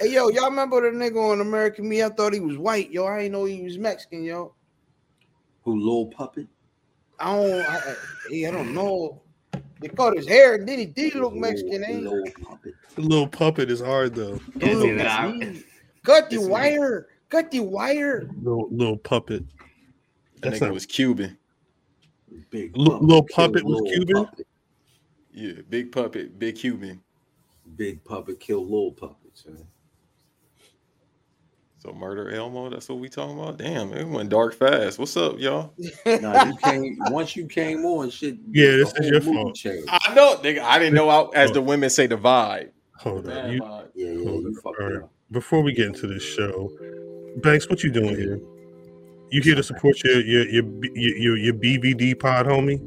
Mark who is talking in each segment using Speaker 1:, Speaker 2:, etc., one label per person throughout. Speaker 1: Hey yo, y'all remember the nigga on American Me? I thought he was white. Yo, I ain't know he was Mexican. Yo,
Speaker 2: Who little puppet?
Speaker 1: I don't. I, I, hey, I don't know. They cut his hair and then he did look
Speaker 2: Lil-
Speaker 1: Mexican. Ain't
Speaker 2: Lil puppet.
Speaker 3: The little puppet is hard though.
Speaker 4: Yeah,
Speaker 1: Ooh,
Speaker 4: dude, I-
Speaker 1: it's me. cut the
Speaker 4: it's me.
Speaker 1: wire. Cut the wire.
Speaker 3: Little, little puppet.
Speaker 4: That
Speaker 3: That's
Speaker 4: nigga
Speaker 3: not-
Speaker 4: was Cuban.
Speaker 2: Big
Speaker 3: Lil-
Speaker 2: puppet.
Speaker 3: Lil
Speaker 2: killed
Speaker 3: Puppet was
Speaker 2: Lil
Speaker 3: Cuban?
Speaker 2: Puppet.
Speaker 4: Yeah, big puppet, big Cuban.
Speaker 2: Big puppet killed little puppet. son.
Speaker 4: So murder Elmo. That's what we talking about. Damn, it went dark fast. What's up, y'all?
Speaker 2: Nah, you came once you came on, shit.
Speaker 3: Yeah,
Speaker 2: the
Speaker 3: this is
Speaker 2: whole
Speaker 3: your
Speaker 2: movie
Speaker 3: fault.
Speaker 2: changed.
Speaker 4: I know, nigga. I didn't know. I, as the women say, the vibe.
Speaker 3: Hold on. Oh, You,
Speaker 2: Yeah, yeah,
Speaker 3: Hold
Speaker 2: you
Speaker 3: up,
Speaker 2: fucked
Speaker 3: alright.
Speaker 2: it up.
Speaker 3: before we get into this show, Banks, what you doing here? You here to support your your your B- your, your, your BVD pod, homie?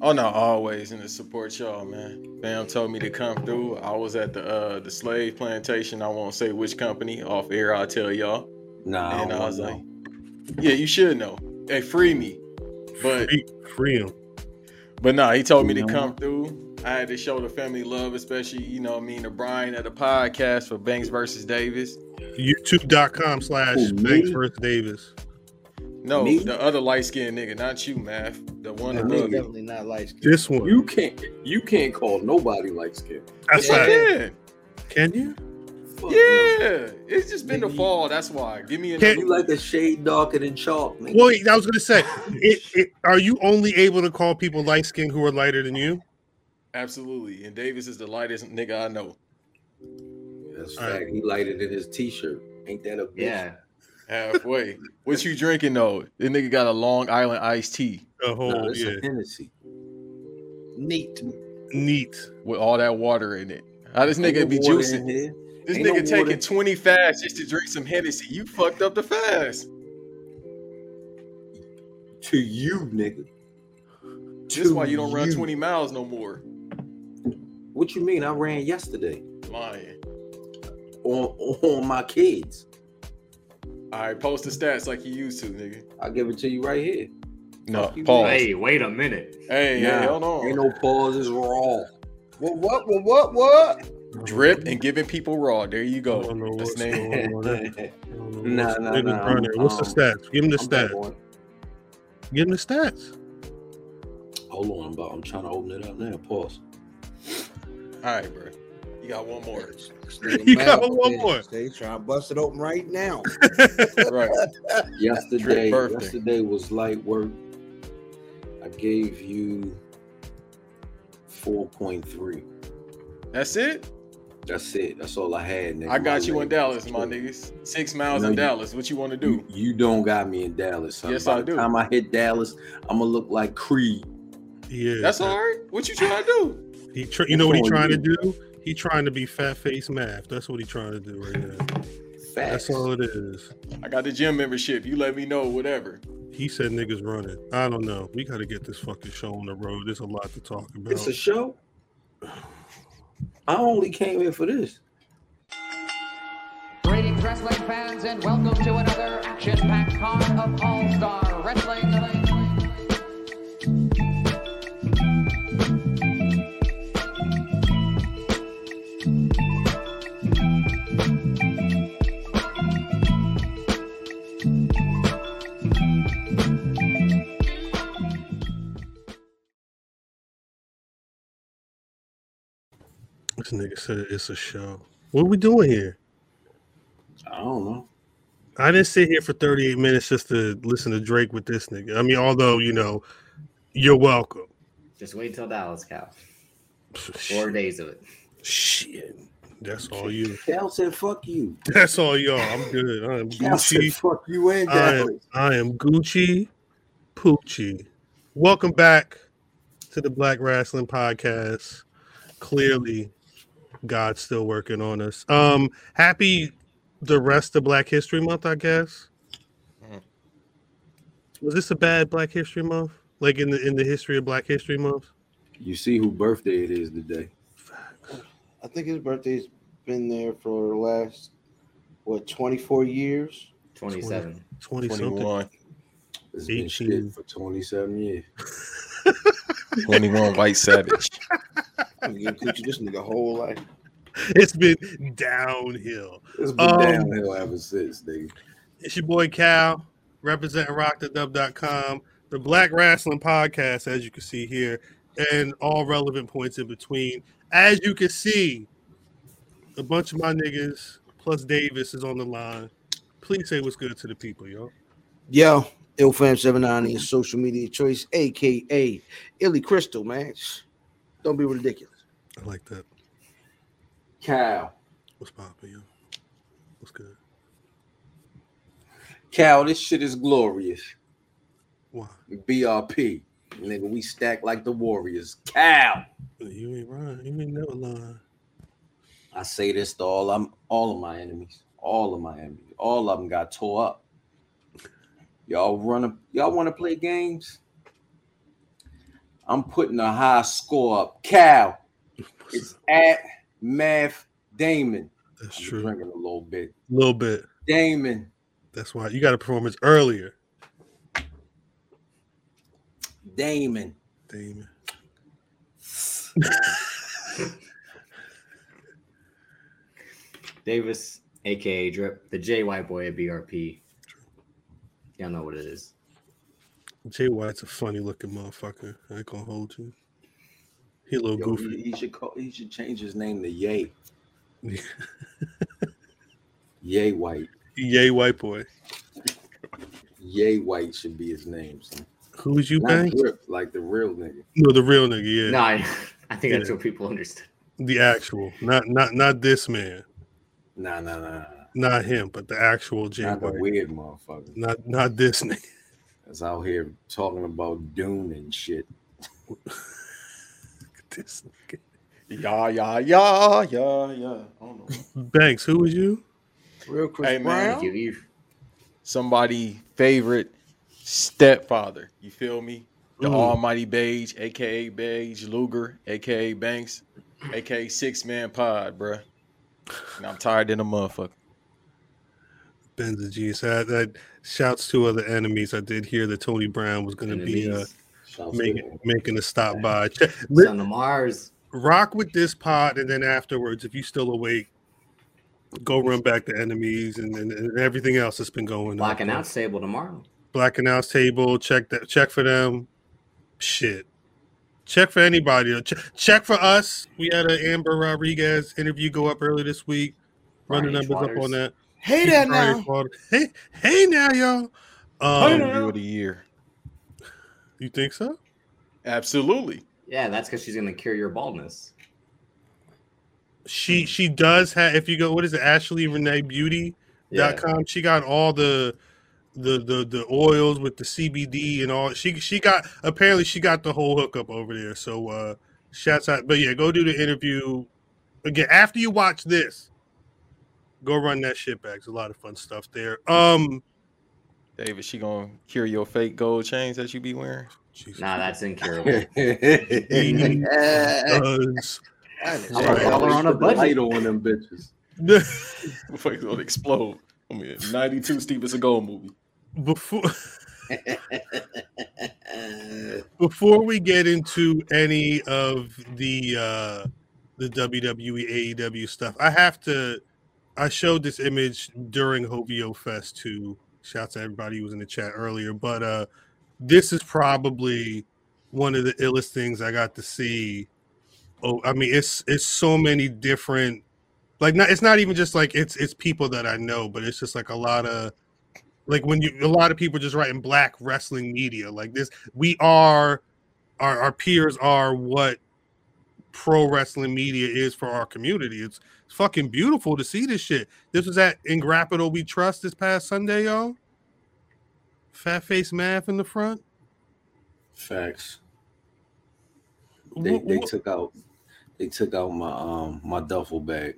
Speaker 4: Oh no, always in to support y'all, man. Bam told me to come through. I was at the uh the slave plantation. I won't say which company off air. I'll tell y'all.
Speaker 2: Nah,
Speaker 4: and I, was like,
Speaker 2: know.
Speaker 4: yeah, you should know. Hey, free me. But
Speaker 3: Free, free him.
Speaker 4: But no, he told me
Speaker 2: You
Speaker 4: to
Speaker 2: know
Speaker 4: come through. I had to show the family love, especially, you know, what I mean, to Brian at the podcast for Banks versus Davis.
Speaker 3: YouTube.com slash
Speaker 2: Who, me?
Speaker 3: Banks versus Davis.
Speaker 4: No,
Speaker 2: Me?
Speaker 4: the other light skinned nigga, not you, math. The one
Speaker 1: That
Speaker 4: that
Speaker 1: nigga
Speaker 4: love you.
Speaker 1: definitely not light skinned.
Speaker 3: This one.
Speaker 2: you can't you can't call nobody like skin.
Speaker 3: That's
Speaker 4: yeah,
Speaker 3: right.
Speaker 4: yeah.
Speaker 3: Can you?
Speaker 2: Fuck no.
Speaker 4: yeah. It's just been the fall. That's why. Give me another.
Speaker 3: Can't-
Speaker 2: You like a shade darker than chalk, nigga.
Speaker 3: Well, I was gonna say, it, it, are you only able to call people light skinned who are lighter than you?
Speaker 4: Absolutely. And Davis is the lightest nigga I know.
Speaker 2: That's
Speaker 3: All right.
Speaker 2: fact. He lighted in his t-shirt. Ain't that a bitch?
Speaker 4: Yeah. Halfway. what you drinking though? This nigga got a Long Island iced tea
Speaker 3: The whole
Speaker 2: Nah, it's
Speaker 3: Oh, yeah,
Speaker 2: a Hennessy.
Speaker 1: Neat.
Speaker 3: neat.
Speaker 4: with all that water in it. How this nigga
Speaker 2: Ain't
Speaker 4: be
Speaker 2: no water
Speaker 4: juicing?
Speaker 2: in here.
Speaker 4: This
Speaker 2: Ain't no
Speaker 4: nigga taking
Speaker 2: water.
Speaker 4: 20 fasts just to drink some Hennessy. You fucked up the fast.
Speaker 2: To you, nigga.
Speaker 4: This is
Speaker 2: To
Speaker 4: why you don't run
Speaker 2: you.
Speaker 4: 20 miles no more.
Speaker 2: What you mean? I ran yesterday
Speaker 4: Lying.
Speaker 2: on on my kids.
Speaker 4: All right, post the stats like you used to, nigga.
Speaker 2: I'll give it to you right here.
Speaker 4: No,
Speaker 2: Fuck you,
Speaker 4: pause. Hey,
Speaker 5: Hey, wait a minute.
Speaker 4: hey,
Speaker 2: Nah,
Speaker 4: hold on.
Speaker 2: Ain't no pauses raw.
Speaker 1: What? What? What? What? What?
Speaker 3: Oh,
Speaker 4: Drip and giving people raw. There you
Speaker 3: I
Speaker 4: go.
Speaker 3: don't know
Speaker 4: That's
Speaker 3: what's
Speaker 4: name.
Speaker 3: going on. I don't know
Speaker 2: Nah,
Speaker 3: what's-
Speaker 2: nah,
Speaker 3: niggas
Speaker 2: nah,
Speaker 3: burning.
Speaker 2: I'm-
Speaker 3: What's the
Speaker 2: um,
Speaker 3: stats? Give him the
Speaker 2: I'm back
Speaker 3: stats.
Speaker 2: on.
Speaker 3: Give him the stats.
Speaker 2: Hold on, I'm, about, I'm trying to open it up now. Pause.
Speaker 4: All right, bro. You got one more.
Speaker 3: You got one more.
Speaker 1: They trying to bust it open right now.
Speaker 4: Right.
Speaker 2: Yesterday,
Speaker 4: birthday.
Speaker 2: yesterday was light work. I gave you four point three.
Speaker 4: That's it.
Speaker 2: That's it. That's all I had. Nigga.
Speaker 4: I got you in
Speaker 2: label
Speaker 4: Dallas,
Speaker 2: was
Speaker 4: my
Speaker 2: good.
Speaker 4: niggas. Six miles
Speaker 2: No,
Speaker 4: in
Speaker 2: you-
Speaker 4: Dallas. What you want to
Speaker 2: You,
Speaker 4: do?
Speaker 2: you don't got me in Dallas. Son.
Speaker 4: Yes,
Speaker 2: By
Speaker 4: I
Speaker 2: the
Speaker 4: do.
Speaker 2: Time I hit Dallas, I'm gonna look like Creed.
Speaker 3: Yeah,
Speaker 4: That's all right. What you trying to do?
Speaker 3: He, tr- you know what he
Speaker 2: That's all
Speaker 3: trying to
Speaker 2: you
Speaker 3: do? He trying to be fat face math. That's what he trying to do right now.
Speaker 2: Facts.
Speaker 3: That's all it is.
Speaker 4: I got the gym membership. You let me know, whatever.
Speaker 3: He said niggas running. I don't know. We got to get this fucking show on the road. There's a lot to talk about.
Speaker 2: It's a show. I only came here for this.
Speaker 6: Greetings, wrestling fans, and welcome to another action-packed card of All-Star Wrestling.
Speaker 3: this nigga said it's a show. What are we doing here?
Speaker 2: I don't know.
Speaker 3: I didn't sit here for 38 minutes just to listen to Drake with this nigga. I mean, although you know, you're welcome.
Speaker 5: Just wait till Dallas, Cal. Four days of it.
Speaker 3: Shit. That's all you.
Speaker 2: Cal said, "Fuck you."
Speaker 3: That's all y'all. I'm good. I'm
Speaker 2: Cal said,
Speaker 3: Gucci.
Speaker 2: "Fuck you and
Speaker 3: I
Speaker 2: Dallas."
Speaker 3: am, I am Gucci Poochie. Welcome back to the Black Wrestling Podcast. Clearly, God's still working on us. Um, happy the rest of Black History Month, I guess.
Speaker 4: Mhm.
Speaker 3: Was this a bad Black History Month? Like in the in the history of Black History Month?
Speaker 2: You see who birthday it is today?
Speaker 1: I think his birthday's been there for the last what 24 years.
Speaker 5: 27.
Speaker 3: 20 something.
Speaker 4: 21.
Speaker 2: It's been
Speaker 3: 18.
Speaker 2: shit for 27 years.
Speaker 4: 21 White Savage.
Speaker 1: I'm gonna give Gucci this nigga whole life.
Speaker 3: it's been downhill.
Speaker 2: It's been
Speaker 3: Um,
Speaker 2: downhill ever since, nigga.
Speaker 3: It's your boy Cal, representing rockthedub.com, the Black Wrestling Podcast, as you can see here, and all relevant points in between. As you can see, a bunch of my niggas plus Davis is on the line. Please say what's good to the people, yo.
Speaker 1: Yo, IllFam790 is social media choice, aka Illy Crystal, man. Shh, Don't be ridiculous.
Speaker 3: I like that.
Speaker 2: Cal.
Speaker 3: What's poppin', yo? What's good?
Speaker 2: Cal, this shit is glorious.
Speaker 3: Why?
Speaker 2: BRP. Nigga, we stack like the Warriors. Cal.
Speaker 3: You ain't lying. You ain't never lying.
Speaker 2: I say this to all I'm all of my enemies. All of my enemies. All of them got tore up. Y'all run y'all want to play games? I'm putting a high score up. Cal. It's at Math Damon.
Speaker 3: That's
Speaker 2: I'm
Speaker 3: true. A
Speaker 2: drinking a little bit.
Speaker 3: little bit.
Speaker 2: Damon.
Speaker 3: That's why you got to perform it earlier,
Speaker 2: Damon.
Speaker 3: Damon.
Speaker 5: Davis, aka Drip, the JY boy at BRP. Y'all know what it is.
Speaker 3: Jay White's a funny looking motherfucker. I ain't gonna hold you. He a little
Speaker 2: Yo,
Speaker 3: goofy.
Speaker 2: he, he should call, he should change his name to Yay. Yay White.
Speaker 3: Yay, white boy.
Speaker 2: Yay White should be his name. Son.
Speaker 3: Who's you
Speaker 2: Not
Speaker 3: bang?
Speaker 2: Drip, like the real nigga.
Speaker 3: No, the real nigga. Yeah,
Speaker 5: No, I, I think that's
Speaker 3: Yeah.
Speaker 5: what people understood.
Speaker 3: the actual. Not not not this man.
Speaker 2: Nah, nah, nah. nah.
Speaker 3: Not him, but the actual Jay
Speaker 2: Not the
Speaker 3: White.
Speaker 2: weird motherfucker
Speaker 3: Not not this nigga.
Speaker 2: that's out here talking about Dune and shit.
Speaker 3: This nigga.
Speaker 4: Yeah, yeah, yeah, yeah, yeah. I don't know.
Speaker 3: Banks, who was you?
Speaker 1: Real Chris
Speaker 4: Hey, man.
Speaker 1: Brown.
Speaker 5: Thank you. You
Speaker 4: Somebody favorite stepfather. You feel me? The
Speaker 3: Ooh.
Speaker 4: Almighty Beige, aka Beige Luger, aka Banks, aka Six Man Pod, bruh. And I'm tired in a motherfucker.
Speaker 3: Benz the G. So that, that shouts to other enemies. I did hear that Tony Brown was gonna
Speaker 5: and
Speaker 3: be uh,
Speaker 5: these,
Speaker 2: Sounds
Speaker 3: making
Speaker 2: good.
Speaker 3: making a stop by. Check-
Speaker 5: it's on the Mars.
Speaker 3: rock with this pod, and then afterwards, if you still awake, go run back the enemies and, and, and everything else that's been going on.
Speaker 5: Blocking out stable tomorrow.
Speaker 3: Black announce table. Check that. Check for them. Shit. Check for anybody. Check, check for us. We had an Amber Rodriguez interview go up earlier this week. Run the
Speaker 5: Brian
Speaker 3: numbers up
Speaker 5: Waters.
Speaker 3: on that.
Speaker 1: Hey there
Speaker 3: Brian
Speaker 1: now.
Speaker 3: Waters. Hey, hey now, y'all. Um,
Speaker 4: Interview of the year.
Speaker 3: you think so?
Speaker 4: Absolutely.
Speaker 5: Yeah, that's because she's gonna cure your baldness.
Speaker 3: She she does have. If you go, what is it? Ashley Renee Beauty. dot
Speaker 5: Yeah,
Speaker 3: com. She got all the the the the oils with the CBD and all. She she got apparently she got the whole hookup over there. So uh shouts out. But yeah, go do the interview again after you watch this. Go run that shit back. There's a lot of fun stuff there. Um,
Speaker 4: David, she gonna cure your fake gold chains that you be wearing?
Speaker 3: Jesus
Speaker 5: nah, that's incurable.
Speaker 3: does-
Speaker 5: I'm like,
Speaker 2: Always
Speaker 5: "Oh, we're on a
Speaker 2: put the
Speaker 5: budget."
Speaker 2: light on them bitches.
Speaker 4: Fuck, it'll explode. I mean, 92 Stevenson Gold movie.
Speaker 3: before before we get into any of the uh the E, WWE AEW stuff, I have to I showed this image during Hovio Fest too. Shouts to everybody who was in the chat earlier, but uh this is probably one of the illest things I got to see. Oh, I mean it's it's so many different like not it's not even just like it's it's people that I know, but it's just like a lot of like when you a lot of people just writing black wrestling media like this we are our, our peers are what pro wrestling media is for our community it's, it's fucking beautiful to see this shit this was at ingrapital we trust this past sunday y'all fat face math in the front
Speaker 2: Facts. They,
Speaker 3: Wh-
Speaker 2: they
Speaker 3: wh-
Speaker 2: took out they took out my um my duffel bag.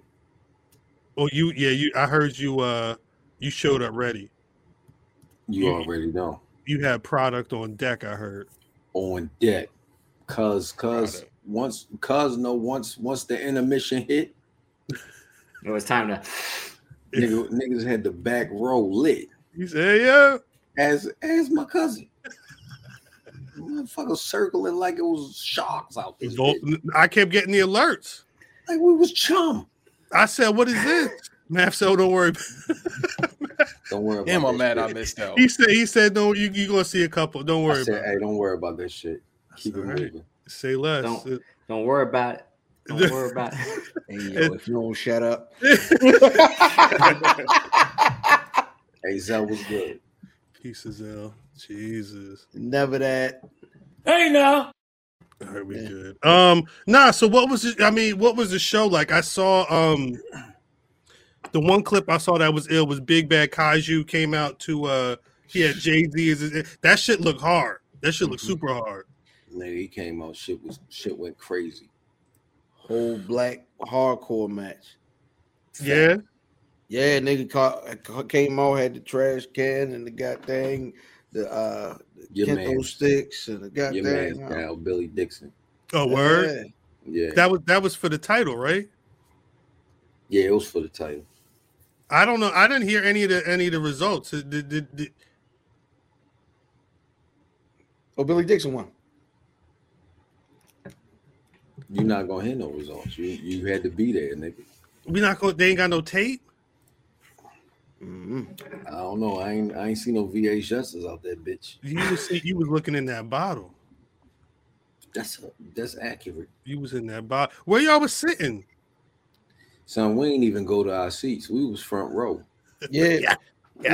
Speaker 3: oh you yeah you i heard you uh you showed up ready
Speaker 2: You
Speaker 3: You-
Speaker 2: already know.
Speaker 3: you had product on deck i heard
Speaker 2: on deck. Cause cause
Speaker 4: Product.
Speaker 2: once cause no once once the intermission hit,
Speaker 5: it was time to.
Speaker 2: nigga, niggas had the back row lit.
Speaker 3: you said yeah
Speaker 2: As as my cousin. Motherfucker circling like it was sharks out there.
Speaker 3: Vol- i kept getting the alerts
Speaker 2: Like we was chum.
Speaker 3: I said, "What is this?" Math said, "Don't worry."
Speaker 2: Don't worry about
Speaker 4: Damn, I'm
Speaker 2: this
Speaker 4: mad I
Speaker 2: shit.
Speaker 4: missed out.
Speaker 3: He said, "He said, no, you you gonna see a couple. Don't
Speaker 2: Oh. I
Speaker 3: worry
Speaker 2: said,
Speaker 3: about
Speaker 2: hey,
Speaker 3: it.
Speaker 2: don't worry about this shit. Keep it
Speaker 3: all right.
Speaker 2: moving.
Speaker 3: Say less." uh,
Speaker 5: Don't- Don't worry about it. Don't worry about it.
Speaker 1: Hey, yo, if you don't shut up,
Speaker 2: Hey, Zell was good.
Speaker 3: Pieces out. Jesus.
Speaker 1: never that.
Speaker 3: All right, we
Speaker 1: Yeah.
Speaker 3: good. Um, nah. So what was it? I mean, what was the show like? I saw um, the one clip I saw that was ill was Big Bad Kaiju came out to uh, he had Jay Z. Is is- that shit looked hard? That shit looked
Speaker 2: Mhm.
Speaker 3: super hard.
Speaker 2: Nigga, he came out. Shit was shit went crazy.
Speaker 1: Whole black hardcore match.
Speaker 3: Yeah.
Speaker 1: Yeah, nigga caught, ca- came out, had the trash can and the goddamn the uh
Speaker 2: Your man,
Speaker 1: kento sticks and the
Speaker 2: your
Speaker 1: goddamn. uh,
Speaker 2: man now, Billy Dixon.
Speaker 3: Oh, word.
Speaker 1: Yeah.
Speaker 2: Yeah,
Speaker 3: That was that was for the title, right?
Speaker 2: yeah, it was for the title.
Speaker 3: I don't know. I didn't hear any of the any of the results. Did- did- did- did-
Speaker 1: Oh, Billy Dixon won.
Speaker 2: You're not gonna hear no results. You you had to be there, nigga.
Speaker 3: we not going. They ain't got no tape.
Speaker 1: Mhm.
Speaker 2: I don't know. I ain't I ain't seen no VA justice out there, bitch.
Speaker 3: You was you was looking in that bottle.
Speaker 2: That's that's accurate.
Speaker 3: You was in that bottle. Where y'all was sitting?
Speaker 2: Son, we ain't even go to our seats. We was front row.
Speaker 1: Yeah,
Speaker 3: Yeah.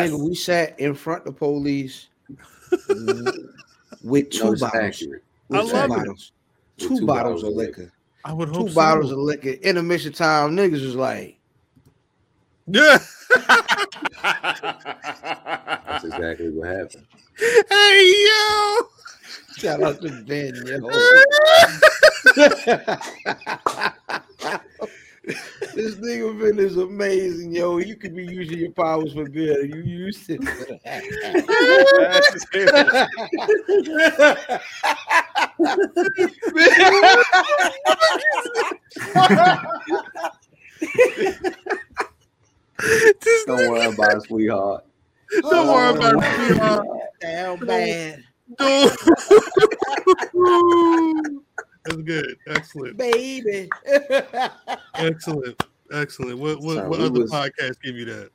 Speaker 1: nigga, we sat in front of the police with two
Speaker 2: No, it's
Speaker 1: bottles.
Speaker 2: accurate.
Speaker 1: With
Speaker 3: I
Speaker 1: two
Speaker 3: love it.
Speaker 1: bottles.
Speaker 2: With
Speaker 1: Two, bottles of liquor.
Speaker 3: I would
Speaker 1: Two
Speaker 3: hope
Speaker 1: bottles
Speaker 3: so.
Speaker 1: of liquor. Intermission time, niggas was like,
Speaker 3: Yeah.
Speaker 2: That's exactly what happened.
Speaker 3: hey yo.
Speaker 1: shout out to Daniel. this nigga Vin is amazing, yo. You could be using your powers for good. You used it. for that.
Speaker 4: That's just it.
Speaker 3: Just
Speaker 2: Don't worry about it, sweetheart.
Speaker 3: don't worry about it. sweetheart.
Speaker 1: Down bad,
Speaker 3: Don't- uh, That's good. Excellent.
Speaker 1: baby.
Speaker 3: Excellent. Excellent. What what,
Speaker 2: Sorry,
Speaker 3: what
Speaker 2: we
Speaker 3: other
Speaker 2: was-
Speaker 3: podcasts give you that?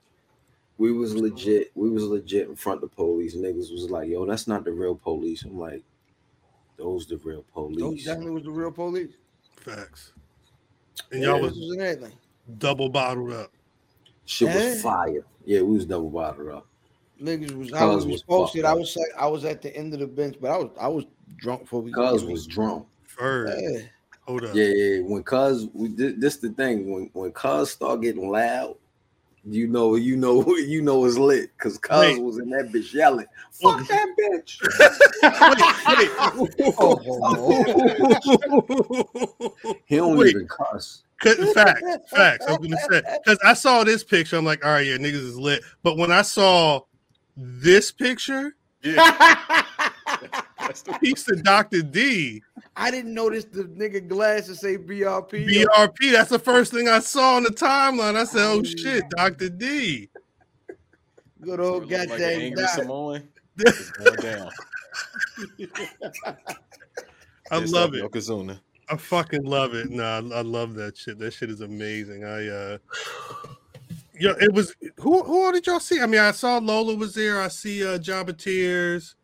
Speaker 2: We was legit. We was legit in front of the police. Niggas was like, "Yo, that's not the real police." I'm like, "Those the real
Speaker 1: Those
Speaker 2: police."
Speaker 1: definitely was the real police.
Speaker 3: Facts. And y'all
Speaker 2: Yeah.
Speaker 3: was
Speaker 1: Witnesses and everything.
Speaker 3: double bottled up.
Speaker 2: Shit
Speaker 1: Hey.
Speaker 2: was fire. Yeah, we was double bottled up.
Speaker 1: Niggas was I
Speaker 2: Cuz
Speaker 1: was,
Speaker 2: was
Speaker 1: posted.
Speaker 2: fucked
Speaker 1: I
Speaker 2: up.
Speaker 1: was like, I was at the end of the bench, but I was I was drunk for we.
Speaker 2: Cuz was drunk.
Speaker 3: Bird.
Speaker 1: Yeah.
Speaker 3: Hold up.
Speaker 2: Yeah, yeah. When Cuz, we thi- this the thing. When when Cuz start getting loud, you know, you know, you know, it's lit. Cause Cuz
Speaker 3: Wait.
Speaker 2: was in that bitch yelling, "Fuck that bitch!"
Speaker 3: Oh,
Speaker 2: Oh. He don't
Speaker 3: Wait.
Speaker 2: even cuss.
Speaker 3: Cause, facts, facts. I was gonna say because I saw this picture. I'm like, all right, yeah, niggas is lit. But when I saw this picture,
Speaker 4: Yeah. That's the
Speaker 3: he's the Doctor D
Speaker 1: I didn't notice the nigga glasses say BRP.
Speaker 3: BRP. That's the first thing I saw on the timeline. I said, oh shit, Doctor D.
Speaker 1: Good old
Speaker 4: Look like an
Speaker 1: Oh, goddamn
Speaker 4: angry
Speaker 1: guy.
Speaker 4: Samoan. It's going down.
Speaker 3: I
Speaker 4: It's
Speaker 3: love
Speaker 4: like
Speaker 3: it.
Speaker 4: Yokozuna.
Speaker 3: I fucking love it. Nah, I, I love that shit. That shit is amazing. I uh yeah, it was who who all did y'all see? I mean, I saw Lola was there, I see uh Jabba Tears,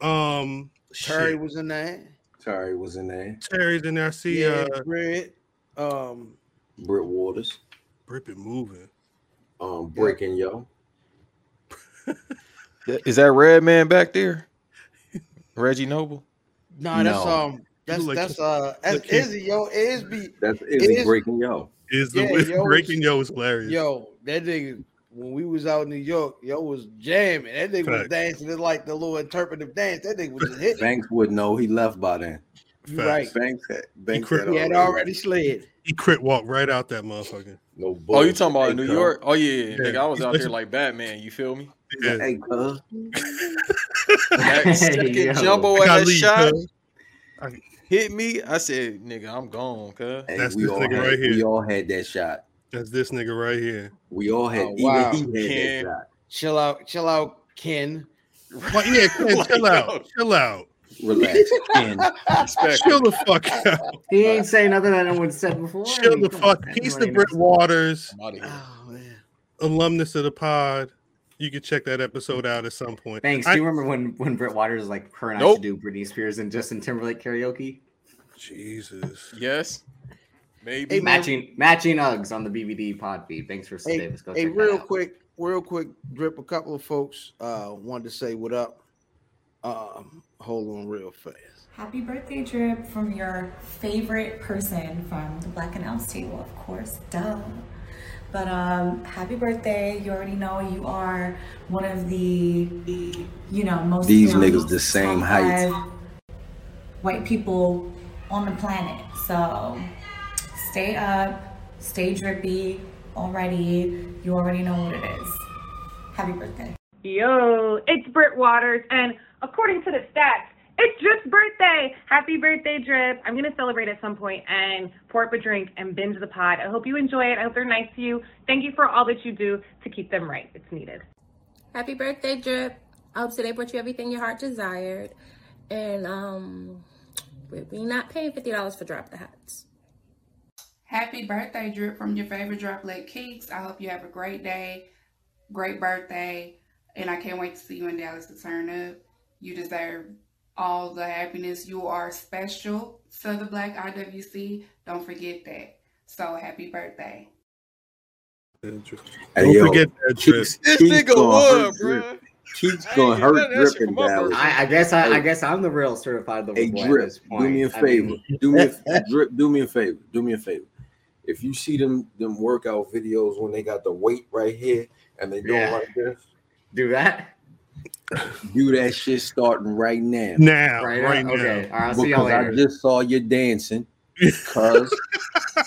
Speaker 3: um
Speaker 1: Terry
Speaker 3: Terry
Speaker 1: was in there.
Speaker 2: Terry was in there.
Speaker 3: Terry's in there. I see
Speaker 1: Yeah,
Speaker 3: uh
Speaker 1: Red. Um,
Speaker 2: Britt Waters,
Speaker 3: Rip it moving.
Speaker 2: um, breaking yo.
Speaker 4: Is that red man back there? Reggie Noble?
Speaker 1: nah, that's
Speaker 2: No.
Speaker 1: um, that's
Speaker 3: look-
Speaker 1: that's uh, that's
Speaker 3: look here.
Speaker 1: Izzy, yo, Izzy,
Speaker 2: That's Izzy
Speaker 1: is-
Speaker 2: breaking yo.
Speaker 3: Is the
Speaker 1: Yeah,
Speaker 3: with
Speaker 1: yo,
Speaker 3: breaking yo is hilarious.
Speaker 1: yo, that nigga. When we was out in New York, yo was jamming. That nigga was
Speaker 3: Facts.
Speaker 1: dancing. It's like the little interpretive dance. That nigga was just hitting.
Speaker 2: Banks would know. He left by then.
Speaker 1: You
Speaker 3: Facts.
Speaker 1: right.
Speaker 2: Banks had Banks
Speaker 3: crit-
Speaker 2: had
Speaker 1: He had
Speaker 2: already-
Speaker 1: already slid.
Speaker 3: He crit walked right out that motherfucker.
Speaker 2: No
Speaker 4: Oh, you
Speaker 2: bullshit.
Speaker 4: talking about
Speaker 2: Hey,
Speaker 4: New
Speaker 2: cuz.
Speaker 4: York? Oh yeah,
Speaker 3: Yeah.
Speaker 4: nigga, I was
Speaker 3: He's
Speaker 4: out there
Speaker 3: listen-
Speaker 4: like Batman. You feel me?
Speaker 3: Yeah.
Speaker 2: Hey, cuz.
Speaker 4: That second
Speaker 5: Yo.
Speaker 4: jumbo
Speaker 3: I
Speaker 4: ass
Speaker 3: leave,
Speaker 4: shot
Speaker 3: cuz.
Speaker 4: hit me. I said, nigga, I'm gone, cuz.
Speaker 2: Hey,
Speaker 3: That's
Speaker 2: we
Speaker 3: this
Speaker 2: all
Speaker 3: nigga
Speaker 2: had,
Speaker 3: right here.
Speaker 2: We all had that shot.
Speaker 3: That's this nigga right here.
Speaker 2: We all had.
Speaker 1: Oh, wow.
Speaker 2: Even he had
Speaker 4: Yeah.
Speaker 2: that shot.
Speaker 1: Chill out, chill out, Ken.
Speaker 3: Well, yeah, Ken,
Speaker 4: Like,
Speaker 3: chill out.
Speaker 4: yo.
Speaker 3: Chill out.
Speaker 2: relax, and
Speaker 4: Respect.
Speaker 3: Chill the fuck out.
Speaker 5: He ain't saying nothing that no one said before.
Speaker 3: Chill the fuck. Peace to Britt Waters.
Speaker 4: I'm outta here.
Speaker 1: Oh man.
Speaker 3: alumnus of the pod. You can check that episode out at some point.
Speaker 5: Thanks.
Speaker 3: I-
Speaker 5: Do you remember when when Britt Waters was like, her and
Speaker 4: Nope.
Speaker 5: I should do Britney Spears and Justin Timberlake karaoke?
Speaker 3: Jesus.
Speaker 4: Yes. Maybe.
Speaker 1: Hey, man.
Speaker 5: Matching matching Uggs on the BBD pod feed. Thanks for
Speaker 1: Hey,
Speaker 5: Davis. Go
Speaker 1: hey,
Speaker 5: check that
Speaker 1: real
Speaker 5: out.
Speaker 1: quick, real quick, drip. A couple of folks uh wanted to say what up. Um, hold on real fast.
Speaker 7: Happy birthday, Drip, from your favorite person from the Black and Ounce table, of course, duh. But um, happy birthday. You already know you are one of the, you know, most.
Speaker 2: These
Speaker 7: young,
Speaker 2: niggas the same
Speaker 7: top
Speaker 2: height.
Speaker 7: five White people on the planet. So stay up, stay drippy already. You already know what it is. Happy birthday.
Speaker 8: Yo, it's Britt Waters, and according to the stats, it's Drip's birthday. Happy birthday, Drip. I'm going to celebrate at some point and pour up a drink and binge the pod. I hope you enjoy it. I hope they're nice to you. Thank you for all that you do to keep them right. It's needed.
Speaker 9: Happy birthday, Drip. I hope today brought you everything your heart desired. And um we we not paying fifty dollars for drop the hats.
Speaker 10: Happy birthday, Drip, from your favorite droplet Keeks. I hope you have a great day, great birthday, and I can't wait to see you in Dallas to turn up. You deserve all the happiness. You are special to the Black IWC. Don't forget that. So, happy birthday.
Speaker 2: Hey,
Speaker 3: Don't
Speaker 2: yo,
Speaker 3: forget that trip.
Speaker 2: Keith's-
Speaker 4: This
Speaker 2: Keith's
Speaker 4: nigga
Speaker 2: gonna hurt
Speaker 4: would,
Speaker 2: Drip.
Speaker 4: bro.
Speaker 2: Keith's
Speaker 4: Hey,
Speaker 2: gonna
Speaker 4: that-
Speaker 2: hurt
Speaker 4: that shit
Speaker 2: Drip in
Speaker 4: from my
Speaker 2: Dallas.
Speaker 5: I, I guess I,
Speaker 2: Hey.
Speaker 5: I guess I'm the real certified
Speaker 2: Hey,
Speaker 5: lover boy at
Speaker 2: Drip,
Speaker 5: this point.
Speaker 2: do me a
Speaker 5: I
Speaker 2: favor.
Speaker 5: mean,
Speaker 2: do me a drip. Do me a favor. Do me a favor. If you see them them workout videos when they got the weight right here and they doing
Speaker 5: Yeah.
Speaker 2: like this,
Speaker 5: do that
Speaker 2: do that shit starting right now.
Speaker 3: Now,
Speaker 5: right,
Speaker 3: right,
Speaker 5: right
Speaker 3: now.
Speaker 5: Okay, all right. I'll see y'all
Speaker 2: because I
Speaker 5: later.
Speaker 2: just saw you dancing. Cuz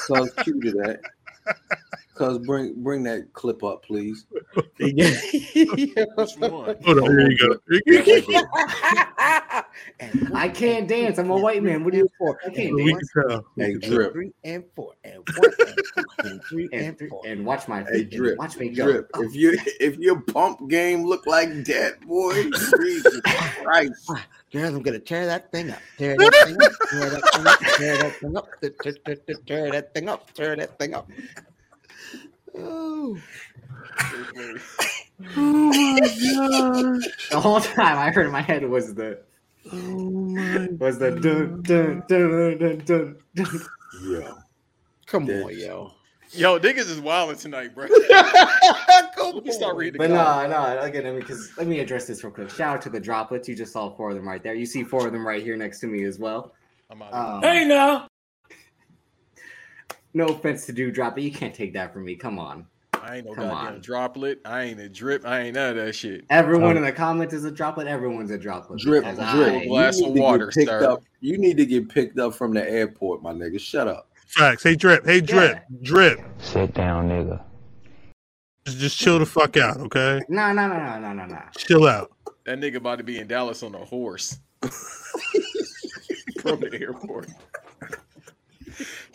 Speaker 2: cuz cue to that. Cuz bring bring that clip up, please.
Speaker 4: Which one?
Speaker 3: Hold on, there you go.
Speaker 2: That right there.
Speaker 1: And
Speaker 5: I can't dance. I'm a white man. What do you for? I can't
Speaker 3: We
Speaker 5: dance.
Speaker 3: can tell.
Speaker 2: Hey
Speaker 1: and
Speaker 2: drip.
Speaker 1: Three and four and one and two and three and
Speaker 5: And,
Speaker 1: four.
Speaker 5: and watch my
Speaker 2: Hey
Speaker 5: feet. and
Speaker 2: drip.
Speaker 5: watch me go.
Speaker 2: Drip. If you if your pump game look like that, boy, Jesus Christ.
Speaker 1: Girl, I'm gonna tear that thing up. Tear that thing up. Tear that thing up. Tear that thing up. Tear, tear, tear, tear, tear that thing up. Tear that thing up. Oh,
Speaker 5: The whole time I heard in my head was the
Speaker 1: Oh,
Speaker 5: was the dun dun dun dun dun. dun.
Speaker 2: Yeah.
Speaker 1: come
Speaker 2: That's-
Speaker 1: on, yo.
Speaker 4: Yo, niggas is wilding tonight, bro.
Speaker 1: come
Speaker 4: Let me start reading the
Speaker 5: But
Speaker 4: comments.
Speaker 5: no, no. Again, I mean, because let me address this real quick. Shout out to the droplets. You just saw four of them right there. You see four of them right here next to me as well.
Speaker 4: I'm out.
Speaker 5: Um,
Speaker 2: now.
Speaker 5: No offense to do drop, but you can't take that from me. Come on.
Speaker 4: I ain't no
Speaker 5: come
Speaker 4: goddamn
Speaker 5: on.
Speaker 4: droplet. I ain't a drip. I ain't none of that shit.
Speaker 5: Everyone in the comments is a droplet. Everyone's a droplet.
Speaker 2: Drip,
Speaker 5: As
Speaker 2: drip.
Speaker 5: I-
Speaker 4: Full glass
Speaker 2: you
Speaker 4: of
Speaker 2: need to get
Speaker 4: water,
Speaker 2: picked
Speaker 4: sir.
Speaker 2: up. You need to get picked up from the airport, my nigga. Shut up.
Speaker 3: Facts. Hey, drip. Hey, drip. Drip.
Speaker 11: Sit down, nigga.
Speaker 3: Just, just chill the fuck out, okay?
Speaker 5: No, no, no, no, no, no, no.
Speaker 3: Chill out.
Speaker 4: That nigga about to be in Dallas on a horse from the airport.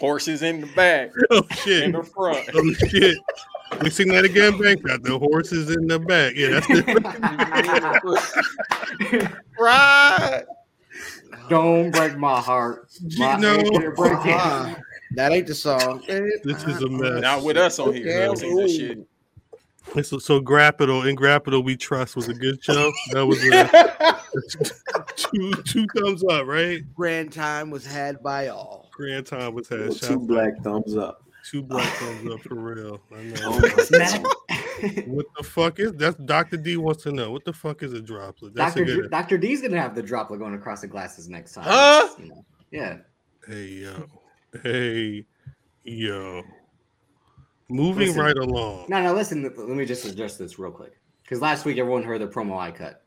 Speaker 4: Horses in the back,
Speaker 3: Oh
Speaker 4: in
Speaker 3: shit.
Speaker 4: the front.
Speaker 3: Oh shit. We seen that again, bank out. The horses in the back. Yeah, that's the
Speaker 4: Right.
Speaker 5: Don't break my heart. My
Speaker 3: No.
Speaker 5: anchor breaking.
Speaker 1: Uh-uh. That ain't the song.
Speaker 3: This is a mess.
Speaker 4: Not with us on here. I've seen that shit.
Speaker 3: so, so Grappital and Grappital We Trust was a good show. That was a, two two thumbs up, right?
Speaker 1: Grand time was had by all.
Speaker 3: Grand time was had.
Speaker 2: Well,
Speaker 3: Shout out
Speaker 2: two black thumbs up.
Speaker 3: Two black thumbs up for real. I know.
Speaker 2: Oh my God.
Speaker 3: What the fuck is that's Dr. D wants to know what the fuck is a droplet? That's
Speaker 5: Doctor
Speaker 3: a good
Speaker 5: Doctor D's gonna have the droplet going across the glasses next time.
Speaker 4: Huh?
Speaker 5: You know. Yeah.
Speaker 3: hey yo. Hey yo. Moving
Speaker 5: Listen.
Speaker 3: right along.
Speaker 5: No, no. Listen, let me just address this real quick because last week everyone heard the promo I cut,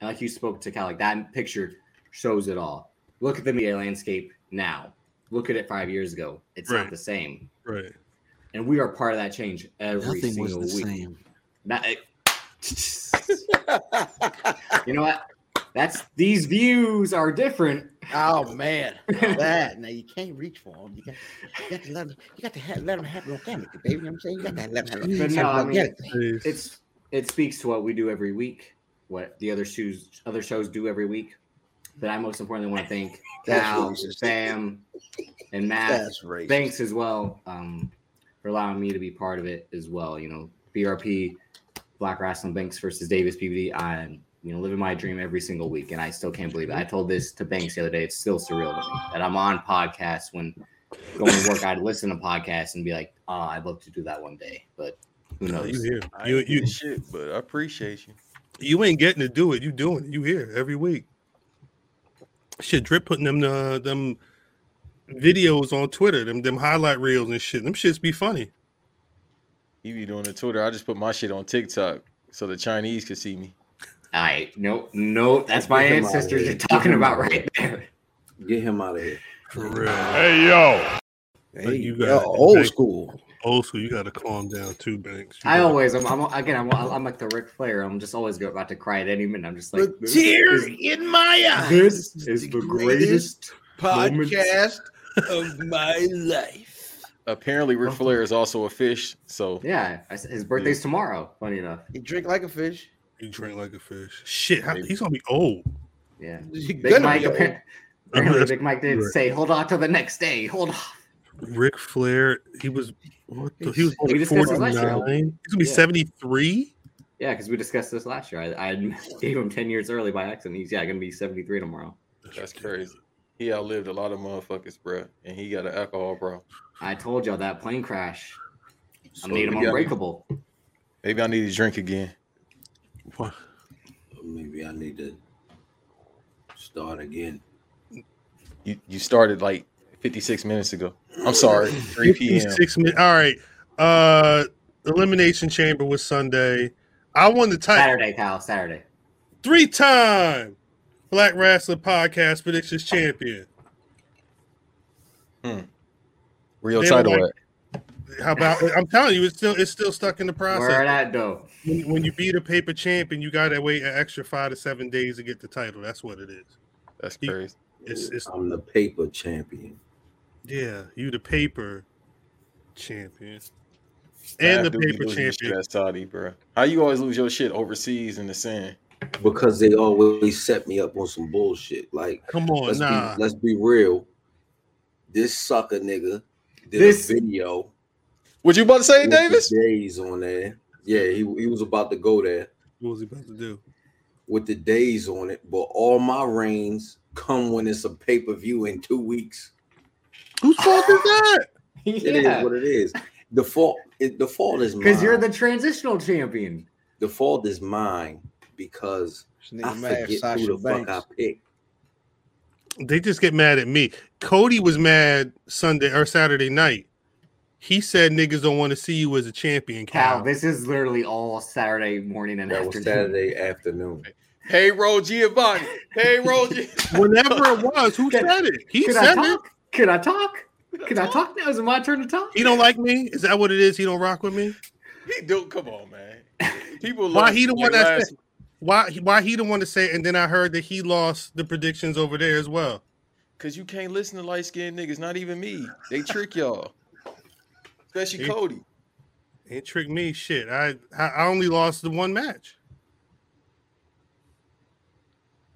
Speaker 5: and like you spoke to Cal, like that picture shows it all. Look at the media landscape now. Look at it five years ago. It's
Speaker 3: Right.
Speaker 5: not the same,
Speaker 3: Right.
Speaker 5: and we are part of that change every
Speaker 1: Nothing was
Speaker 5: single
Speaker 1: the
Speaker 5: week.
Speaker 1: same.
Speaker 5: That- you know what? That's these views are different.
Speaker 1: Oh man, Now that now you can't reach for them. You got, you got to let them. You got to have, let them happen organically, baby. You know what I'm saying you got to let them happen,
Speaker 5: But
Speaker 1: happen
Speaker 5: no, I mean,
Speaker 1: organically.
Speaker 5: it's it speaks to what we do every week, what the other shoes other shows do every week. that I most importantly want to thank
Speaker 1: That's
Speaker 5: Cal,
Speaker 1: racist.
Speaker 5: Sam, and Matt.
Speaker 1: That's racist.
Speaker 5: Thanks as well um, for allowing me to be part of it as well. You know, BRP, Black Wrestling Banks versus Davis PBD. I'm you know living my dream every single week, and I still can't believe it. I told this to Banks the other day. It's still surreal to me that I'm on podcasts when going to work. I'd listen to podcasts and be like, "Ah, I'd love to do that one day," but who
Speaker 3: No, Oh,
Speaker 5: knows?
Speaker 3: you here.
Speaker 4: I
Speaker 3: You
Speaker 4: ain't
Speaker 3: you
Speaker 4: doing shit, but I appreciate you.
Speaker 3: you ain't getting to do it. You doing it. You here every week. Shit, drip putting them uh, them videos on Twitter, them them highlight reels and shit. Them shits be funny.
Speaker 4: You be doing the Twitter. I just put my shit on TikTok so the Chinese could see me.
Speaker 5: All right, nope, nope. That's my
Speaker 2: Get him out
Speaker 5: ancestors
Speaker 2: of
Speaker 5: you're
Speaker 2: here.
Speaker 5: talking
Speaker 2: Get him
Speaker 5: about
Speaker 2: out of
Speaker 5: right there.
Speaker 2: Get him out of here.
Speaker 3: For real,
Speaker 11: Hey yo,
Speaker 1: Hey,
Speaker 3: you
Speaker 1: you
Speaker 3: got
Speaker 1: got
Speaker 3: it.
Speaker 1: old
Speaker 3: Thank-
Speaker 1: school.
Speaker 3: Also, you got to calm down too, Banks. You
Speaker 5: I
Speaker 3: gotta-
Speaker 5: always, I'm, I'm again, I'm, I'm like the Ric Flair. I'm just always go- about to cry at any minute. I'm just like,
Speaker 1: the tears
Speaker 5: is-
Speaker 1: in my eyes.
Speaker 5: This is the greatest moment.
Speaker 1: podcast of my life.
Speaker 4: Apparently, Ric Flair is also a fish. So
Speaker 5: yeah, I s- his birthday's tomorrow. Funny enough,
Speaker 1: You drink like a fish.
Speaker 3: You drink like a fish. Shit, how, he's gonna be old.
Speaker 5: yeah.
Speaker 1: You're
Speaker 5: Big
Speaker 1: gonna
Speaker 5: Mike,
Speaker 1: be old.
Speaker 5: apparently, apparently
Speaker 3: That's
Speaker 5: Big Mike did
Speaker 3: right.
Speaker 5: say, "Hold on till the next day." Hold on.
Speaker 3: Ric Flair, he was what the, he was
Speaker 5: We
Speaker 3: like
Speaker 5: discussed it
Speaker 3: forty nine.
Speaker 5: last
Speaker 3: He's
Speaker 5: year.
Speaker 3: gonna be
Speaker 5: Yeah.
Speaker 3: seventy three.
Speaker 5: Yeah, because we discussed this last year. I, I gave him ten years early by accident. He's yeah, gonna be seventy three tomorrow.
Speaker 4: that's crazy. He outlived a lot of motherfuckers, bruh, and he got an alcohol problem.
Speaker 5: I told y'all that plane crash. I made him
Speaker 4: we got-
Speaker 5: unbreakable.
Speaker 4: Maybe I need to drink again.
Speaker 2: Maybe I need to start again.
Speaker 4: You you started like 56 minutes ago. I'm sorry, 3 p.m.
Speaker 3: Six minutes. All right. Uh, elimination chamber was Sunday. I won the title.
Speaker 5: Saturday, Kyle. Saturday.
Speaker 3: three time Black Wrestling Podcast Predictions Champion.
Speaker 4: Real
Speaker 3: They were
Speaker 4: title.
Speaker 3: like-
Speaker 4: at.
Speaker 3: How about I'm telling you, it's still it's still stuck in the
Speaker 5: Where
Speaker 3: process.
Speaker 5: that though?
Speaker 3: When, when you beat a paper champion, you gotta wait an extra five to seven days to get the title. That's what it is.
Speaker 4: That's
Speaker 3: he-
Speaker 4: crazy.
Speaker 3: It's it's
Speaker 2: I'm the paper champion.
Speaker 3: yeah, you the paper champion.
Speaker 4: I
Speaker 3: And the
Speaker 4: do be
Speaker 3: paper
Speaker 4: losing your shit
Speaker 3: champion.
Speaker 4: at Saudi, bro. How you always lose your shit overseas in the sand?
Speaker 2: Because they always set me up on some bullshit. Like
Speaker 3: Come on,
Speaker 2: let's
Speaker 3: Oh, nah.
Speaker 2: be let's be real. This sucker nigga did
Speaker 5: This-
Speaker 2: a video
Speaker 4: What you about to say,
Speaker 2: with the
Speaker 4: Davis?
Speaker 2: days on there. Yeah, he, he was about to go there
Speaker 3: What was he about to do?
Speaker 2: with the days on it, but all my reigns come when it's a pay per view in two weeks.
Speaker 3: Whose fault is that?
Speaker 2: It is
Speaker 5: yeah,
Speaker 2: what it is. The fault it, the fault is mine.
Speaker 5: because you're the transitional champion.
Speaker 2: the fault is mine because
Speaker 1: This nigga
Speaker 2: I
Speaker 1: mad at
Speaker 2: forget
Speaker 1: Sasha
Speaker 2: who the
Speaker 1: Banks.
Speaker 2: fuck I picked.
Speaker 3: They just get mad at me. Cody was mad Sunday or Saturday night. He said niggas don't want to see you as a champion,
Speaker 5: Cal,
Speaker 3: Cal.
Speaker 5: this is literally all Saturday morning and
Speaker 2: That was
Speaker 5: afternoon.
Speaker 2: Saturday afternoon.
Speaker 4: Hey, Ro Giovanni. Hey, Ro G.
Speaker 3: Whenever it was, who said it? He
Speaker 5: Can I
Speaker 3: said it.
Speaker 5: talk? Can I talk? Can I talk now? Is it my turn to talk?
Speaker 3: He don't like me. Is that what it is? He don't rock with me.
Speaker 4: He do come on, man. People
Speaker 3: Why
Speaker 4: love
Speaker 3: he the
Speaker 4: like
Speaker 3: one that
Speaker 4: last-
Speaker 3: Why? Why he don't want to say? it? And then I heard that he lost the predictions over there as well.
Speaker 4: Cause you can't listen to light skinned niggas, not even me. They trick y'all. Especially
Speaker 3: He-
Speaker 4: Cody.
Speaker 3: It tricked me. Shit, I I I only lost the one match.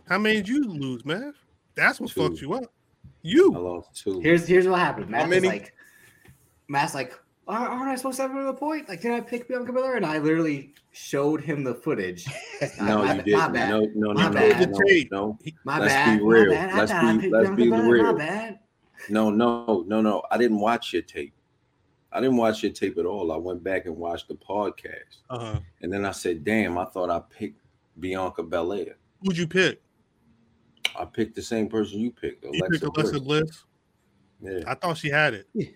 Speaker 3: How many did you lose, man? That's what
Speaker 2: Two.
Speaker 3: fucked you up.
Speaker 2: I
Speaker 3: You.
Speaker 2: lost two.
Speaker 5: Here's here's what happened. Matt was
Speaker 4: many?
Speaker 5: like, Matt's like, aren't aren't I supposed to have another point? Like, did I pick Bianca Belair? And I literally showed him the footage.
Speaker 2: no,
Speaker 5: my,
Speaker 2: you
Speaker 5: My
Speaker 2: didn't.
Speaker 5: bad.
Speaker 2: No, no,
Speaker 5: My
Speaker 2: no, no,
Speaker 5: bad.
Speaker 2: no, no,
Speaker 5: My
Speaker 2: Let's be
Speaker 5: bad.
Speaker 2: real.
Speaker 5: My bad. I
Speaker 2: Let's
Speaker 5: thought I
Speaker 2: be-
Speaker 5: picked
Speaker 2: let's
Speaker 5: Bianca
Speaker 2: be
Speaker 5: Belair.
Speaker 2: real.
Speaker 5: My bad.
Speaker 2: no, no, no, no. I didn't watch your tape. I didn't watch your tape at all. I went back and watched the podcast,
Speaker 3: Uh huh.
Speaker 2: and then I said, "Damn, I thought I picked Bianca Belair.
Speaker 3: Who'd you pick?
Speaker 2: I picked the same person you picked,
Speaker 3: You
Speaker 2: Alexa,
Speaker 3: picked Alexa
Speaker 2: Bliss.
Speaker 3: Bliss.
Speaker 2: Yeah,
Speaker 3: I thought she had it.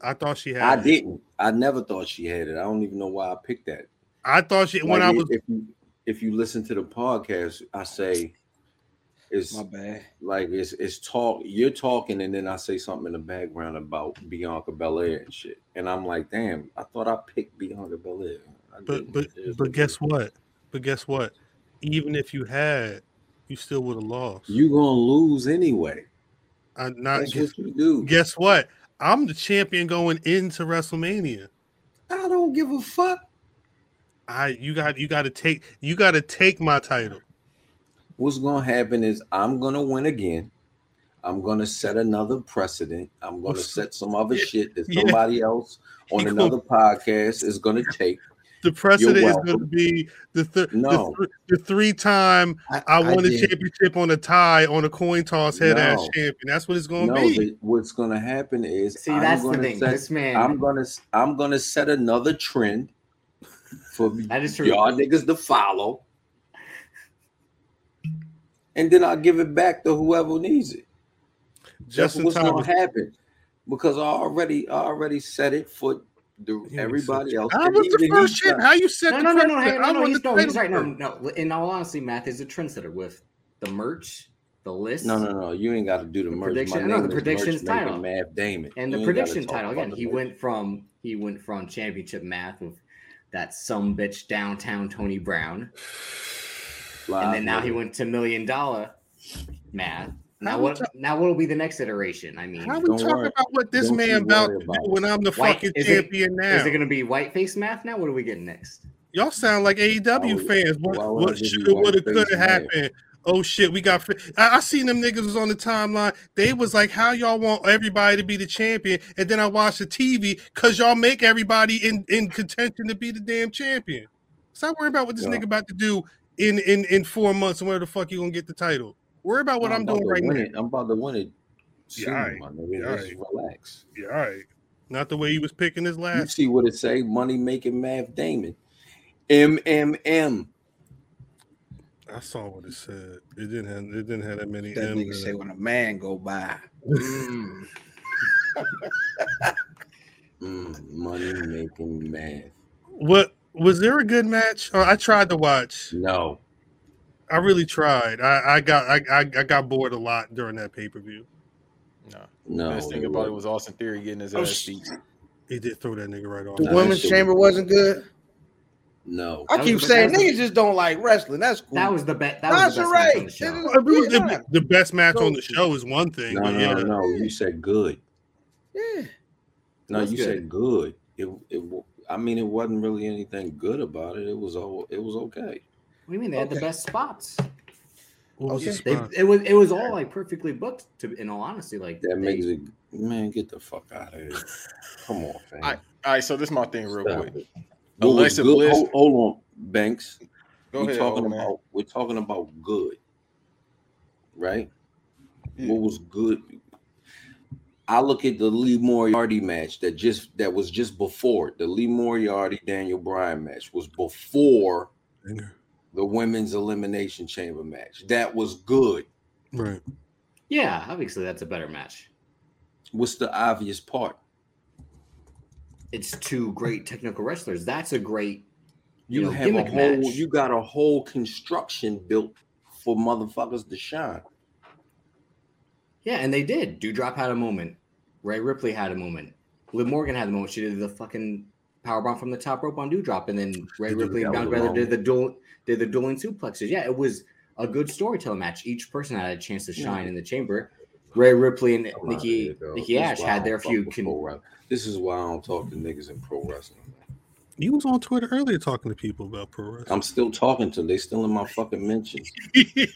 Speaker 3: I thought she had.
Speaker 2: I
Speaker 3: it.
Speaker 2: didn't. I never thought she had it. I don't even know why I picked that.
Speaker 3: I thought she when
Speaker 2: Like,
Speaker 3: I was.
Speaker 2: if you, if you listen to the podcast, I say it's
Speaker 1: My bad.
Speaker 2: like it's it's talk. You're talking, and then I say something in the background about Bianca Belair and shit. And I'm like, damn, I thought I picked Bianca Belair. I
Speaker 3: But
Speaker 2: didn't.
Speaker 3: but
Speaker 2: It is
Speaker 3: but
Speaker 2: it
Speaker 3: guess
Speaker 2: is.
Speaker 3: what? But guess what? Even if you had, you still would have lost.
Speaker 2: You gonna lose anyway.
Speaker 3: I not
Speaker 2: That's
Speaker 3: guess,
Speaker 2: what you do.
Speaker 3: guess what? I'm the champion going into WrestleMania.
Speaker 2: I don't give a fuck.
Speaker 3: I you got you got to take you got to take my title.
Speaker 2: what's going to happen is I'm going to win again. I'm going to set another precedent. I'm going to set some other shit that
Speaker 3: Yeah.
Speaker 2: somebody else on
Speaker 3: He gon-
Speaker 2: another podcast is going to take.
Speaker 3: The precedent is going to
Speaker 2: welcome.
Speaker 3: be the, th-
Speaker 2: No.
Speaker 3: the, th- the three time I, won the
Speaker 2: did.
Speaker 3: championship on a tie on a coin toss head ass
Speaker 2: No.
Speaker 3: champion. That's what it's going to
Speaker 2: No,
Speaker 3: be.
Speaker 2: the- what's going to happen is
Speaker 5: See, that's the
Speaker 2: gonna
Speaker 5: thing. This man-
Speaker 2: I'm going to I'm going to set another trend for
Speaker 5: That is true.
Speaker 2: y'all niggas to follow, and then I'll give it back to whoever needs it. That's
Speaker 3: Justin
Speaker 2: what's going
Speaker 3: Thomas.
Speaker 2: to happen because I already I already set it for the, everybody else.
Speaker 3: That
Speaker 2: And
Speaker 3: was the
Speaker 2: even
Speaker 3: first
Speaker 2: he's
Speaker 3: shit.
Speaker 2: not-
Speaker 3: How you said
Speaker 5: No,
Speaker 3: the
Speaker 5: no, no, no,
Speaker 3: precedent? I
Speaker 5: hey, no, no,
Speaker 3: won
Speaker 5: he's,
Speaker 3: the
Speaker 5: no, he's
Speaker 3: title
Speaker 5: right. No,
Speaker 3: first.
Speaker 5: no. In all honesty, Math is a trendsetter with the merch, the list,
Speaker 2: No, no, no. You ain't got to do the, merch. My
Speaker 5: prediction-
Speaker 2: name
Speaker 5: no, the
Speaker 2: is
Speaker 5: predictions
Speaker 2: Merchmaker
Speaker 5: title.
Speaker 2: Mav Damon. You
Speaker 5: and the
Speaker 2: ain't gotta
Speaker 5: prediction
Speaker 2: talk
Speaker 5: title.
Speaker 2: about
Speaker 5: Again,
Speaker 2: the
Speaker 5: he
Speaker 2: merch.
Speaker 5: went from he went from championship math with that some bitch downtown Tony Brown, and
Speaker 2: Live
Speaker 5: then now he
Speaker 2: nigga.
Speaker 5: went to million dollar math.
Speaker 3: How
Speaker 5: Now
Speaker 3: we
Speaker 5: what?
Speaker 3: ta-
Speaker 5: Now what will be the next iteration? I mean,
Speaker 3: How we
Speaker 2: Don't
Speaker 3: talking
Speaker 2: worry.
Speaker 3: about what this
Speaker 2: Don't you
Speaker 3: man about
Speaker 2: worry
Speaker 3: to
Speaker 2: about
Speaker 3: do
Speaker 2: it.
Speaker 3: when I'm the
Speaker 5: White-
Speaker 3: fucking
Speaker 5: is it-
Speaker 3: champion now?
Speaker 5: is it going to be white face math now? What are we getting next?
Speaker 3: Y'all sound like
Speaker 2: Why
Speaker 3: AEW
Speaker 2: would-
Speaker 3: fans.
Speaker 2: why
Speaker 3: What,
Speaker 2: would I
Speaker 3: what
Speaker 2: give you
Speaker 3: should would have
Speaker 2: white face
Speaker 3: could have
Speaker 2: in there?
Speaker 3: happened? Oh shit, we got. fa- I, I seen them niggas was on the timeline. They was like, "How y'all want everybody to be the champion?" And then I watched the TV because y'all make everybody in in contention to be the damn champion. Stop worrying about what this
Speaker 2: Yeah.
Speaker 3: nigga about to do in in in four months and where the fuck you gonna get the title. Worry about what I'm,
Speaker 2: about
Speaker 3: doing
Speaker 2: to
Speaker 3: right
Speaker 2: win
Speaker 3: now.
Speaker 2: It. I'm about to win it.
Speaker 3: Yeah,
Speaker 2: soon,
Speaker 3: alright.
Speaker 2: my nigga.
Speaker 3: Yeah,
Speaker 2: Just relax.
Speaker 3: Yeah, all right. Not the way he was picking his
Speaker 2: You
Speaker 3: last.
Speaker 2: see what it say? Money making Mav Damon. MMM.
Speaker 3: I saw what it said. It didn't have it didn't have that many.
Speaker 1: That nigga
Speaker 3: M's in
Speaker 1: say
Speaker 3: it.
Speaker 1: when a man go by.
Speaker 5: Mm.
Speaker 2: Mm, money making Mav.
Speaker 3: What was there a good match? Oh, I tried to watch.
Speaker 2: No.
Speaker 3: I really tried. I, I got I, I, I got bored a lot during that pay per view.
Speaker 4: No.
Speaker 2: No.
Speaker 4: Best thing
Speaker 2: they
Speaker 4: about it
Speaker 2: wasn't.
Speaker 4: was Austin Theory getting his
Speaker 1: Oh,
Speaker 4: ass
Speaker 1: sh-
Speaker 4: beat.
Speaker 3: He did throw that nigga right off.
Speaker 1: The
Speaker 2: Nah, that
Speaker 1: women's
Speaker 2: shit
Speaker 1: chamber
Speaker 2: was-
Speaker 1: wasn't good.
Speaker 2: No.
Speaker 1: I
Speaker 5: That was
Speaker 1: keep
Speaker 5: the-
Speaker 1: saying
Speaker 5: that was the-
Speaker 1: niggas just don't like wrestling. That's cool.
Speaker 5: That was the bet. That
Speaker 1: That's
Speaker 5: was the best match on
Speaker 1: right.
Speaker 5: the show.
Speaker 3: It was the, the best match on the
Speaker 1: So-
Speaker 3: show is one thing.
Speaker 2: No,
Speaker 3: but
Speaker 2: no,
Speaker 3: yeah.
Speaker 2: no. You said good.
Speaker 1: Yeah.
Speaker 2: No,
Speaker 5: That's
Speaker 2: you said good. It, it wa- I mean it wasn't really anything good about it. It was all it was okay.
Speaker 5: What do you mean they had the
Speaker 1: Okay.
Speaker 5: best spots?
Speaker 3: What was the
Speaker 5: They,
Speaker 3: spot?
Speaker 5: it was it was all like perfectly booked. To in all honesty, like
Speaker 2: That
Speaker 5: they-
Speaker 2: makes it man, get the fuck out of here. Come on, fam.
Speaker 4: I- All right, so this is my thing, real
Speaker 2: Stop
Speaker 4: quick.
Speaker 2: it. What was
Speaker 4: Alexa
Speaker 2: good-
Speaker 4: Bliss-
Speaker 2: Hold, hold on, Banks.
Speaker 4: Go
Speaker 2: we're
Speaker 4: ahead,
Speaker 2: talking
Speaker 4: old
Speaker 2: about
Speaker 4: man.
Speaker 2: we're talking about good, right?
Speaker 4: Yeah.
Speaker 2: What was good? I look at the Lee Moriarty match that just that was just before it. the Lee Moriarty Daniel Bryan match was before the women's elimination chamber match. That was good.
Speaker 3: Right.
Speaker 5: yeah, obviously that's a better match.
Speaker 2: What's the obvious part?
Speaker 5: It's two great technical wrestlers. That's a great
Speaker 2: You
Speaker 5: You know,
Speaker 2: have a
Speaker 5: gimmick
Speaker 2: whole
Speaker 5: match.
Speaker 2: you got a whole construction built for motherfuckers to shine.
Speaker 5: yeah, and they did. Dewdrop had a moment. Ray Ripley had a moment. Liv Morgan had the moment. She did the fucking powerbomb from the top rope on Dewdrop, and then Ray
Speaker 2: Dude,
Speaker 5: Ripley and
Speaker 2: that was
Speaker 5: Brown
Speaker 2: a
Speaker 5: Brother
Speaker 2: long
Speaker 5: did the dual did the dueling suplexes. Yeah, it was a good storytelling match. Each person had a chance to shine in the chamber. Ray Ripley and
Speaker 2: I'm outta
Speaker 5: Nikki
Speaker 2: here, dog.
Speaker 5: Nikki
Speaker 2: This is
Speaker 5: Ash
Speaker 2: why I
Speaker 5: had
Speaker 2: don't
Speaker 5: their
Speaker 2: fuck
Speaker 5: feud.
Speaker 2: with
Speaker 5: Con-
Speaker 2: pro wrestling. This is why I don't talk to niggas in pro wrestling. man.
Speaker 3: You was on Twitter earlier talking to people about pro wrestling.
Speaker 2: I'm still talking to them. They still in my fucking mentions.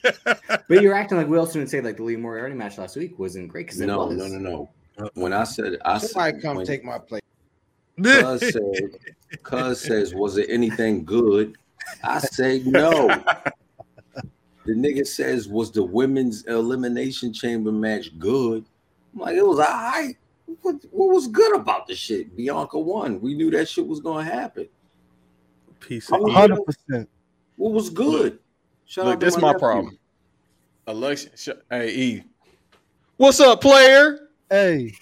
Speaker 5: But you're acting like we also didn't say like the Lee Moriarty match last week wasn't great because it
Speaker 2: No,
Speaker 5: was.
Speaker 2: no, no, no.
Speaker 4: Uh,
Speaker 2: When I said I
Speaker 1: Somebody
Speaker 2: said,
Speaker 1: come
Speaker 2: when
Speaker 1: take my place.
Speaker 2: Cuz said, Cuz says, was it anything good? I say no. The nigga says, was the women's elimination chamber match good? I'm like, it was all right. What, what was good about the shit? Bianca won. We knew that shit was gonna happen.
Speaker 3: Piece
Speaker 2: I
Speaker 3: of
Speaker 2: was-
Speaker 3: shit.
Speaker 2: Hundred
Speaker 1: percent.
Speaker 2: What was good? Shout
Speaker 4: Look,
Speaker 2: out to
Speaker 4: this my
Speaker 2: nephew.
Speaker 4: problem. Alexa, sh- hey E, what's up, player?
Speaker 11: Hey,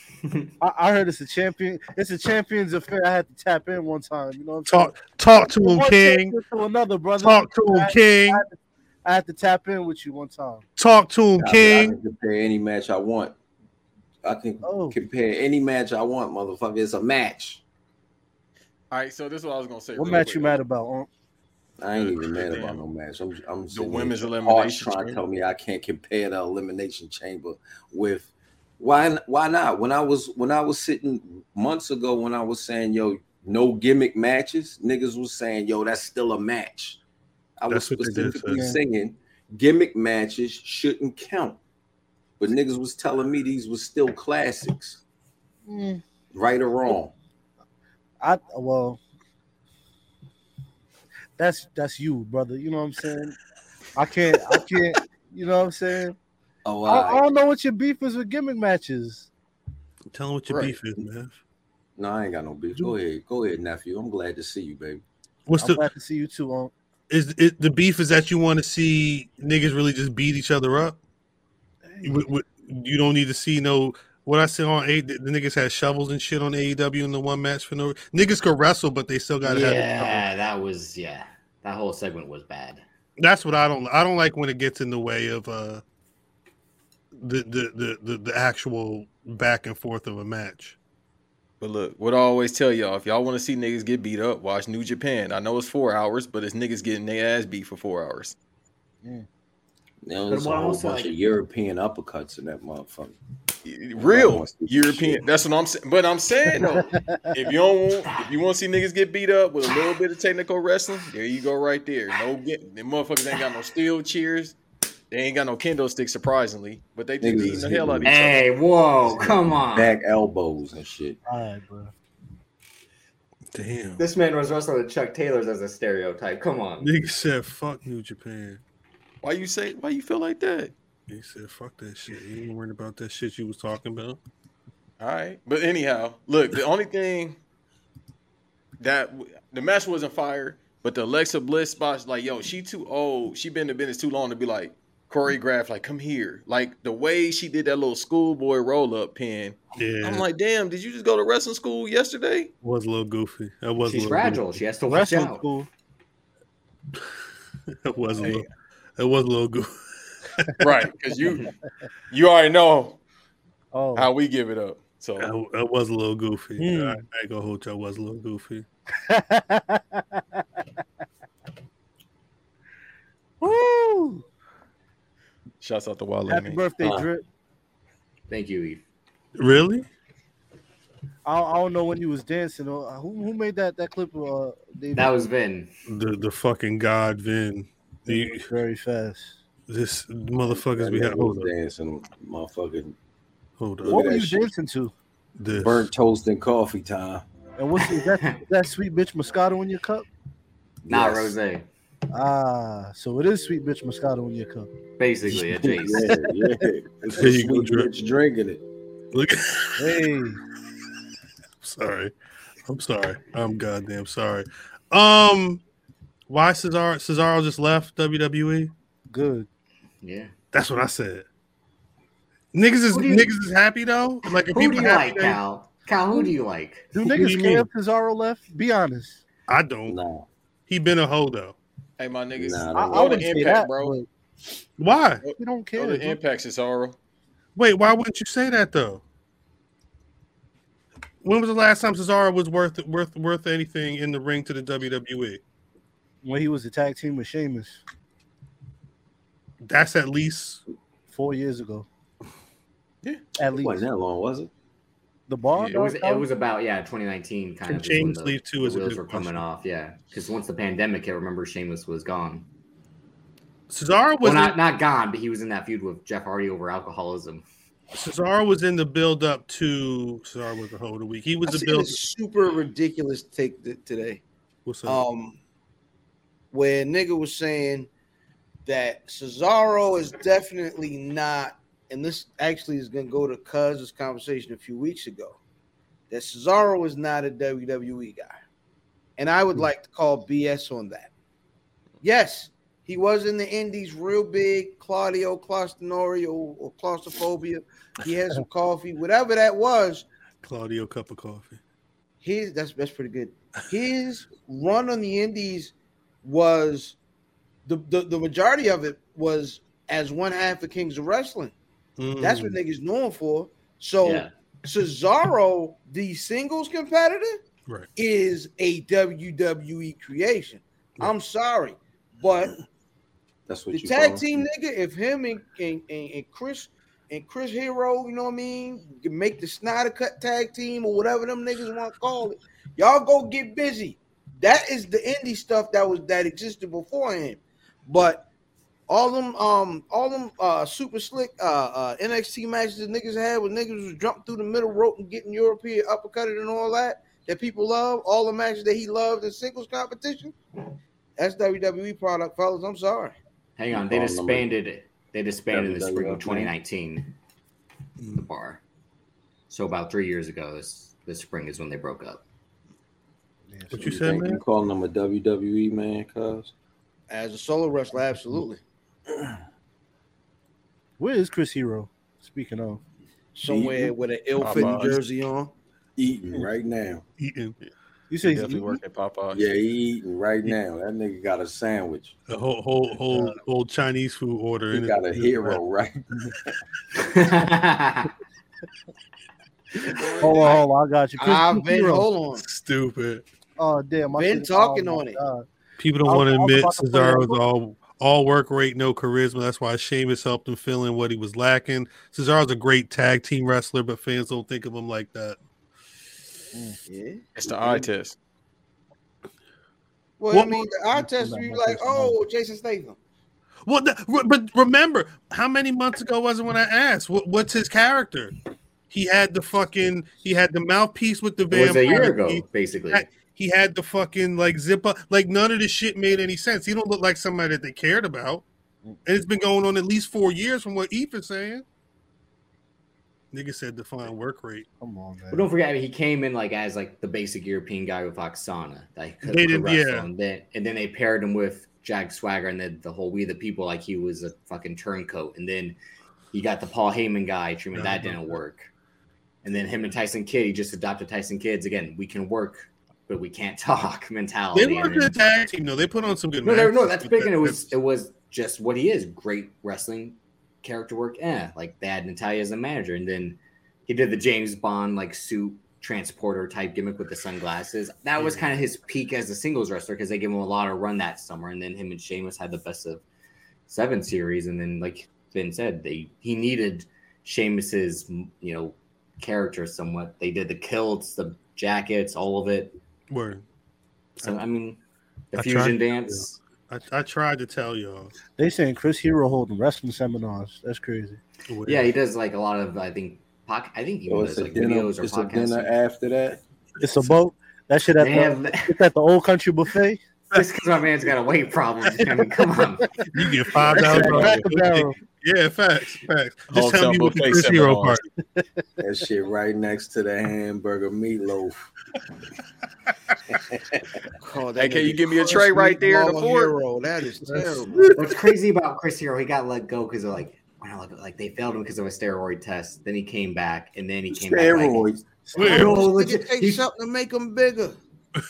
Speaker 11: I, I heard it's a champion. It's a champions affair. I had to tap in one time. You know what I'm
Speaker 3: Talk talk to
Speaker 11: saying?
Speaker 3: him,
Speaker 11: One
Speaker 3: King.
Speaker 11: champion To another brother.
Speaker 3: Talk to him, King.
Speaker 11: I had to tap in with you one time.
Speaker 3: Talk to him,
Speaker 2: I, I
Speaker 3: King.
Speaker 2: can compare any match I want. I can
Speaker 11: Oh,
Speaker 2: compare any match I want, motherfucker. It's a match.
Speaker 4: All right, so this is what I was gonna say.
Speaker 11: what
Speaker 4: real
Speaker 11: match
Speaker 4: quick.
Speaker 11: you mad about? Unc?
Speaker 2: I ain't even mad about
Speaker 4: Damn.
Speaker 2: no match. I'm, I'm
Speaker 4: The women's
Speaker 2: Arch
Speaker 4: elimination.
Speaker 2: trying to
Speaker 4: chamber.
Speaker 2: tell me I can't compare the elimination chamber with why why not? When I was when I was sitting months ago when I was saying yo no gimmick matches, niggas was saying yo that's still a match. I
Speaker 3: That's what
Speaker 2: was
Speaker 3: they did,
Speaker 2: specifically
Speaker 11: sir.
Speaker 2: singing Gimmick matches shouldn't count. But niggas was telling me these was still classics,
Speaker 11: Mm.
Speaker 2: right or wrong.
Speaker 11: I well, that's that's you, brother. You know what I'm saying? I can't. I can't. You know what I'm saying?
Speaker 2: Oh,
Speaker 11: I, I
Speaker 2: alright.
Speaker 11: don't know what your beef is with gimmick matches.
Speaker 3: Tell him what your
Speaker 2: Right.
Speaker 3: beef is, man.
Speaker 2: No, I ain't got no beef. Go ahead, go ahead, nephew. I'm glad to see you, baby.
Speaker 3: What's
Speaker 11: I'm
Speaker 3: the
Speaker 11: glad to see you too. On
Speaker 3: is it the beef is that you want to see niggas really just beat each other up? With- with- you don't need to see no what I said on A the, the niggas had shovels and shit on AEW in the one match for no niggas could wrestle, but they still gotta have a shovel.
Speaker 5: Yeah, that was yeah. That whole segment was bad.
Speaker 3: that's what I don't I don't like when it gets in the way of uh the the the the, the actual back and forth of a match.
Speaker 4: But look, what I always tell y'all, if y'all want to see niggas get beat up, watch New Japan. I know it's four hours, but it's niggas getting their ass beat for four hours.
Speaker 2: Now there's a
Speaker 4: what I
Speaker 2: whole bunch
Speaker 4: also
Speaker 2: of
Speaker 4: like-
Speaker 2: European uppercuts in that motherfucker.
Speaker 4: Real European. That's what I'm saying. But I'm saying though, if you don't want, if you want to see niggas get beat up with a little bit of technical wrestling, there you go right there. No get them motherfuckers ain't got no steel cheers. They ain't got no kendo sticks, surprisingly, but they just
Speaker 2: Niggas
Speaker 4: beating
Speaker 2: is
Speaker 4: the hell out of each other.
Speaker 5: Hey, whoa, come on.
Speaker 2: Back elbows and shit.
Speaker 11: All right, bro.
Speaker 3: Damn.
Speaker 5: This man was wrestling with Chuck Taylor's as a stereotype. Come on.
Speaker 3: Niggas said fuck New Japan.
Speaker 4: Why you say why you feel like that?
Speaker 3: He said fuck that shit. He ain't worried about that shit you was talking about.
Speaker 4: All right, but anyhow, look, the only thing that the match wasn't fire, but the Alexa Bliss spots, like, yo, she too old. She been in the business too long to be like choreographed. Like, come here. Like the way she did that little schoolboy roll up pin.
Speaker 3: Yeah.
Speaker 4: I'm like, damn, did you just go to wrestling school yesterday?
Speaker 3: was a little goofy. That was a
Speaker 5: She's
Speaker 3: little
Speaker 5: fragile.
Speaker 3: goofy.
Speaker 5: She has to watch
Speaker 11: Wrestling
Speaker 5: out.
Speaker 11: school.
Speaker 3: That was a little. That was a little goofy.
Speaker 4: Right, because you you already know
Speaker 11: Oh,
Speaker 4: how we give it up. So
Speaker 3: That, that was a little goofy.
Speaker 11: Hmm.
Speaker 3: I, I ain't gonna hold y'all. Was a little goofy.
Speaker 11: Woo!
Speaker 4: shouts out to Wale.
Speaker 11: Happy
Speaker 4: man.
Speaker 11: birthday,
Speaker 5: Uh,
Speaker 11: Drip.
Speaker 5: Thank you, Eve.
Speaker 3: Really?
Speaker 11: I, I don't know when you was dancing. Or uh, who who made that that clip? Uh, David?
Speaker 5: That was Vin.
Speaker 3: The the fucking god Vin. The,
Speaker 11: very fast.
Speaker 3: this motherfuckers we
Speaker 2: That
Speaker 3: had.
Speaker 2: nigga was
Speaker 3: Hold up.
Speaker 2: dancing, motherfucking
Speaker 3: Hold up.
Speaker 2: at
Speaker 11: What were
Speaker 2: that
Speaker 11: you
Speaker 2: shit.
Speaker 11: dancing to?
Speaker 3: This.
Speaker 2: burnt toast and coffee time.
Speaker 11: And what's is that? that sweet bitch Moscato in your cup?
Speaker 5: Not
Speaker 2: Yes.
Speaker 5: Rose.
Speaker 11: Ah, so it is sweet bitch Moscato in your cup.
Speaker 5: Basically a Jace.
Speaker 2: Yeah, yeah. It's
Speaker 3: There
Speaker 2: a
Speaker 3: you go,
Speaker 2: sweet
Speaker 3: Drip.
Speaker 2: bitch drinking it.
Speaker 3: Look.
Speaker 11: Hey,
Speaker 3: sorry. I'm sorry. I'm goddamn sorry. Um, why Cesaro? Cesaro just left E? WWE.
Speaker 11: good.
Speaker 5: Yeah.
Speaker 3: That's what I said. Niggas is
Speaker 5: Who do you-
Speaker 3: niggas is happy though. Like if
Speaker 5: Who do
Speaker 3: people
Speaker 5: you
Speaker 3: happy,
Speaker 5: like,
Speaker 3: they-
Speaker 5: Cal? Cal, who do you like?
Speaker 11: Do
Speaker 3: What do you
Speaker 11: niggas
Speaker 3: mean?
Speaker 11: care if Cesaro left? Be honest.
Speaker 3: I don't.
Speaker 2: Nah,
Speaker 3: He been a hoe though.
Speaker 4: Hey my niggas,
Speaker 2: Nah,
Speaker 11: I, I
Speaker 4: go
Speaker 11: would
Speaker 4: to
Speaker 11: say
Speaker 4: impact,
Speaker 11: that,
Speaker 4: bro.
Speaker 11: bro.
Speaker 3: Why?
Speaker 11: But we don't
Speaker 4: Go
Speaker 11: care.
Speaker 4: to impact, Cesaro.
Speaker 3: Wait, why wouldn't you say that though? When was the last time Cesaro was worth worth worth anything in the ring to the E? WWE?
Speaker 11: When he was a tag team with Sheamus
Speaker 3: That's at least
Speaker 11: four years ago.
Speaker 4: Yeah.
Speaker 11: At
Speaker 2: it
Speaker 11: least
Speaker 2: wasn't that long, was it?
Speaker 11: the bar.
Speaker 5: It was
Speaker 11: dog,
Speaker 5: it was about yeah 2019 kind
Speaker 3: And
Speaker 5: of is when
Speaker 3: Shameless leave too
Speaker 5: the
Speaker 3: is a
Speaker 5: wheels
Speaker 3: good
Speaker 5: were coming
Speaker 3: question.
Speaker 5: off yeah because once the pandemic hit remember Shameless was gone
Speaker 3: Cesaro was
Speaker 5: well not
Speaker 3: in,
Speaker 5: not gone but he was in that feud with Jeff Hardy over alcoholism
Speaker 3: Cesaro was in the build up to Cesaro was the whole of the week. He was
Speaker 1: I've
Speaker 3: the
Speaker 1: seen
Speaker 3: build.
Speaker 1: a super ridiculous take th- today.
Speaker 3: What's up?
Speaker 5: Oh.
Speaker 1: Um, where a nigga was saying that Cesaro is definitely not, and this actually is gonna go to Cuz's conversation a few weeks ago, that Cesaro is not a WWE guy, and I
Speaker 3: Hmm.
Speaker 1: would like to call BS on that. Yes, he was in the Indies, real big, Claudio Claustinorio or claustrophobia. He had some coffee, whatever that was.
Speaker 3: Claudio cup of coffee.
Speaker 1: his that's that's pretty good. His run on the Indies was the, the the majority of it was as one half of Kings of Wrestling.
Speaker 3: Hmm.
Speaker 1: That's
Speaker 3: Mm.
Speaker 1: what niggas known for. So
Speaker 5: yeah
Speaker 1: Cesaro, the singles competitor,
Speaker 3: Right.
Speaker 1: is a WWE creation. I'm sorry, but
Speaker 2: That's what
Speaker 1: the
Speaker 2: you
Speaker 1: tag
Speaker 2: call
Speaker 1: team nigga, if him and, and, and, and Chris and Chris Hero, you know what I mean, can make the Snyder Cut tag team or whatever them niggas want to call it. Y'all go get busy. That is the indie stuff that was that existed before him. But All them, um, all them uh, super slick uh, uh, NXT matches that niggas had when niggas was jumped through the middle rope and getting European uppercutted and all that that people love, all the matches that he loved in singles competition. That's WWE product, fellas. I'm sorry.
Speaker 5: Hang on, they disbanded it. They disbanded the spring of 2019. The bar. So about three years ago, this this spring is when they broke up.
Speaker 2: What you said, man? You calling him a WWE man, cuz?
Speaker 1: As a solo wrestler, absolutely.
Speaker 11: Where is Chris Hero? Speaking of,
Speaker 1: Somewhere with an ill-fitting
Speaker 11: Popeyes.
Speaker 1: jersey on.
Speaker 2: Eating right now.
Speaker 3: Eating.
Speaker 11: You
Speaker 2: say
Speaker 11: he's
Speaker 2: definitely
Speaker 11: eating?
Speaker 2: working Popeyes? Yeah, Oh, he eating right now. That nigga got a sandwich.
Speaker 3: The whole whole
Speaker 5: uh,
Speaker 3: whole whole Chinese food order.
Speaker 2: He
Speaker 3: in it.
Speaker 2: got a hero, right?
Speaker 11: Hold on, hold on, Oh, I got you. Chris
Speaker 1: I've been
Speaker 11: Hero.
Speaker 1: hold on.
Speaker 3: Stupid.
Speaker 11: Oh damn, my
Speaker 1: Been
Speaker 11: shit-
Speaker 1: talking
Speaker 11: oh, my
Speaker 1: on it.
Speaker 11: God.
Speaker 3: People don't
Speaker 11: I-
Speaker 3: want
Speaker 11: I
Speaker 3: to
Speaker 11: was
Speaker 3: admit
Speaker 11: about to put it in the
Speaker 3: Cesaro's all all work rate, no charisma. That's why Sheamus helped him fill in what he was lacking. Cesaro's a great tag team wrestler, but fans don't think of him like that.
Speaker 1: Yeah.
Speaker 4: It's the eye test.
Speaker 1: Well,
Speaker 3: What-
Speaker 1: I mean, the eye test, you like, oh, Jason Statham.
Speaker 3: Well, the, re- but remember, how many months ago was it when I asked, what, "What's his character?" He had the fucking, he had the mouthpiece with the
Speaker 5: It was
Speaker 3: vampire.
Speaker 5: a year ago,
Speaker 3: teeth.
Speaker 5: basically.
Speaker 3: He had- He had the fucking like zip up, like none of this shit made any sense. He don't look like somebody that they cared about, and it's been going on at least four years from what Eve is saying. Nigga said define work rate.
Speaker 11: Come on, man.
Speaker 5: But don't forget, I mean, he came in like as like the basic European guy with Oksana. Like could,
Speaker 3: They
Speaker 5: could
Speaker 3: did-
Speaker 5: wrestle,
Speaker 3: yeah.
Speaker 5: and then and then they paired him with Jack Swagger, and then the whole We the People, like he was a fucking turncoat. And then he got the Paul Heyman guy treatment.
Speaker 3: Yeah, I
Speaker 5: that didn't work. And then him and Tyson Kidd, he just adopted Tyson Kidd's again. We can work, but we can't talk mentality.
Speaker 3: They were a
Speaker 5: And then-
Speaker 3: good tag team though. They put on some good.
Speaker 5: no, no, no,
Speaker 3: matches,
Speaker 5: that's
Speaker 3: but
Speaker 5: big, and
Speaker 3: that-
Speaker 5: it was it was just what he is. Great wrestling character work. Eh, like they had Natalia as a manager, and then he did the James Bond like suit transporter type gimmick with the sunglasses. That was kind of his peak as a singles wrestler because they gave him a lot of run that summer, and then him and Sheamus had the best of seven series, and then like Finn said, they he needed Sheamus's you know character somewhat. They did the kilts, the jackets, all of it.
Speaker 3: Word.
Speaker 5: So I mean, the
Speaker 3: I
Speaker 5: fusion
Speaker 3: tried-
Speaker 5: dance.
Speaker 3: I, I tried to tell y'all.
Speaker 11: They saying Chris Hero holding wrestling seminars. That's crazy.
Speaker 5: Yeah, he does like a lot of I think poc I think he
Speaker 2: So Oh, it's
Speaker 5: does
Speaker 2: a
Speaker 5: like
Speaker 2: dinner.
Speaker 5: videos or
Speaker 2: It's a
Speaker 5: podcasts.
Speaker 2: dinner after that.
Speaker 11: It's a boat. That shit at
Speaker 5: They
Speaker 11: the,
Speaker 5: have
Speaker 11: it's at the old country buffet.
Speaker 5: just because my man's got a weight problem. I mean, come on.
Speaker 3: You get five dollars.
Speaker 11: Crack a barrel.
Speaker 3: Yeah, facts, facts.
Speaker 4: Hotel
Speaker 3: Just tell me what the
Speaker 4: buffet
Speaker 3: Chris Hero
Speaker 4: seminars.
Speaker 3: part.
Speaker 2: That shit right next to the hamburger meatloaf.
Speaker 1: Oh,
Speaker 4: Hey, can
Speaker 1: nigga
Speaker 4: you give me a
Speaker 1: Chris
Speaker 4: tray right there in the
Speaker 1: Meatball
Speaker 4: fork?
Speaker 1: Hero. That is terrible.
Speaker 5: What's crazy about Chris Hero? He got let go because of like when I look at- like they failed him because of a steroid test. Then he came back and then he came back.
Speaker 2: Steroids.
Speaker 3: Wait,
Speaker 5: Like, no,
Speaker 1: Did you
Speaker 5: legit,
Speaker 1: take
Speaker 5: he-
Speaker 1: something to make them bigger?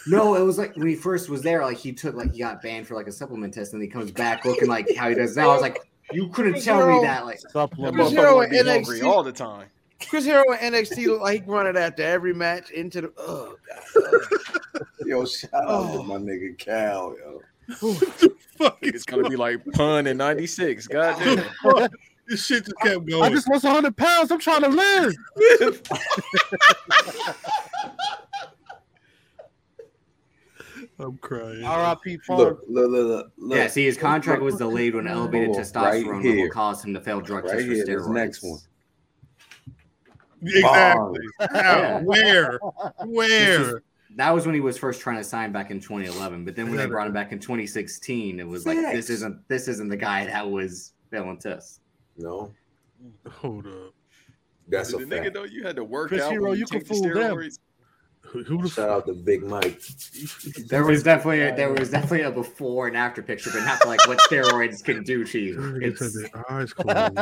Speaker 5: no, it was like when he first was there, like he took like he got banned for like a supplement test, and then he comes back looking like how he does now. I was like, you couldn't
Speaker 1: Chris
Speaker 5: tell
Speaker 1: Hero-
Speaker 5: me that. Like,
Speaker 4: That
Speaker 1: Chris Hero
Speaker 11: Supplement.
Speaker 4: motherfucker wanna
Speaker 1: and
Speaker 4: be hungry
Speaker 1: NXT.
Speaker 4: all the time.
Speaker 1: Chris Hero and NXT look like he running after every match into the. Oh,
Speaker 2: Yo, shout out
Speaker 3: Oh.
Speaker 2: to my nigga Cal. Yo.
Speaker 3: Fuck,
Speaker 4: It's gonna be like pun in '96. God damn. it.
Speaker 3: fuck. This shit just kept
Speaker 11: I
Speaker 3: going.
Speaker 11: just lost 100 pounds. I'm trying to live.
Speaker 3: I'm crying.
Speaker 11: R.I.P. Paul.
Speaker 2: Look, look, look, look, look.
Speaker 5: yeah, see, his contract was delayed when elevated
Speaker 2: Hold on,
Speaker 5: testosterone
Speaker 2: Oh, right
Speaker 5: level
Speaker 2: here.
Speaker 5: caused him to fail drug
Speaker 2: right
Speaker 5: tests
Speaker 2: here.
Speaker 5: for
Speaker 2: This
Speaker 5: steroids.
Speaker 2: next one.
Speaker 3: Exactly. How?
Speaker 5: Yeah.
Speaker 3: Where? Where?
Speaker 5: That was when he was first trying to sign back in 2011. But then when they brought him back in 2016, it was like this isn't this isn't the guy that was failing tests.
Speaker 2: No,
Speaker 3: Hold up.
Speaker 2: that's
Speaker 4: the
Speaker 2: a
Speaker 4: nigga
Speaker 2: fact.
Speaker 4: though, you had to work
Speaker 11: Chris
Speaker 4: out. when
Speaker 11: Hero, you
Speaker 4: take
Speaker 11: can
Speaker 4: the
Speaker 11: fool them.
Speaker 4: steroids.
Speaker 3: Who, who the
Speaker 2: Shout
Speaker 3: fuck?
Speaker 2: out to Big Mike.
Speaker 5: There was definitely a, there was definitely a before and after picture, but not like what steroids can do to you.
Speaker 3: They said
Speaker 5: It's,
Speaker 3: their eyes closed.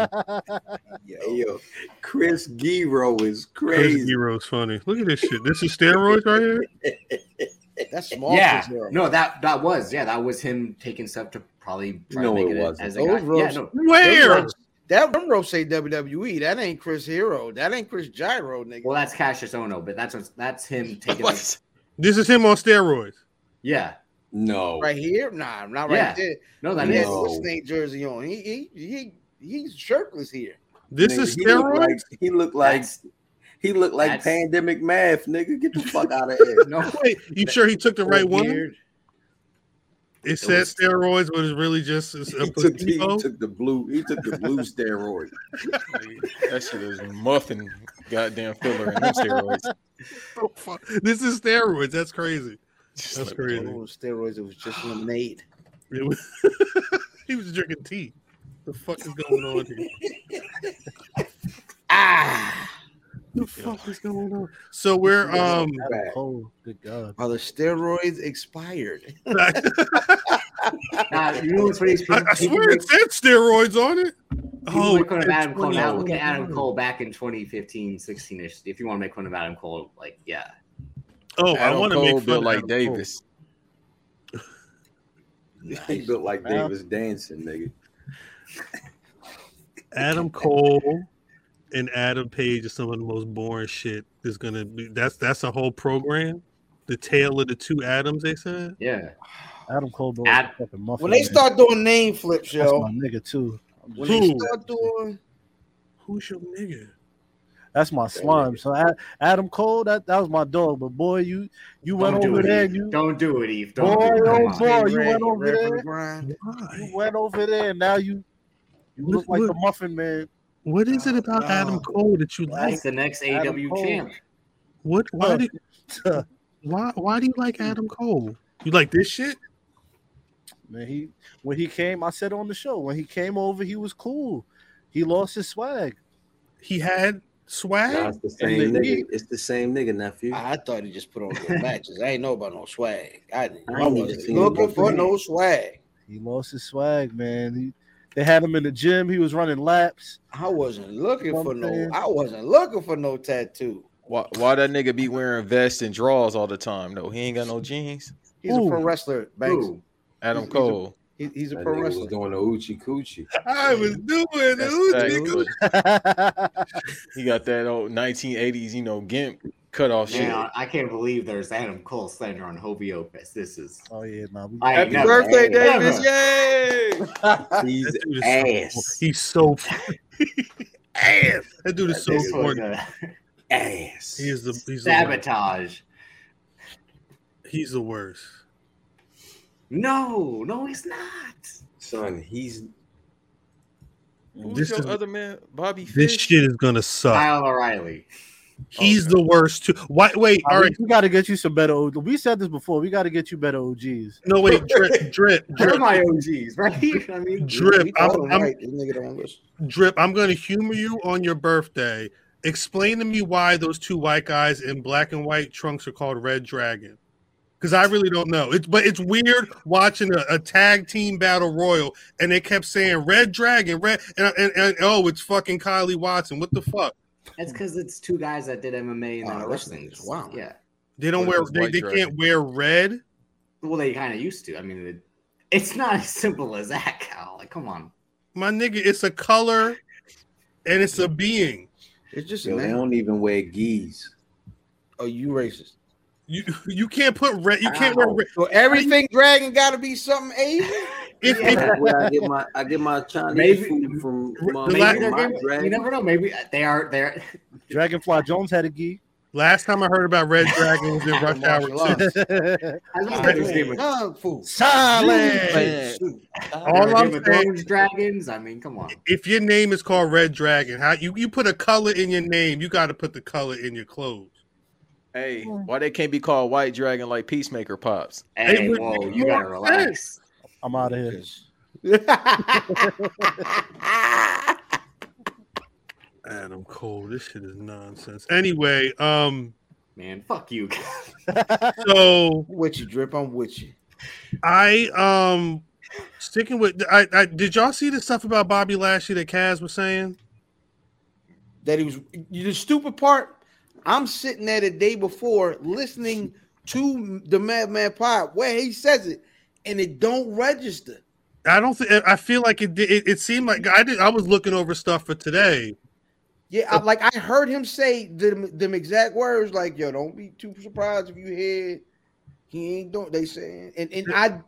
Speaker 2: Yo, yo, Chris Giro is
Speaker 3: Chris
Speaker 2: crazy.
Speaker 3: Hero's funny. Look at this shit. This is steroids right here.
Speaker 1: that's small.
Speaker 5: yeah,
Speaker 1: Chris Hero.
Speaker 5: no, that that was yeah, that was him taking stuff to probably try
Speaker 2: No,
Speaker 5: to make
Speaker 2: it
Speaker 5: it,
Speaker 2: wasn't.
Speaker 5: as a guy.
Speaker 1: Those
Speaker 5: Yeah,
Speaker 1: ropes,
Speaker 5: no,
Speaker 3: Where?
Speaker 1: that them ropes say WWE. That ain't Chris Hero. That ain't Chris Gyro, nigga.
Speaker 5: well, that's Cassius Ono, but that's what's, that's him taking. like-
Speaker 4: What?
Speaker 3: This is him on steroids.
Speaker 5: yeah,
Speaker 2: No,
Speaker 1: right here, nah, not
Speaker 5: Yeah.
Speaker 1: right there.
Speaker 5: no, that
Speaker 1: He
Speaker 5: is
Speaker 1: had what's his name jersey on. He he he he's shirtless here.
Speaker 3: This
Speaker 2: nigga,
Speaker 3: is
Speaker 2: he looked
Speaker 3: steroids.
Speaker 2: like- He looked like
Speaker 5: that's-
Speaker 2: he looked like
Speaker 5: that's-
Speaker 2: pandemic math. Nigga, get the fuck out of here.
Speaker 5: no.
Speaker 3: Wait, you sure he took the right one?
Speaker 1: Weird.
Speaker 3: It said steroids, but it's really just it's a
Speaker 2: He took, the, he
Speaker 3: placebo.
Speaker 2: took the blue. He took the blue steroid.
Speaker 4: That shit is muffin, goddamn filler and them steroids.
Speaker 3: this is steroids. That's crazy. That's crazy.
Speaker 1: Oh, steroids. It was just lemonade.
Speaker 3: He was drinking tea. The fuck is going on here? The fuck is going on? So we're um.
Speaker 1: Oh, good God! Are the steroids expired?
Speaker 5: you know what's funny?
Speaker 3: I, I swear it said steroids on it.
Speaker 5: Oh, make fun of
Speaker 3: it's
Speaker 5: Adam Cole
Speaker 3: funny.
Speaker 5: now. Look at Adam Cole back in 2015, 16 ish. If you want to make fun of Adam Cole, like, yeah.
Speaker 3: Oh, I
Speaker 4: Adam
Speaker 3: want to
Speaker 4: Cole
Speaker 3: make fun
Speaker 4: built
Speaker 3: of
Speaker 4: like
Speaker 3: Adam Cole.
Speaker 4: Davis.
Speaker 2: He built like
Speaker 3: Yeah.
Speaker 2: Davis dancing, nigga.
Speaker 3: Adam Cole and Adam Page is some of the most boring shit. Is gonna be that's that's a whole program. The tale of the two Adams. They said.
Speaker 5: Yeah.
Speaker 11: Adam Cole was
Speaker 5: Ad-
Speaker 11: a fucking muffin.
Speaker 1: When they
Speaker 11: man.
Speaker 1: start doing name flips,
Speaker 11: that's
Speaker 1: yo.
Speaker 11: my nigga too.
Speaker 1: When they
Speaker 3: Who?
Speaker 1: start doing,
Speaker 3: Who's your nigga?
Speaker 11: That's my slime. So I, Adam Cole, that, that was my dog. But boy, you you
Speaker 5: Don't
Speaker 11: went
Speaker 5: do
Speaker 11: over
Speaker 5: it,
Speaker 11: there.
Speaker 5: Eve.
Speaker 11: You
Speaker 5: Don't do it, Eve. Don't
Speaker 11: boy,
Speaker 5: do it. Come
Speaker 11: oh
Speaker 5: on.
Speaker 11: boy, you
Speaker 1: Red,
Speaker 11: went over
Speaker 1: Red from the
Speaker 11: there.
Speaker 1: Grind.
Speaker 11: You
Speaker 3: Why?
Speaker 11: went over there, and now you you
Speaker 3: What-
Speaker 11: look like the
Speaker 3: what-
Speaker 11: muffin man.
Speaker 3: What is it about Adam Cole that you Uh, like? uh,
Speaker 5: That's the next
Speaker 11: Adam
Speaker 5: AW
Speaker 11: Cole.
Speaker 5: champ.
Speaker 3: What? Why? Did, why? Why do you like Adam Cole? You like this shit?
Speaker 11: Man, he when he came, I said on the show when he came over, he was cool. He lost his swag.
Speaker 3: He had
Speaker 2: Nah,
Speaker 3: swag.
Speaker 2: it's the same nigga. It's the same nigga, nephew.
Speaker 1: I thought he just put on good matches. I ain't know about no swag. I, didn't-
Speaker 2: I
Speaker 1: I
Speaker 2: ain't
Speaker 1: wasn't
Speaker 2: even
Speaker 1: looking
Speaker 2: seen
Speaker 1: for
Speaker 2: nothing.
Speaker 1: no swag.
Speaker 11: He lost his swag, man. He, they had him in the gym. He was running laps.
Speaker 1: I wasn't looking
Speaker 11: One
Speaker 1: for no.
Speaker 11: thing.
Speaker 1: I wasn't looking for no tattoo.
Speaker 4: Why, why that nigga be wearing vests and drawers all the time? No, he ain't got no jeans.
Speaker 1: He's a
Speaker 3: Who?
Speaker 1: pro wrestler, Banks.
Speaker 5: Ooh.
Speaker 4: Adam
Speaker 1: He's- he's a-
Speaker 4: Cole.
Speaker 1: He, he's a
Speaker 2: That
Speaker 1: pro
Speaker 2: nigga was
Speaker 1: wrestler.
Speaker 2: doing the oochie coochie.
Speaker 3: I was doing
Speaker 4: That's
Speaker 3: it.
Speaker 4: facts, look. He got that old 1980s, you know, gimp cutoff shit.
Speaker 5: Man, I can't believe there's Adam Cole slander on Hobie Opus. This is.
Speaker 11: oh yeah, nah, we,
Speaker 5: I ain't
Speaker 4: Happy
Speaker 5: never-
Speaker 4: birthday,
Speaker 5: never.
Speaker 4: Davis. Yay!
Speaker 2: He's
Speaker 3: That dude is
Speaker 2: ass.
Speaker 3: So, he's so ass. That dude is so
Speaker 5: This was
Speaker 3: important.
Speaker 5: a
Speaker 2: ass.
Speaker 3: He is the he's the, worst.
Speaker 5: sabotage.
Speaker 3: he's the worst.
Speaker 5: No, no, he's not.
Speaker 2: son. He's
Speaker 4: Who's
Speaker 3: This
Speaker 4: your
Speaker 3: is-
Speaker 4: other man? Bobby Fish.
Speaker 3: This shit is gonna suck.
Speaker 5: Kyle O'Reilly.
Speaker 3: He's the worst too. Why? Wait.
Speaker 11: I
Speaker 3: All
Speaker 11: mean,
Speaker 3: right.
Speaker 11: we got to get you some better. OG. We said this before. We got to get you better OGs.
Speaker 3: No wait. Drip. Drip.
Speaker 5: They're
Speaker 3: Drip.
Speaker 5: my OGs, right? I mean,
Speaker 3: Drip.
Speaker 1: He told
Speaker 3: I'm,
Speaker 1: him,
Speaker 3: I'm
Speaker 1: right, this nigga don't listen.
Speaker 3: Drip, I'm going to humor you on your birthday. Explain to me why those two white guys in black and white trunks are called Red Dragon. Because I really don't know. It's but it's weird watching a, a tag team battle royal and they kept saying Red Dragon, Red, and, and, and oh, it's fucking Kylie Watson. What the fuck?
Speaker 5: That's because it's two guys that did MMA
Speaker 1: Hmm.
Speaker 5: and
Speaker 1: Oh,
Speaker 5: not
Speaker 1: that's-
Speaker 5: wrestling.
Speaker 1: that's wild.
Speaker 5: Yeah.
Speaker 3: They don't
Speaker 4: What
Speaker 3: wear.
Speaker 4: is
Speaker 3: They,
Speaker 4: White
Speaker 3: they
Speaker 4: Dragon?
Speaker 3: can't wear red.
Speaker 5: Well, they kind of used to. I mean, it, it's not as simple as that, Kyle. Like, come on.
Speaker 3: My nigga, it's a color, and it's a being.
Speaker 1: It's just
Speaker 2: yo,
Speaker 1: a
Speaker 2: they
Speaker 1: man.
Speaker 2: don't even wear geese.
Speaker 1: Are you racist?
Speaker 3: You you can't put red. You can't wear
Speaker 2: Ow.
Speaker 3: red.
Speaker 1: So everything dragon got to be something Asian.
Speaker 3: If, if-
Speaker 5: Yeah.
Speaker 2: Where I get my I get my Chinese
Speaker 5: Maybe-
Speaker 2: food from my,
Speaker 3: the Well,
Speaker 5: Maybe
Speaker 3: lack-
Speaker 5: they're
Speaker 2: my
Speaker 5: gay- you
Speaker 2: dragon.
Speaker 5: never know. Maybe they are. They're
Speaker 11: Dragonfly Jones had a gi.
Speaker 3: last time I heard about Red Dragon was in
Speaker 1: Martial
Speaker 3: Rush Hour
Speaker 1: arts.
Speaker 3: 2.
Speaker 5: I was
Speaker 3: Alright.
Speaker 5: gonna do Game of-
Speaker 1: Kung fu.
Speaker 3: Silence.
Speaker 5: they're
Speaker 3: All
Speaker 5: Game
Speaker 3: I'm saying
Speaker 5: of Thrones dragons. I mean, come on.
Speaker 3: if your name is called Red Dragon, how you, you put a color in your name, you got to put the color in your clothes.
Speaker 4: Hey, why they can't be called White Dragon like Peacemaker Pops?
Speaker 5: Hey,
Speaker 3: It would
Speaker 5: whoa,
Speaker 3: make
Speaker 5: you gotta
Speaker 3: more
Speaker 5: relax.
Speaker 11: I'm out of here.
Speaker 3: Adam Cole, this shit is nonsense. Anyway, um,
Speaker 5: Man, fuck you.
Speaker 3: so
Speaker 1: I'm with you, drip. I'm with you.
Speaker 3: I um sticking with I, I did y'all see the stuff about Bobby Lashley that Kaz was saying?
Speaker 1: That he was you- the stupid part. I'm sitting there the day before listening to the Madman Pod where he says it, and it don't register.
Speaker 3: I don't think I feel like it, did- it. It seemed like I did. I was looking over stuff for today.
Speaker 1: Yeah, I, like I heard him say them, them exact words, like "Yo, don't be too surprised if you hear he ain't doing." They saying, and and I,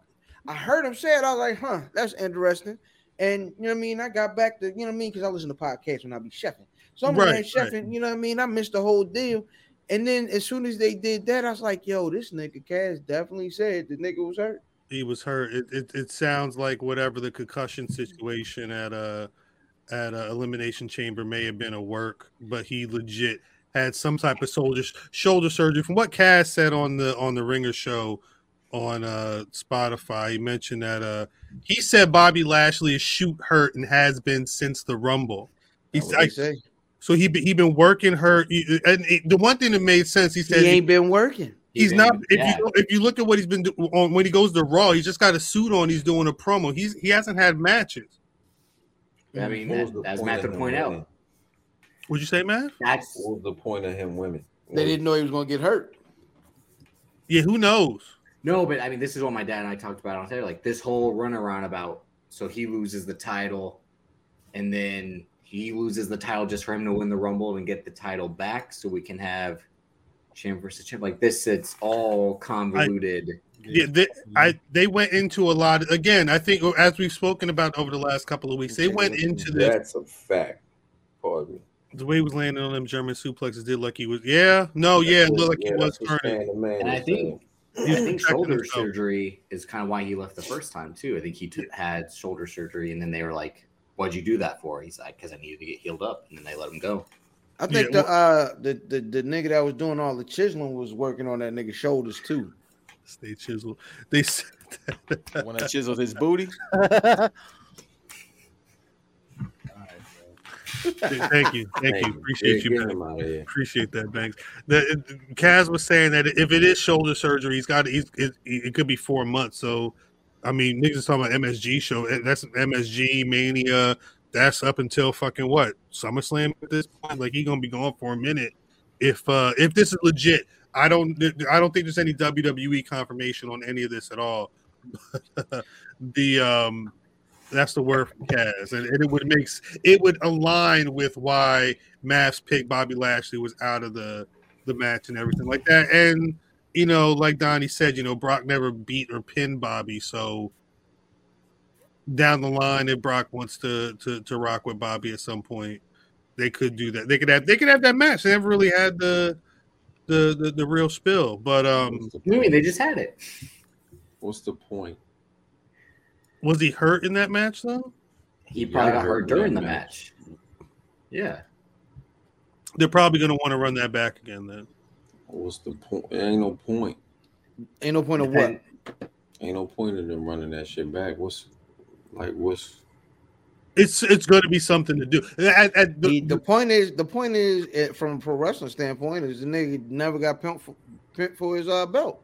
Speaker 1: I heard him say it. I was like, "Huh, that's interesting." And you know what I mean. I got back to you know what I mean because I listen to podcasts when I be chefing. So I'm
Speaker 3: Right,
Speaker 1: right, chefing. You know what I mean. I missed the whole deal. And then as soon as they did that, I was like, "Yo, this nigga Cass definitely said the nigga was hurt."
Speaker 3: he was hurt. It, it it sounds like whatever the concussion situation at a at a elimination chamber may have been a work, but he legit had some type of soldier shoulder surgery. From what Cass said on the on the Ringer show on uh Spotify, he mentioned that uh he said Bobby Lashley is shoot hurt and has been since the Rumble. He's
Speaker 1: what he
Speaker 3: I- so he be- he been working hurt, and it, the one thing that made sense, he said
Speaker 1: He ain't been working.
Speaker 3: He's not. If
Speaker 1: yeah.
Speaker 3: you if you look at what he's been do, on when he goes to Raw, he's just got a suit on. He's doing a promo. He's he hasn't had matches.
Speaker 5: I mean, that, as Matt could point out,
Speaker 3: Would you say, man?
Speaker 5: That's
Speaker 2: what was the point of him women.
Speaker 1: They didn't know he was going to get hurt.
Speaker 3: Yeah, who knows?
Speaker 5: No, but I mean, this is what my dad and I talked about on Saturday. Like this whole runaround about so he loses the title, and then he loses the title just for him to win the Rumble and get the title back, so we can have champ versus champ. Like this, it's all convoluted.
Speaker 3: Yeah, they, I they went into a lot again. I think as we've spoken about over the last couple of weeks, they went into this.
Speaker 2: That's a fact. Pardon me.
Speaker 3: The way he was landing on them German suplexes did like he was. Yeah, no, yeah, it looked like he
Speaker 2: Yeah,
Speaker 3: was
Speaker 2: that's what
Speaker 3: turning.
Speaker 2: Stan the Man
Speaker 5: And I
Speaker 2: is
Speaker 5: think
Speaker 3: He's
Speaker 5: I think
Speaker 3: protecting
Speaker 5: shoulder
Speaker 3: himself.
Speaker 5: surgery is kind of why he left the first time too. I think he took, had shoulder surgery, and then they were like, "What'd you do that for?" He's like, "Because I needed to get healed up," and then they let him go.
Speaker 1: I think
Speaker 5: Yeah,
Speaker 1: the, uh, the the the nigga that was doing all the chiseling was working on that nigga's shoulders too.
Speaker 3: Stay chiseled. They said that.
Speaker 4: when I chiseled his booty.
Speaker 3: Oh, Thank you, thank
Speaker 2: Thank
Speaker 3: you,
Speaker 2: you.
Speaker 3: appreciate
Speaker 2: Yeah,
Speaker 3: you,
Speaker 2: get him
Speaker 3: Banks.
Speaker 2: outta here.
Speaker 3: appreciate that, Banks. The Kaz was saying that if it is shoulder surgery, he's got he's, it. It could be four months. So, I mean, niggas is talking about MSG show. eh, That's MSG Mania. That's up until fucking what SummerSlam at this point. Like he gonna be gone for a minute. If uh if this is legit, I don't I don't think there's any WWE confirmation on any of this at all. the um that's the word from Kaz, and, and it would makes it would align with why Mavs pick Bobby Lashley was out of the the match and everything like that. And you know, like Donnie said, you know Brock never beat or pinned Bobby, so down the line, if Brock wants to to to rock with Bobby at some point, they could do that. They could have they could have that match. They never really had the the the, the real spill, but um,
Speaker 5: I mean, they just had it.
Speaker 2: What's the point?
Speaker 3: was he hurt in that match though?
Speaker 5: He probably
Speaker 2: got
Speaker 5: got hurt
Speaker 2: hurt in
Speaker 5: during
Speaker 2: that
Speaker 5: the match. Yeah.
Speaker 3: They're probably going to want to run that back again then.
Speaker 2: What's the point? Ain't no point.
Speaker 1: Ain't no point of
Speaker 5: Depend-
Speaker 1: what.
Speaker 2: Ain't no point in them running that shit back. What's like? What's
Speaker 3: It's it's going to be something to do. At- at
Speaker 1: The,
Speaker 3: the-
Speaker 1: the point is, the point is, eh, from a pro wrestling standpoint, is the nigga never got pimped for, pimped for his uh, belt.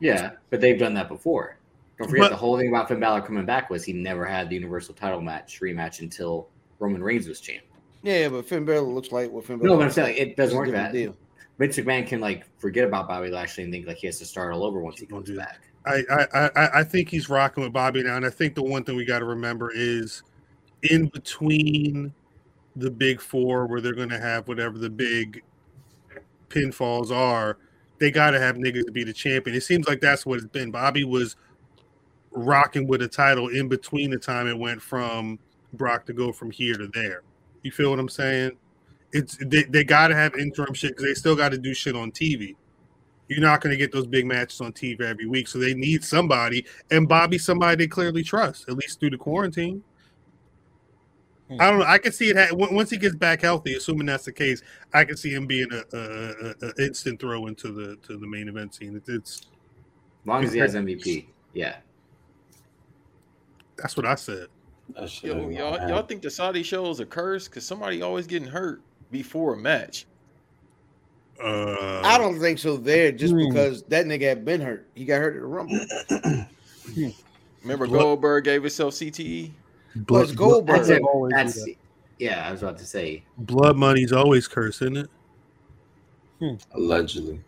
Speaker 5: Yeah, but they've done that before. Don't forget
Speaker 3: But-
Speaker 5: the whole thing about Finn Balor coming back was he never had the Universal title match rematch until Roman Reigns was champ.
Speaker 1: Yeah, but Finn Balor looks like what Finn Balor.
Speaker 5: No, but I'm
Speaker 1: looks
Speaker 5: saying like, it doesn't
Speaker 1: It's a different
Speaker 5: work that. Vince McMahon can like forget about Bobby Lashley and think like he has to start all over once he comes back.
Speaker 3: I, I, I- I think he's rocking with Bobby now, and I think the one thing we got to remember is in between the big four, where they're going to have whatever the big pinfalls are, they got to have niggas to be the champion. It seems like that's what it's been. Bobby was rocking with a title in between the time it went from Brock to go from here to there. You feel what I'm saying? It's they, they got to have interim shit because they still got to do shit on TV you're not going to get those big matches on TV every week. So they need somebody, and Bobby, somebody they clearly trust, at least through the quarantine.
Speaker 4: Hmm.
Speaker 3: I don't know. I can see it ha- on- once he gets back healthy, assuming that's the case. I can see him being a, a, a, a instant throw into the to the main event scene. It, it's
Speaker 5: As long as he has MVP. Yeah.
Speaker 3: that's what I said.
Speaker 2: that shit?
Speaker 4: Yo,
Speaker 2: ain't
Speaker 4: y'all,
Speaker 2: gonna
Speaker 4: y'all
Speaker 2: happen.
Speaker 4: think the Saudi show is a curse? Cause somebody always getting hurt before a match.
Speaker 3: Uh,
Speaker 1: I don't think so. There, just
Speaker 11: Hmm.
Speaker 1: because that nigga had been hurt, he got hurt at the Rumble.
Speaker 4: Remember
Speaker 3: Look.
Speaker 4: Goldberg gave himself E? CTE.
Speaker 1: Plus
Speaker 3: blood,
Speaker 1: Goldberg.
Speaker 5: That's it.
Speaker 11: always do
Speaker 5: That's,
Speaker 11: that.
Speaker 5: yeah, I was about to say.
Speaker 3: blood money's always cursed, isn't it?
Speaker 2: Allegedly,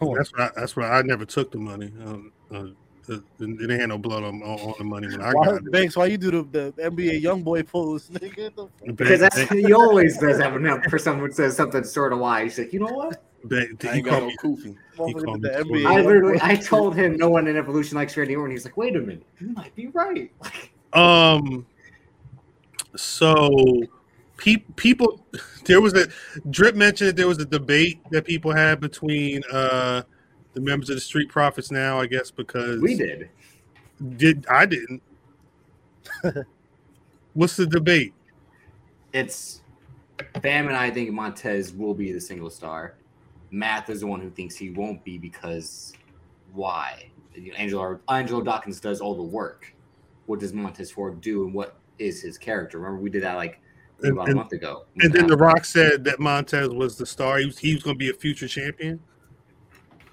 Speaker 3: That's why. That's why I never took the money. Um, uh, uh, they didn't have no blood on, on, on the money when I
Speaker 11: Why,
Speaker 3: got it.
Speaker 11: Banks, why you do the, the NBA young boy pose, nigga? The fuck?
Speaker 5: Because that's he always does have enough for someone who says something sort of wise. He's like, you know what?
Speaker 3: They- they-
Speaker 4: I
Speaker 3: he
Speaker 4: ain't got
Speaker 3: called
Speaker 4: no
Speaker 3: me-
Speaker 4: koofy.
Speaker 11: Motherfucker
Speaker 3: called
Speaker 11: did
Speaker 3: me Troy.
Speaker 11: the NBA
Speaker 3: I
Speaker 5: I
Speaker 11: young
Speaker 5: literally
Speaker 11: boy
Speaker 5: I
Speaker 11: pose.
Speaker 5: told him no one in Evolution likes Randy Orton. He's like, wait a minute, you might be right. Like,
Speaker 3: um, so pe- people, there was a drip mentioned that there was a debate that people had between uh the members of the Street Profits now, I guess, because
Speaker 5: we did.
Speaker 3: Did I didn't? What's the debate?
Speaker 5: It's Bam and I think Montez will be the single star. Math is the one who thinks he won't be because why? You know, Angelo Angelo Dawkins does all the work. What does Montez Ford do, and what is his character? Remember, we did that like
Speaker 3: And-
Speaker 5: about
Speaker 3: and-
Speaker 5: a month ago.
Speaker 3: And then The Rock said that Montez was the star. He was, he was going to be a future champion.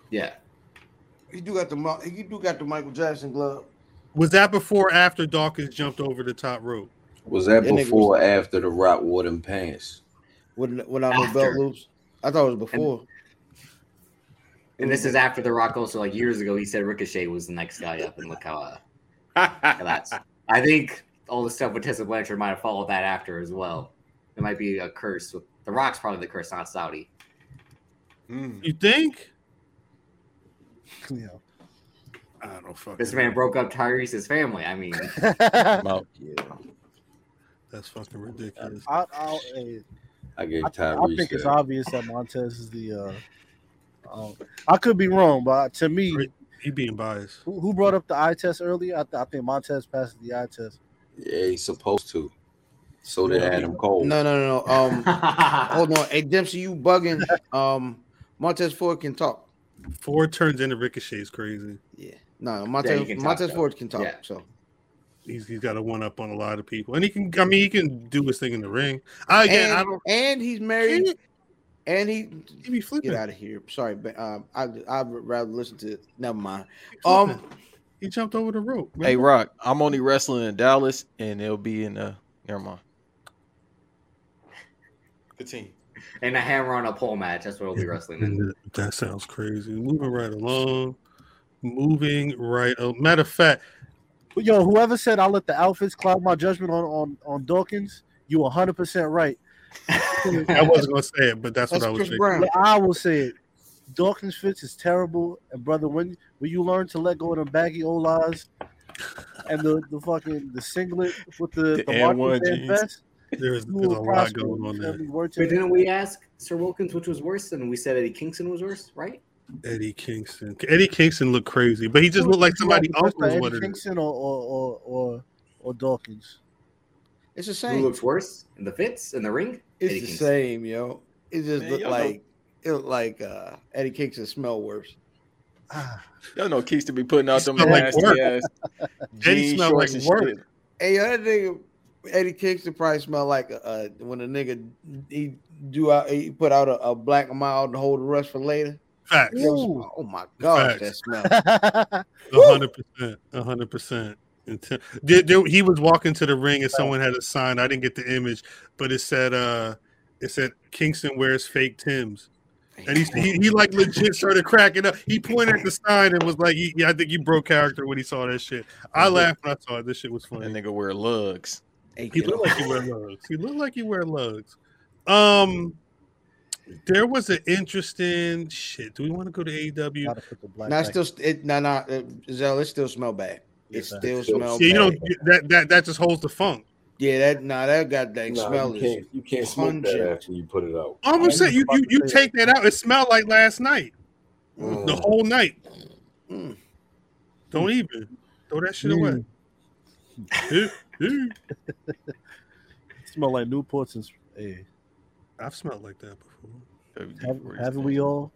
Speaker 5: Yeah.
Speaker 1: He do got the Mo- he do got the Michael Jackson glove.
Speaker 3: Was that before or after Dawkins jumped over the top rope?
Speaker 2: Was that
Speaker 1: That nigga
Speaker 2: before or
Speaker 1: was-
Speaker 2: after the Rock wore them pants?
Speaker 1: When when I know belt
Speaker 5: After.
Speaker 1: loops, I thought it was before.
Speaker 5: And this is after The Rock also like years ago he said Ricochet was the next guy up, and look how, uh, how that's. I think all the stuff with Tessa Blanchard might have followed that after as well. It might be a curse. With, the Rock's probably the curse, not Saudi.
Speaker 3: You think?
Speaker 11: Yeah.
Speaker 3: I don't fucking.
Speaker 5: This man broke up Tyrese's family. I mean,
Speaker 3: That's fucking ridiculous.
Speaker 11: I, I'll, eh,
Speaker 2: I gave
Speaker 11: I
Speaker 2: Tyrese.
Speaker 11: think it's
Speaker 2: that.
Speaker 11: obvious that Montez is the. Uh, um, I could be wrong, but to me,
Speaker 3: He being biased.
Speaker 11: who, who brought up the eye test earlier? I, th- I think Montez passed the eye test.
Speaker 2: Yeah, he's supposed to. So did Adam Cole.
Speaker 1: No, no, no. Um, hold on. Hey Dempsey, you bugging? Um, Montez Ford can talk.
Speaker 3: Ford turns into Ricochet is crazy.
Speaker 1: Yeah. No,
Speaker 5: Yeah,
Speaker 1: Montez
Speaker 5: he can talk,
Speaker 1: Montez
Speaker 5: though.
Speaker 1: Ford can talk.
Speaker 5: Yeah.
Speaker 1: So
Speaker 3: He's he's got a one up on a lot of people, and he can. I mean, he can do his thing in the ring. I again,
Speaker 1: and,
Speaker 3: I don't.
Speaker 1: and he's married. And he
Speaker 3: He be flipping.
Speaker 1: get out of here. Sorry, but um, I I'd rather listen to. Never mind.
Speaker 3: He
Speaker 1: Um,
Speaker 3: flipping. he jumped over the rope.
Speaker 4: Hey
Speaker 3: remember?
Speaker 4: Rock, I'm only wrestling in Dallas, and it'll be in uh never mind. Continue.
Speaker 5: and a hammer on a pole match. That's what it'll be wrestling. In.
Speaker 3: That sounds crazy. Moving right along. Moving right. al- Matter of fact,
Speaker 11: But yo, whoever said I let the outfits cloud my judgment on on, on Dawkins, you 100 percent right.
Speaker 3: I wasn't gonna say it, but that's,
Speaker 1: That's
Speaker 3: what I was
Speaker 1: Chris
Speaker 3: thinking.
Speaker 1: Brown.
Speaker 11: But I will say it. Dawkins fits is terrible, and brother, when when you learn to let go of them baggy old lies and the, the fucking the singlet with the
Speaker 4: The
Speaker 11: the,
Speaker 4: N1
Speaker 11: market band
Speaker 4: jeans.
Speaker 11: vest,
Speaker 3: There's,
Speaker 11: you
Speaker 3: there's a
Speaker 11: will
Speaker 3: lot
Speaker 11: prosper.
Speaker 3: going on
Speaker 11: You feel
Speaker 3: there.
Speaker 11: me? Word to
Speaker 5: But
Speaker 11: the-
Speaker 5: didn't we ask Sir Wilkins which was worse, and we said Eddie Kingston was worse, right?
Speaker 3: Eddie Kingston. Eddie Kingston looked crazy, but he just looked like
Speaker 11: You
Speaker 3: somebody
Speaker 11: want
Speaker 3: else
Speaker 11: to
Speaker 3: was
Speaker 11: Eddie
Speaker 3: what it is.
Speaker 11: Kingston or or or or, or Dawkins.
Speaker 1: It's the
Speaker 5: Who
Speaker 1: same.
Speaker 5: looks worse in the fits in the ring?
Speaker 1: It's
Speaker 5: Eddie
Speaker 1: the
Speaker 5: Kingston.
Speaker 1: same, yo. It just
Speaker 4: Man,
Speaker 1: looked
Speaker 4: y'all know-
Speaker 1: like it looked like uh Eddie Kingston smell worse.
Speaker 11: Ah,
Speaker 4: Y'all know Keeks to be putting out
Speaker 3: He
Speaker 4: them
Speaker 3: smell like
Speaker 4: nasty
Speaker 3: work.
Speaker 4: ass
Speaker 3: Eddie
Speaker 4: jeans,
Speaker 3: smell
Speaker 4: shorts,
Speaker 3: like
Speaker 4: and
Speaker 3: work.
Speaker 4: shit.
Speaker 1: Hey, yo, that nigga Eddie Kingston probably smell like uh when a nigga he do out he put out a, a black mile to hold the rest for later.
Speaker 3: Facts.
Speaker 1: Yo,
Speaker 11: Ooh.
Speaker 1: smell- Oh my god, that
Speaker 3: Facts.
Speaker 1: smell.
Speaker 3: A hundred percent, a hundred percent. Inten- There- there- He was walking to the ring and someone had a sign. I didn't get the image, but it said, "Uh, it said Kingston wears fake Tims," and he he, he like legit started cracking up. He pointed at the sign and was like, he, "Yeah, I think he broke character when he saw that shit." I laughed when I saw it. This shit was
Speaker 4: That
Speaker 3: funny.
Speaker 4: nigga wear lugs.
Speaker 1: Hey,
Speaker 3: He
Speaker 1: kiddo.
Speaker 3: looked like he wear lugs. He looked like he wear lugs. Um, there was an interesting shit. Do we want to E go to AEW?
Speaker 11: gotta put the black
Speaker 1: Nah, it still
Speaker 11: back.
Speaker 1: it no no Zell, it still smell bad.
Speaker 11: Yeah,
Speaker 1: It still
Speaker 2: still-
Speaker 1: smell
Speaker 3: Yeah, you know
Speaker 1: bad.
Speaker 3: that that that just holds the funk.
Speaker 1: Yeah, that nah that got that
Speaker 2: Nah,
Speaker 1: smell
Speaker 2: you
Speaker 1: is
Speaker 2: can't, you can't smoke that
Speaker 1: pungent.
Speaker 2: after you put it out.
Speaker 3: I'm gonna say you you, you
Speaker 11: about to say
Speaker 3: take that out. It smelled like last night, the
Speaker 2: Mm.
Speaker 3: whole night.
Speaker 1: Mm.
Speaker 3: Don't even throw that shit away. Eh, eh.
Speaker 11: smell like Newports and hey,
Speaker 3: I've smelled like that before.
Speaker 11: have, haven't we all?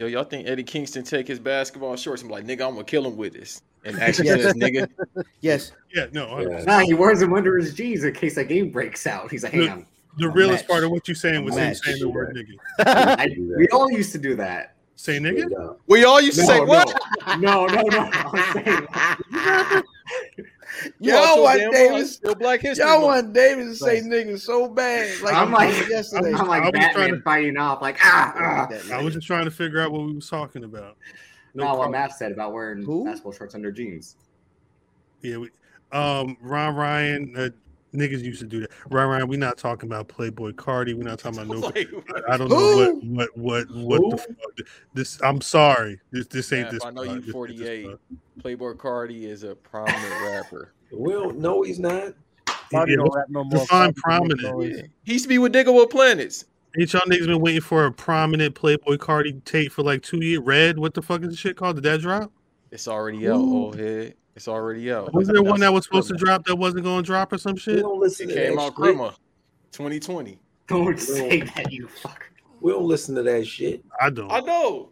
Speaker 4: Yo, y'all think Eddie Kingston take his basketball shorts and be like, nigga, I'm gonna kill him with this. And actually,
Speaker 1: Yes.
Speaker 4: yes, nigga.
Speaker 1: Yes,
Speaker 3: Yeah, no. uh, I-
Speaker 2: Yeah.
Speaker 5: Nah, he wears them under his jeans in case that game breaks out. He's like, hang
Speaker 3: Look,
Speaker 5: on.
Speaker 3: The
Speaker 1: A
Speaker 3: realest
Speaker 1: match.
Speaker 3: part of what you saying was him
Speaker 1: match.
Speaker 3: saying the word nigga.
Speaker 5: I, we all used to do that.
Speaker 3: Say nigga.
Speaker 4: We all used to say,
Speaker 5: no,
Speaker 4: What?
Speaker 5: No, no, no. no. I'm saying-
Speaker 4: You all
Speaker 1: Y'all
Speaker 4: so
Speaker 1: want
Speaker 4: damn
Speaker 1: Davis-
Speaker 4: right, still Black History.
Speaker 1: Y'all
Speaker 4: Month.
Speaker 1: want Davis to say niggas so bad. Like
Speaker 5: I'm
Speaker 1: he
Speaker 5: like-
Speaker 1: did yesterday.
Speaker 5: I'm
Speaker 3: I was trying
Speaker 5: like Batman
Speaker 3: to-
Speaker 5: fighting off, like, ah, ah.
Speaker 1: That
Speaker 3: I
Speaker 1: nigga.
Speaker 3: was just trying to figure out what we was talking about. No,
Speaker 5: Not what
Speaker 3: problem.
Speaker 5: Matt said about wearing
Speaker 1: Who?
Speaker 5: basketball shorts under jeans.
Speaker 3: yeah. We, um, Ron Ryan, uh, niggas used to do that. Ron Ryan, we not talking about Playboy Cardi. We not talking about no.
Speaker 4: Like,
Speaker 3: I- I don't know
Speaker 1: Who?
Speaker 3: what what what what the
Speaker 5: Who?
Speaker 3: fuck. This I'm sorry. This this ain't
Speaker 4: Raph,
Speaker 3: this.
Speaker 4: I know
Speaker 3: pod.
Speaker 4: you
Speaker 3: This ain't this
Speaker 4: 48.
Speaker 3: pod.
Speaker 4: Playboy Cardi is a prominent rapper.
Speaker 2: Well, no, he's not.
Speaker 11: Bobby
Speaker 3: Yeah,
Speaker 11: don't rap no more.
Speaker 3: define
Speaker 11: Bobby make
Speaker 3: prominent.
Speaker 11: noise.
Speaker 4: He used to be with Nigga with Planets.
Speaker 3: Ain't y'all niggas been waiting for a prominent Playboy Cardi tape for like two years? Red, what the fuck is the shit called? Did that drop?
Speaker 4: It's already out, old head. It's already out.
Speaker 3: Was there one that was supposed to drop that wasn't going to drop or some shit?
Speaker 4: It came out Grima, 2020.
Speaker 5: Don't say that, you fucker.
Speaker 2: We don't listen to that shit.
Speaker 3: I don't.
Speaker 4: I know.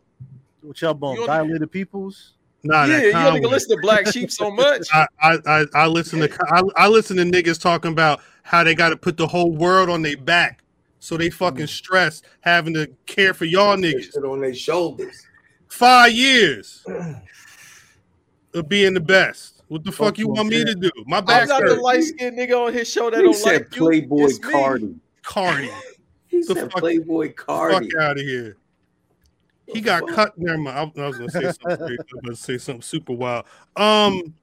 Speaker 11: What y'all
Speaker 4: You
Speaker 11: bone?
Speaker 4: don't-
Speaker 11: Dilated peoples?
Speaker 3: Nah,
Speaker 4: yeah,
Speaker 3: Ah, that Ah,
Speaker 4: you don't
Speaker 3: Conway.
Speaker 4: even listen to Black Sheep so much.
Speaker 3: I, I, I, I listen to I, I listen to niggas talking about how they got to put the whole world on their back, so they
Speaker 4: Mm.
Speaker 3: fucking stressed having to care for y'all niggas.
Speaker 2: Shit on their shoulders.
Speaker 3: Five years of being the best. What the fuck you
Speaker 2: Fuck
Speaker 3: want me
Speaker 2: yeah.
Speaker 3: to do? My
Speaker 4: I'm
Speaker 3: back
Speaker 4: not the
Speaker 3: hurt.
Speaker 4: light skinned nigga on his show that
Speaker 2: He
Speaker 4: don't
Speaker 2: said
Speaker 4: like you.
Speaker 2: Playboy
Speaker 4: It's me.
Speaker 2: Cardi.
Speaker 3: Cardi,
Speaker 2: He
Speaker 3: The
Speaker 2: said
Speaker 3: fuck-
Speaker 2: Playboy
Speaker 3: fuck
Speaker 2: Cardi.
Speaker 3: out of here. He got cut. Never mind. I, I was gonna say something. crazy. I was gonna say something super wild. Um,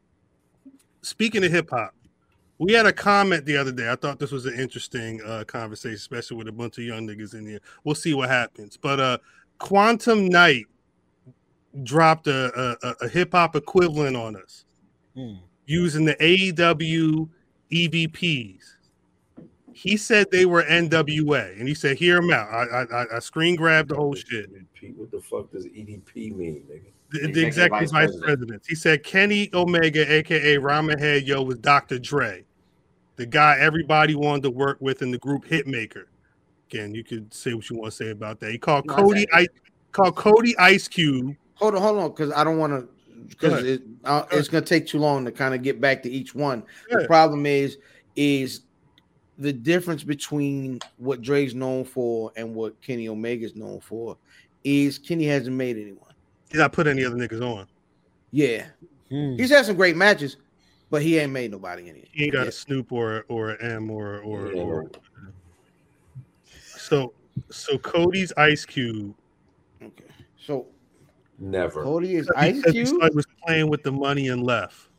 Speaker 3: speaking of hip hop, we had a comment the other day. I thought this was an interesting uh, conversation, especially with a bunch of young niggas in here. We'll see what happens. But uh, Quantum Knight dropped a, a, a- a hip hop equivalent on us Hmm. using the E AEW EVPs. E He said they were NWA, and he said, "Hear him out." I I, I- I screen grabbed the whole shit.
Speaker 2: EDP. What the fuck does EDP mean, nigga?
Speaker 3: the, the
Speaker 5: Executive
Speaker 3: executive
Speaker 5: Vice
Speaker 3: vice
Speaker 5: President.
Speaker 3: president. He said Kenny Omega, aka Ramen Head Yo, was Dr. Dre, the guy everybody wanted to work with in the group Hitmaker. Again, you could say what you want to say about that. He called
Speaker 5: No, I
Speaker 3: Cody I
Speaker 5: said-
Speaker 3: called Cody Ice Cube.
Speaker 1: Hold on, hold on, because I don't want to.
Speaker 3: Go
Speaker 1: Because
Speaker 3: ahead.
Speaker 1: it, uh,
Speaker 3: ahead.
Speaker 1: it's going to take too long to kind of get back to each one.
Speaker 3: Go
Speaker 1: The
Speaker 3: ahead.
Speaker 1: problem is, is the difference between what Dre's known for and what Kenny Omega's known for is Kenny hasn't made anyone.
Speaker 3: Did I put any other niggas on?
Speaker 1: Yeah, he's had some great matches, but he ain't made nobody any.
Speaker 3: He ain't got
Speaker 1: Yeah.
Speaker 3: a Snoop or or an M or or,
Speaker 2: Yeah.
Speaker 3: or so so Cody's Ice Cube
Speaker 1: Okay, so
Speaker 2: Never.
Speaker 1: Cody is
Speaker 3: because
Speaker 1: Ice
Speaker 3: he
Speaker 1: Cube.
Speaker 3: was playing with the money and left.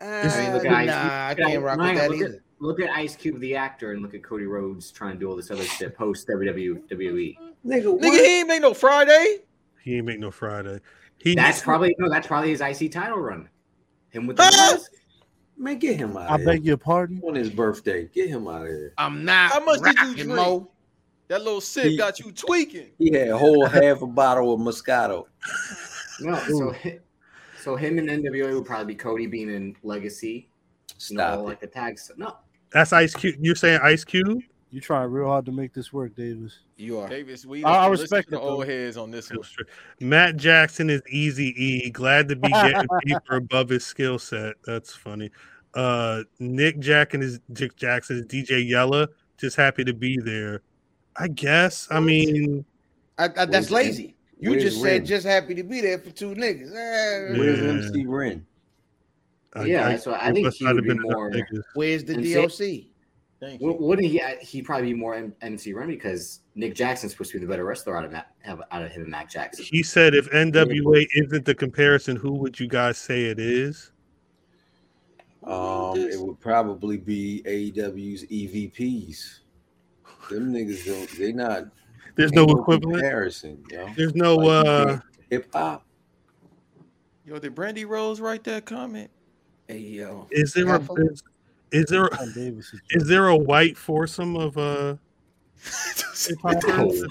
Speaker 1: Uh,
Speaker 5: Hey, look at Ice Cube.
Speaker 1: nah, I can't rock with
Speaker 5: Ryan,
Speaker 1: that
Speaker 5: look
Speaker 1: either.
Speaker 5: Look at Ice Cube, the actor, and look at Cody Rhodes trying to do all this other shit post E. WWE.
Speaker 2: Nigga,
Speaker 4: Nigga, he ain't make no Friday.
Speaker 3: He ain't make no Friday. He
Speaker 5: That's probably no, that's probably his IC title run. Him with the
Speaker 3: Ah!
Speaker 4: Huh?
Speaker 5: mask.
Speaker 2: Man, get him
Speaker 11: I
Speaker 2: out of here.
Speaker 11: beg your pardon.
Speaker 2: On his birthday, get him out of here.
Speaker 1: I'm not.
Speaker 4: How much did you
Speaker 1: rocking,
Speaker 4: drink?
Speaker 1: Mo.
Speaker 4: That little sip
Speaker 2: He-
Speaker 4: got you tweaking.
Speaker 2: He had a whole half a bottle of Moscato.
Speaker 5: No, so so him and NWA would probably be Cody being in Legacy. You know, all
Speaker 2: Stop it.
Speaker 5: like the tags. No,
Speaker 3: that's Ice Cube. You're saying Ice Cube?
Speaker 11: You trying real hard to make this work, Davis.
Speaker 1: You are.
Speaker 4: Davis, we
Speaker 11: I- I
Speaker 4: listen to
Speaker 11: respect
Speaker 4: the
Speaker 11: it,
Speaker 4: old
Speaker 11: though.
Speaker 4: heads on this one.
Speaker 3: Matt Jackson is easy E. Glad to be getting paper above his skill set. That's funny. Uh, Nick Jack and his Dick Jackson is DJ Yella. Just happy to be there. I guess. I mean,
Speaker 1: I, I, that's
Speaker 2: Where's-
Speaker 1: lazy. You
Speaker 2: where's
Speaker 1: just
Speaker 2: Ren?
Speaker 1: said just happy to be there for two niggas. Eh,
Speaker 3: Yeah.
Speaker 2: Where's MC Ren?
Speaker 3: I,
Speaker 5: yeah.
Speaker 3: I,
Speaker 5: so I think
Speaker 3: must
Speaker 5: he
Speaker 3: not have
Speaker 5: would be
Speaker 3: been enough
Speaker 5: more.
Speaker 3: niggas.
Speaker 1: Where's the
Speaker 5: And
Speaker 1: DLC?
Speaker 4: Thank
Speaker 5: wou-
Speaker 4: you.
Speaker 5: Wouldn't he? uh, He'd probably be more M- MC Remy because Nick Jackson's supposed to be the better wrestler out of Matt, out of him and Matt Jackson.
Speaker 3: He said, "If NWA isn't the comparison, who would you guys say it is?"
Speaker 2: Um, it would probably be AEW's EVPs. Them niggas don't. They not.
Speaker 3: There's no
Speaker 2: ain't
Speaker 3: equivalent.
Speaker 2: comparison, yo.
Speaker 3: There's no. uh
Speaker 2: hip hop.
Speaker 4: Yo, did Brandy Rose write that comment?
Speaker 1: Hey yo,
Speaker 3: Is there? A,
Speaker 1: Careful.
Speaker 3: is, is there?
Speaker 11: Come on, Davis.
Speaker 3: Is there a white foursome of uh? hip hoppers?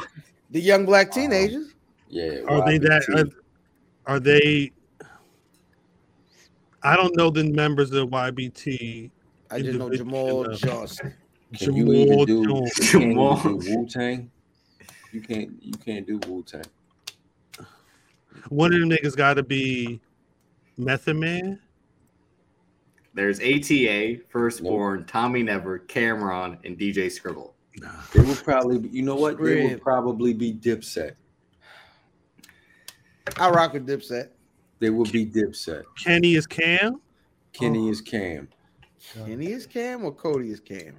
Speaker 1: the young black teenagers.
Speaker 2: Yeah.
Speaker 3: are they that
Speaker 2: YBT.
Speaker 3: are, are they i don't know the members of ybt
Speaker 1: I just know Jamal
Speaker 3: individual.
Speaker 1: Johnson.
Speaker 2: Can you even
Speaker 3: Jamal
Speaker 2: do
Speaker 3: Jones.
Speaker 5: Jamal.
Speaker 2: Wu Tang? You can't. You can't do Wu Tang.
Speaker 3: one of them niggas gotta be method man
Speaker 5: There's ATA, Firstborn, Tommy Never, Cameron, and DJ Scribble.
Speaker 2: They would probably. Be, you know what? They
Speaker 1: Scrib.
Speaker 2: would probably be Dipset.
Speaker 1: I rock with Dipset.
Speaker 2: They would be Dipset.
Speaker 3: kenny is cam
Speaker 2: Kenny
Speaker 1: Oh.
Speaker 2: is Cam.
Speaker 1: Kenny is Cam or Cody is Cam.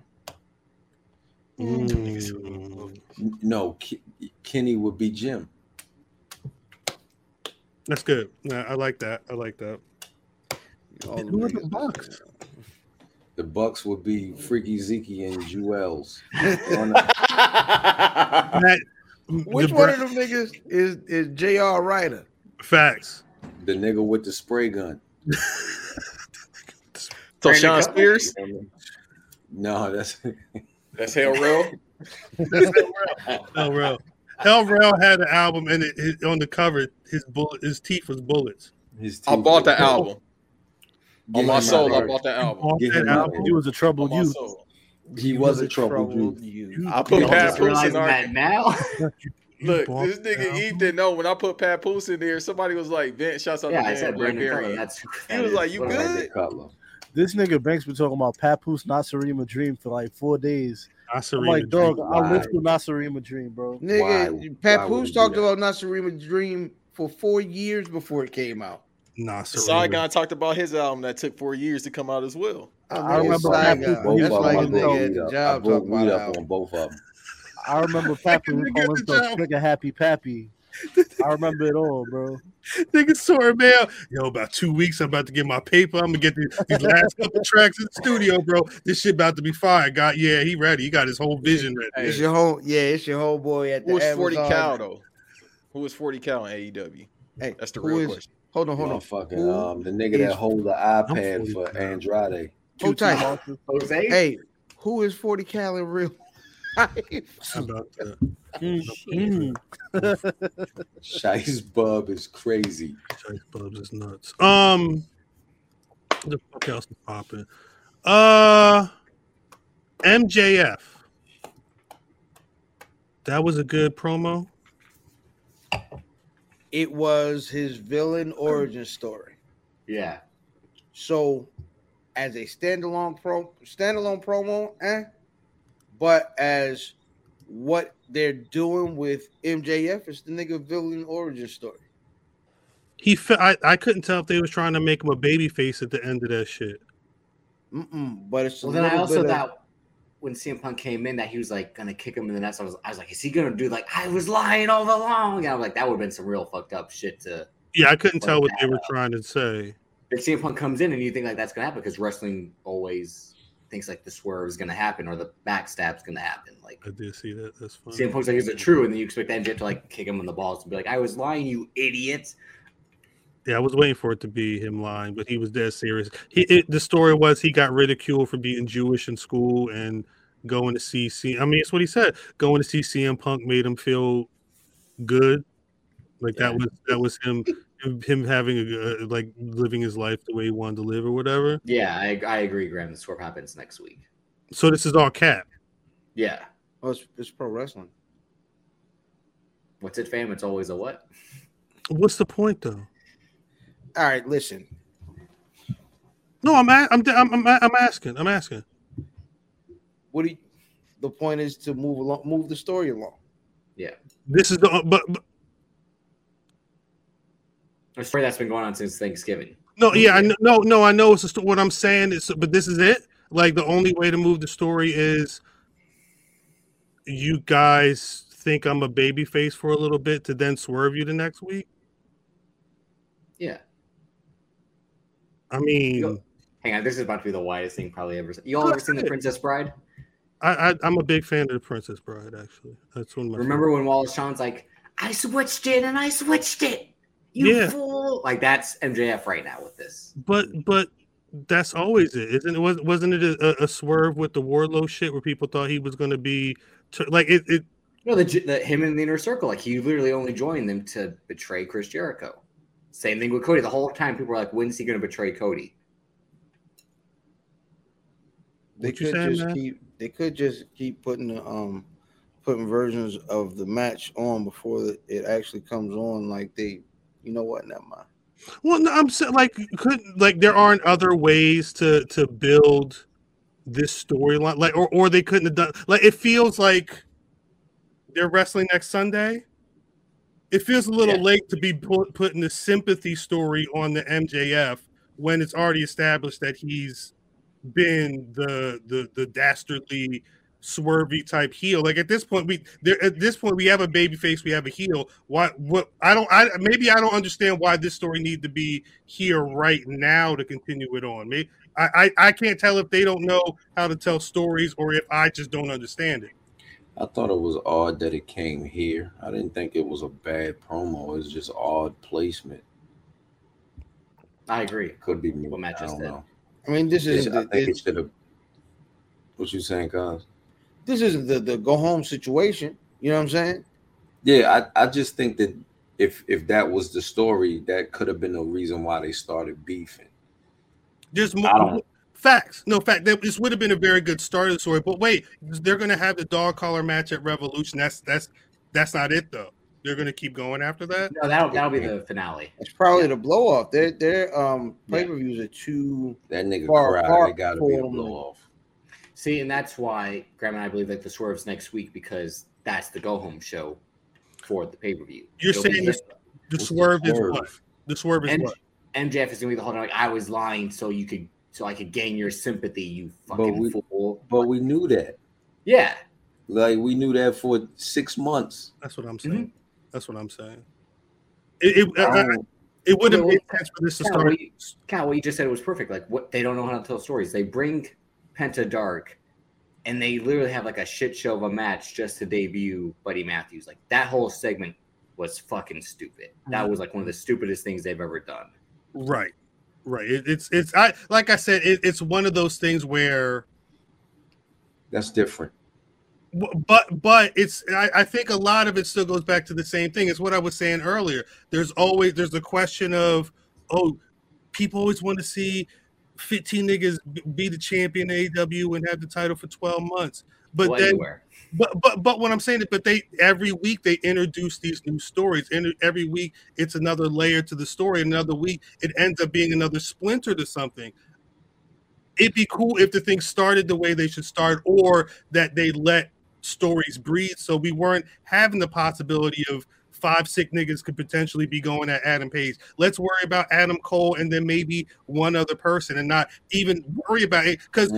Speaker 2: Hmm.
Speaker 3: Mm,
Speaker 2: N- No, Ke- Kenny would be Jim.
Speaker 3: that's good Nah, i like that i like that
Speaker 1: All them
Speaker 3: Who are the
Speaker 1: niggas.
Speaker 3: Bucks?
Speaker 2: The Bucks would be Freaky Zeke and Jewels.
Speaker 3: Matt,
Speaker 1: Which
Speaker 3: the
Speaker 1: one
Speaker 3: Bra-
Speaker 1: of them niggas is is J.R. Ryder?
Speaker 3: facts
Speaker 2: the nigga with the spray gun.
Speaker 4: So
Speaker 5: Brandy
Speaker 4: Sean
Speaker 5: Cutler?
Speaker 4: Spears?
Speaker 2: No, that's
Speaker 4: That's hell real.
Speaker 3: El Rel. El Rel had an album and it, it- on the cover his bullet his teeth was bullets
Speaker 2: His
Speaker 4: I bought
Speaker 2: teeth-
Speaker 4: that album. On my soul, I bought that album.
Speaker 2: Give him that
Speaker 11: He was a troubled
Speaker 4: On my
Speaker 11: youth.
Speaker 4: soul.
Speaker 2: He was a troubled youth.
Speaker 4: I put Pat Poose in
Speaker 5: realizing
Speaker 4: our
Speaker 5: that now.
Speaker 4: Look,
Speaker 3: bought
Speaker 4: this nigga Eve didn't know when I put Pat Poose in there. Somebody was like, "Vent, shouts out
Speaker 5: yeah,
Speaker 4: to
Speaker 5: I said
Speaker 4: Vent, Brandon
Speaker 5: Brandon
Speaker 4: Barrow."
Speaker 5: Curry. That's
Speaker 4: He was like, "You good?"
Speaker 2: Cutler.
Speaker 11: This nigga Banks been talking about Papoose Nasarima Dream for like four days.
Speaker 3: I
Speaker 11: I'm
Speaker 3: surrender.
Speaker 11: like, dog, I
Speaker 2: Why?
Speaker 11: lived through Nasarima Dream, bro.
Speaker 2: Why-
Speaker 1: Nigga,
Speaker 2: why
Speaker 1: Pat
Speaker 2: would
Speaker 1: Papoose
Speaker 2: he do
Speaker 1: talked
Speaker 2: that?
Speaker 1: about Nasarima Dream for four years before it came out.
Speaker 3: nah, surrender.
Speaker 4: Saigon talked about his album that took four years to come out as well.
Speaker 11: I
Speaker 1: nigga,
Speaker 11: remember
Speaker 1: Saigon.
Speaker 11: Pat Papoose-
Speaker 2: Both
Speaker 1: That's
Speaker 2: of
Speaker 1: like
Speaker 2: them,
Speaker 1: a
Speaker 2: I
Speaker 1: nigga
Speaker 2: broke weed
Speaker 1: at the
Speaker 2: up. I
Speaker 1: job
Speaker 2: broke
Speaker 1: talking
Speaker 2: weed
Speaker 1: about
Speaker 2: up on
Speaker 1: album.
Speaker 2: both of them.
Speaker 11: I remember
Speaker 3: nigga
Speaker 11: Papoose calling
Speaker 3: at the
Speaker 11: himself
Speaker 3: job.
Speaker 11: Trigger Happy Pappy. I remember it all, bro.
Speaker 3: Nigga, sorry, man. Yo, about two weeks, I'm about to get my paper. I'm gonna get these, these last couple tracks in the studio, bro. This shit about to be fire. God, yeah, he ready. He got his whole vision ready.
Speaker 1: It's your whole yeah, it's your whole boy at the
Speaker 4: Who was Forty
Speaker 1: Amazon.
Speaker 4: Cal though? Who was Forty Cal in AEW?
Speaker 1: Hey,
Speaker 4: That's the
Speaker 1: who
Speaker 4: real
Speaker 1: is-
Speaker 4: question.
Speaker 1: Hold on, hold on. Who
Speaker 2: Motherfucking, um, the nigga that
Speaker 1: is-
Speaker 2: hold the
Speaker 3: I'm
Speaker 2: iPad
Speaker 3: fully
Speaker 2: for
Speaker 3: proud.
Speaker 2: Andrade.
Speaker 1: Hold tight.
Speaker 5: Jose.
Speaker 1: Hey, who is 40 Cal in real life?
Speaker 3: How about that?
Speaker 2: Mm-hmm.
Speaker 11: Mm,
Speaker 2: Shice Bub is crazy.
Speaker 3: Chase Bubs is nuts. Um, what the fuck else is popping? Uh, MJF. That was a good promo.
Speaker 1: It was his villain origin story.
Speaker 5: Yeah.
Speaker 1: So, as a standalone pro standalone promo, eh? But as what they're doing with MJF is the nigga villain origin story.
Speaker 3: He, fe- I, I couldn't tell if they was trying to make him a baby face at the end of that shit.
Speaker 1: Mm-mm, but it's a
Speaker 5: Well, then I
Speaker 1: little bit
Speaker 5: also
Speaker 1: of-
Speaker 5: thought when CM Punk came in that he was like gonna kick him in the nuts. I was, I was like, is he gonna do like I was lying all along? And I'm like, that would have been some real fucked up shit to.
Speaker 3: Yeah, I couldn't tell what they were trying to say.
Speaker 5: If CM Punk comes in and you think like that's gonna happen because wrestling always thinks like the swerve is gonna happen or the backstab's gonna happen. Like
Speaker 3: I did see that. That's funny.
Speaker 5: CM Punk's like, is it true? And then you expect MJF to like kick him in the balls and be like, I was lying, you idiot.
Speaker 3: Yeah, I was waiting for it to be him lying, but he was dead serious. He, it, the story was he got ridiculed for being Jewish in school and going to see C. I mean, it's what he said. Going to see CM Punk made him feel good, like that
Speaker 5: Yeah.
Speaker 3: was that was him him having a good- like living his life the way he wanted to live or whatever.
Speaker 5: Yeah, I, I agree, Graham. The swerve happens next week.
Speaker 3: So this is all cap.
Speaker 5: Yeah.
Speaker 1: oh, it's, it's pro wrestling.
Speaker 5: What's it, fam? It's always a what?
Speaker 3: What's the point though?
Speaker 1: All right, listen.
Speaker 3: No, I'm a- I'm I'm I'm, I'm asking. I'm asking.
Speaker 1: What do you, the point is to move along, move the story along.
Speaker 3: This is the but, but
Speaker 5: A story that's been going on since Thanksgiving.
Speaker 3: No, yeah, I know, no, no, I know. It's a sto- what I'm saying is, but this is it. Like the only way to move the story is you guys think I'm a baby face for a little bit to then swerve you the next week.
Speaker 5: Yeah.
Speaker 3: I mean,
Speaker 5: Yo- Hang on, this is about to be the widest thing probably ever. You all
Speaker 3: Go
Speaker 5: ever seen The
Speaker 3: ahead.
Speaker 5: Princess Bride?
Speaker 3: I, I I'm a big fan of the Princess Bride. Actually, that's one of my
Speaker 5: Remember when Wallace Shawn's like, I switched it and I switched it. You
Speaker 3: Yeah.
Speaker 5: fool. Like that's MJF right now with this.
Speaker 3: But but that's always it, isn't it? Wasn't wasn't it a, a swerve with the Wardlow shit where people thought he was going to be tur- like it? it
Speaker 5: You know, the, the him and the inner circle, like he literally only joined them to betray Chris Jericho. Same thing with Cody. The whole time people were like, when's he gonna betray Cody?
Speaker 1: They
Speaker 3: What you
Speaker 1: could
Speaker 3: saying,
Speaker 1: just
Speaker 3: man?
Speaker 1: keep. They could just keep putting the um, putting versions of the match on before the, it actually comes on. Like they, you know what? Never mind.
Speaker 3: Well, no, I'm saying like could like there aren't other ways to to build this storyline like or or they couldn't have done like it feels like they're wrestling next Sunday. It feels a little
Speaker 5: Yeah.
Speaker 3: late to be put, putting the sympathy story on the MJF when it's already established that he's been the the the dastardly swervy type heel. Like at this point, we there at this point we have a baby face, we have a heel. Why what I don't I maybe I don't understand why this story need to be here right now to continue it on. Maybe I, I, I can't tell if they don't know how to tell stories or if I just don't understand it.
Speaker 2: I thought it was odd that it came here. I didn't think it was a bad promo. It was just odd placement.
Speaker 5: I agree.
Speaker 2: Could be more.
Speaker 5: What Matt
Speaker 2: I
Speaker 5: just
Speaker 2: don't
Speaker 5: said.
Speaker 2: know.
Speaker 1: I mean, this
Speaker 2: It's-
Speaker 1: isn't
Speaker 2: I
Speaker 1: the,
Speaker 2: think it
Speaker 1: this,
Speaker 2: should have. What you saying, cuz?
Speaker 1: this isn't the, the go home situation. You know what I'm saying?
Speaker 2: Yeah, I, I just think that if if that was the story, that could have been the reason why they started beefing.
Speaker 3: There's
Speaker 2: I don't-
Speaker 3: more facts. No fact. That this would have been a very good start of the story. But wait, they're going to have the dog collar match at Revolution. That's that's that's not it though. They're going to keep going after that.
Speaker 5: No, that'll that'll be the finale.
Speaker 1: It's probably the blow off. Their their um pay per views are too
Speaker 2: that nigga
Speaker 1: far
Speaker 2: cried.
Speaker 1: apart
Speaker 2: It gotta be the
Speaker 1: for them.
Speaker 2: blow off.
Speaker 5: See, and that's why Graham and I believe that the swerves next week because that's the go home show for the pay per view.
Speaker 3: You're saying the, the swerve is
Speaker 5: swerve?
Speaker 3: what? The swerve is
Speaker 5: M-
Speaker 3: what?
Speaker 5: MJF is gonna be the whole night. Like, I was lying so you could so I could gain your sympathy. You fucking
Speaker 2: we-
Speaker 5: fool.
Speaker 2: But we knew that.
Speaker 5: Yeah.
Speaker 2: Like we knew that for six months.
Speaker 3: That's what I'm saying. That's what I'm saying. It it, I- I- it would have
Speaker 5: Well,
Speaker 3: made sense for this to
Speaker 5: Cal,
Speaker 3: start.
Speaker 5: what you, Cal, what you just said was perfect. Like what they don't know how to tell stories. They bring Penta Dark, and they literally have like a shit show of a match just to debut Buddy Matthews. Like that whole segment was fucking stupid. That
Speaker 2: Mm.
Speaker 5: was like one of the stupidest things they've ever done.
Speaker 3: Right, right. It, it's it's I like I said. It, it's one of those things where
Speaker 2: That's different.
Speaker 3: W- but but it's I, I think a lot of it still goes back to the same thing it's what i was saying earlier there's always there's the question of oh people always want to see 15 niggas b- be the champion in aw and have the title for 12 months but
Speaker 5: Well,
Speaker 3: then
Speaker 5: anywhere.
Speaker 3: but but but what i'm saying is but they every week they introduce these new stories and every week it's another layer to the story another week it ends up being another splinter to something it'd be cool if the thing started the way they should start or that they let stories breathe so we weren't having the possibility of five sick niggas could potentially be going at Adam Page. Let's worry about Adam Cole and then maybe one other person and not even worry about it because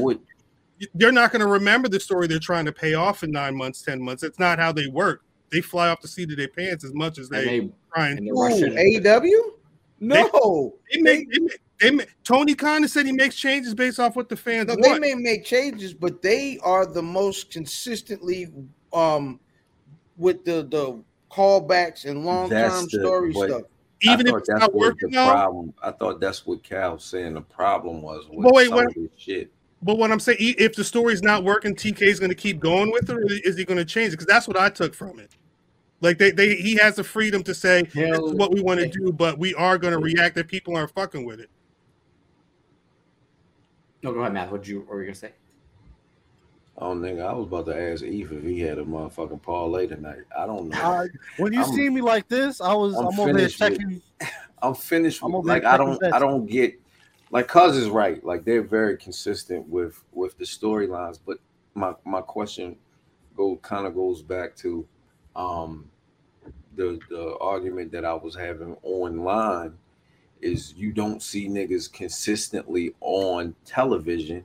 Speaker 3: they're not going to remember the story they're trying to pay off in nine months, ten months. It's not how they work. They fly off the seat of their pants as much as they,
Speaker 5: they-
Speaker 3: try and,
Speaker 5: and the
Speaker 1: Ooh, AEW? No.
Speaker 3: They, make, they make, they make, Tony Khan said he makes changes based off what the fans
Speaker 1: No,
Speaker 3: want.
Speaker 1: they may make changes, but they are the most consistently um with the the callbacks and long term
Speaker 2: That's the
Speaker 1: story
Speaker 2: but
Speaker 1: stuff.
Speaker 2: I
Speaker 3: Even if
Speaker 2: thought
Speaker 3: it's
Speaker 2: that's
Speaker 3: not
Speaker 2: what
Speaker 3: working
Speaker 2: the
Speaker 3: out?
Speaker 2: problem. I thought that's what Cal was saying the problem was with
Speaker 3: But wait,
Speaker 2: some
Speaker 3: what-
Speaker 2: of this shit.
Speaker 3: But what I'm saying, e- if the story's not working, TK is going to keep going with it, or is he going to change it? Because that's what I took from it. Like they, they, he has the freedom to say this is
Speaker 5: Hell,
Speaker 3: what we want to do, but we are going to react if people aren't fucking with it.
Speaker 5: No, go ahead, Matt. What you what were you gonna say?
Speaker 2: Oh nigga, I was about to ask Eve if he had a motherfucking parlay tonight. I don't know.
Speaker 11: I, when you
Speaker 2: I'm-
Speaker 11: see me like this, I was
Speaker 2: I'm
Speaker 11: I'm, over there
Speaker 2: finished with-
Speaker 11: checking.
Speaker 2: I'm finished with
Speaker 11: I'm over
Speaker 2: like
Speaker 11: here
Speaker 2: I
Speaker 11: checking
Speaker 2: don't
Speaker 11: bets.
Speaker 2: I don't get like Cuz is right. Like they're very consistent with with the storylines, but my my question go kind of goes back to um the the argument that I was having online is you don't see niggas consistently on television.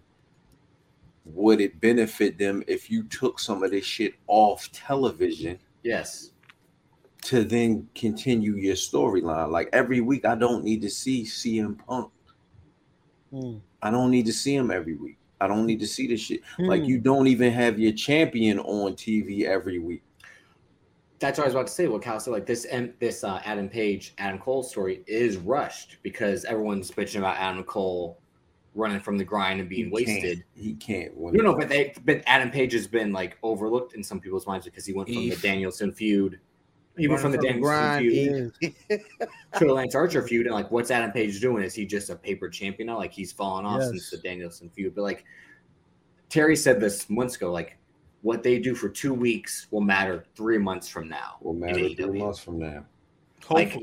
Speaker 2: Would it benefit them if you took some of this shit off television
Speaker 5: Yes.
Speaker 2: to then continue your storyline. Like every week, I don't need to see CM Punk.
Speaker 11: Mm-hmm.
Speaker 2: I don't need to see him every week. I don't need to see this shit. Like
Speaker 11: Hmm.
Speaker 2: you don't even have your champion on TV every week.
Speaker 5: That's what I was about to say. What Cal said, like this, and this uh, Adam Page, Adam Cole story is rushed because everyone's bitching about Adam Cole running from the grind and being
Speaker 2: He can't-
Speaker 5: wasted.
Speaker 2: He can't win.
Speaker 5: No, no, but they, but Adam Page has been like overlooked in some people's minds because he went from the
Speaker 2: Eve.
Speaker 5: Danielson feud, even
Speaker 1: Running
Speaker 5: from the
Speaker 1: from the
Speaker 5: Danielson
Speaker 1: grind,
Speaker 5: feud to the Lance Archer feud, and like, what's Adam Page doing? Is he just a paper champion now? Like he's fallen off since
Speaker 11: Yes.
Speaker 5: the Danielson feud. But like Terry said this months ago, like what they do for two weeks will matter three months from now.
Speaker 2: Will
Speaker 5: in
Speaker 2: matter three
Speaker 5: AEW.
Speaker 2: months from now.
Speaker 5: Like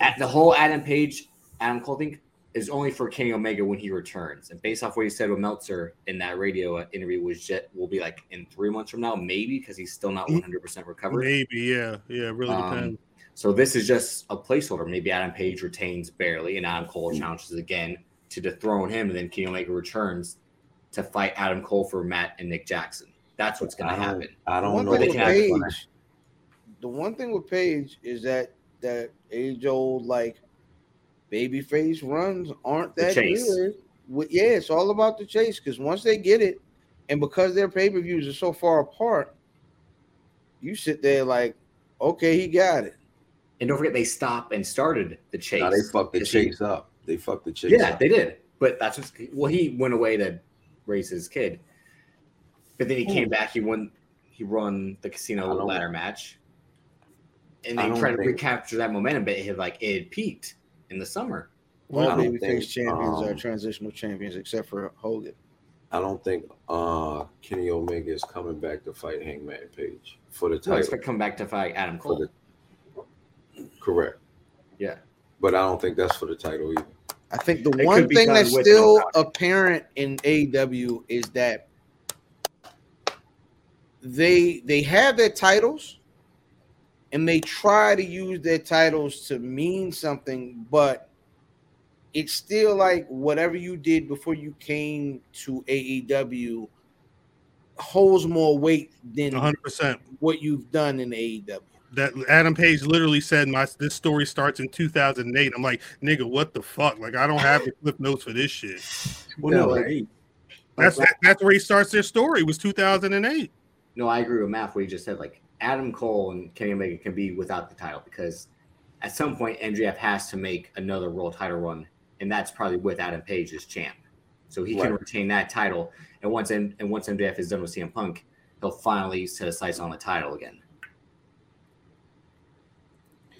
Speaker 5: at the whole Adam Page, Adam Cole thing is only for Kenny Omega when he returns. And based off what he said with Meltzer in that radio uh, interview, was jet will be like in three months from now, maybe because he's still not one hundred percent recovered.
Speaker 3: Maybe, yeah, yeah, it really
Speaker 5: Um,
Speaker 3: depends.
Speaker 5: So this is just a placeholder. Maybe Adam Page retains barely, and Adam Cole
Speaker 2: Hmm.
Speaker 5: challenges again to dethrone him, and then Kenny Omega returns to fight Adam Cole for Matt and Nick Jackson. That's what's going
Speaker 2: I
Speaker 5: to
Speaker 2: don't-
Speaker 5: happen.
Speaker 2: I don't
Speaker 1: One
Speaker 2: know.
Speaker 5: But
Speaker 1: thing with
Speaker 5: they can have this one.
Speaker 1: Paige, the one thing with Paige is that that age old like babyface runs aren't
Speaker 5: The
Speaker 1: that
Speaker 5: chase.
Speaker 1: good. With, yeah, it's all about the chase because once they get it, and because their pay per views are so far apart, you sit there like, okay, he got it.
Speaker 5: And don't forget, they stopped and started the chase.
Speaker 2: Nah, they fucked the
Speaker 5: this year.
Speaker 2: chase up. They fucked the chase
Speaker 5: Yeah,
Speaker 2: up.
Speaker 5: they did. But that's what's well, he went away to raise his kid, but then he came back. He won. He won the casino
Speaker 2: Hmm. I don't-
Speaker 5: ladder match. and
Speaker 2: I
Speaker 5: they
Speaker 2: don't
Speaker 5: try to
Speaker 2: think-
Speaker 5: recapture that momentum, but it had like it had peaked in the summer.
Speaker 1: All
Speaker 2: I don't
Speaker 1: babyface
Speaker 2: think,
Speaker 1: champions are
Speaker 2: um,
Speaker 1: transitional champions, except for Hogan.
Speaker 2: I don't think uh Kenny Omega is coming back to fight Hangman Page for the
Speaker 5: So I
Speaker 2: title.
Speaker 5: expect come back to fight Adam
Speaker 2: For
Speaker 5: Cole.
Speaker 2: the- correct.
Speaker 5: Yeah.
Speaker 2: But I don't think that's for the title either.
Speaker 1: I think the
Speaker 2: It
Speaker 1: one
Speaker 2: could be
Speaker 1: thing
Speaker 2: done
Speaker 1: that's
Speaker 2: with
Speaker 1: still
Speaker 2: no
Speaker 1: apparent in AEW is that they they have their titles and they try to use their titles to mean something, but it's still like whatever you did before you came to AEW holds more weight than
Speaker 3: 100%.
Speaker 1: what you've done in E AEW.
Speaker 3: That Adam Page literally said, "My this story starts in 2008." I'm like, "Nigga, what the fuck? Like, I don't have the clip notes for this shit."
Speaker 5: Well, no, like-
Speaker 3: that's
Speaker 5: like-
Speaker 3: that, that's where he starts their story. Was 2008.
Speaker 5: No, I agree with Matt. What he just said, like Adam Cole and Kenny Omega can be without the title because at some point MJF has to make another world title run, and that's probably with Adam Page as champ, so he can
Speaker 2: Right.
Speaker 5: retain that title. And once M- and once MJF is done with CM Punk, he'll finally set his sights on the title again.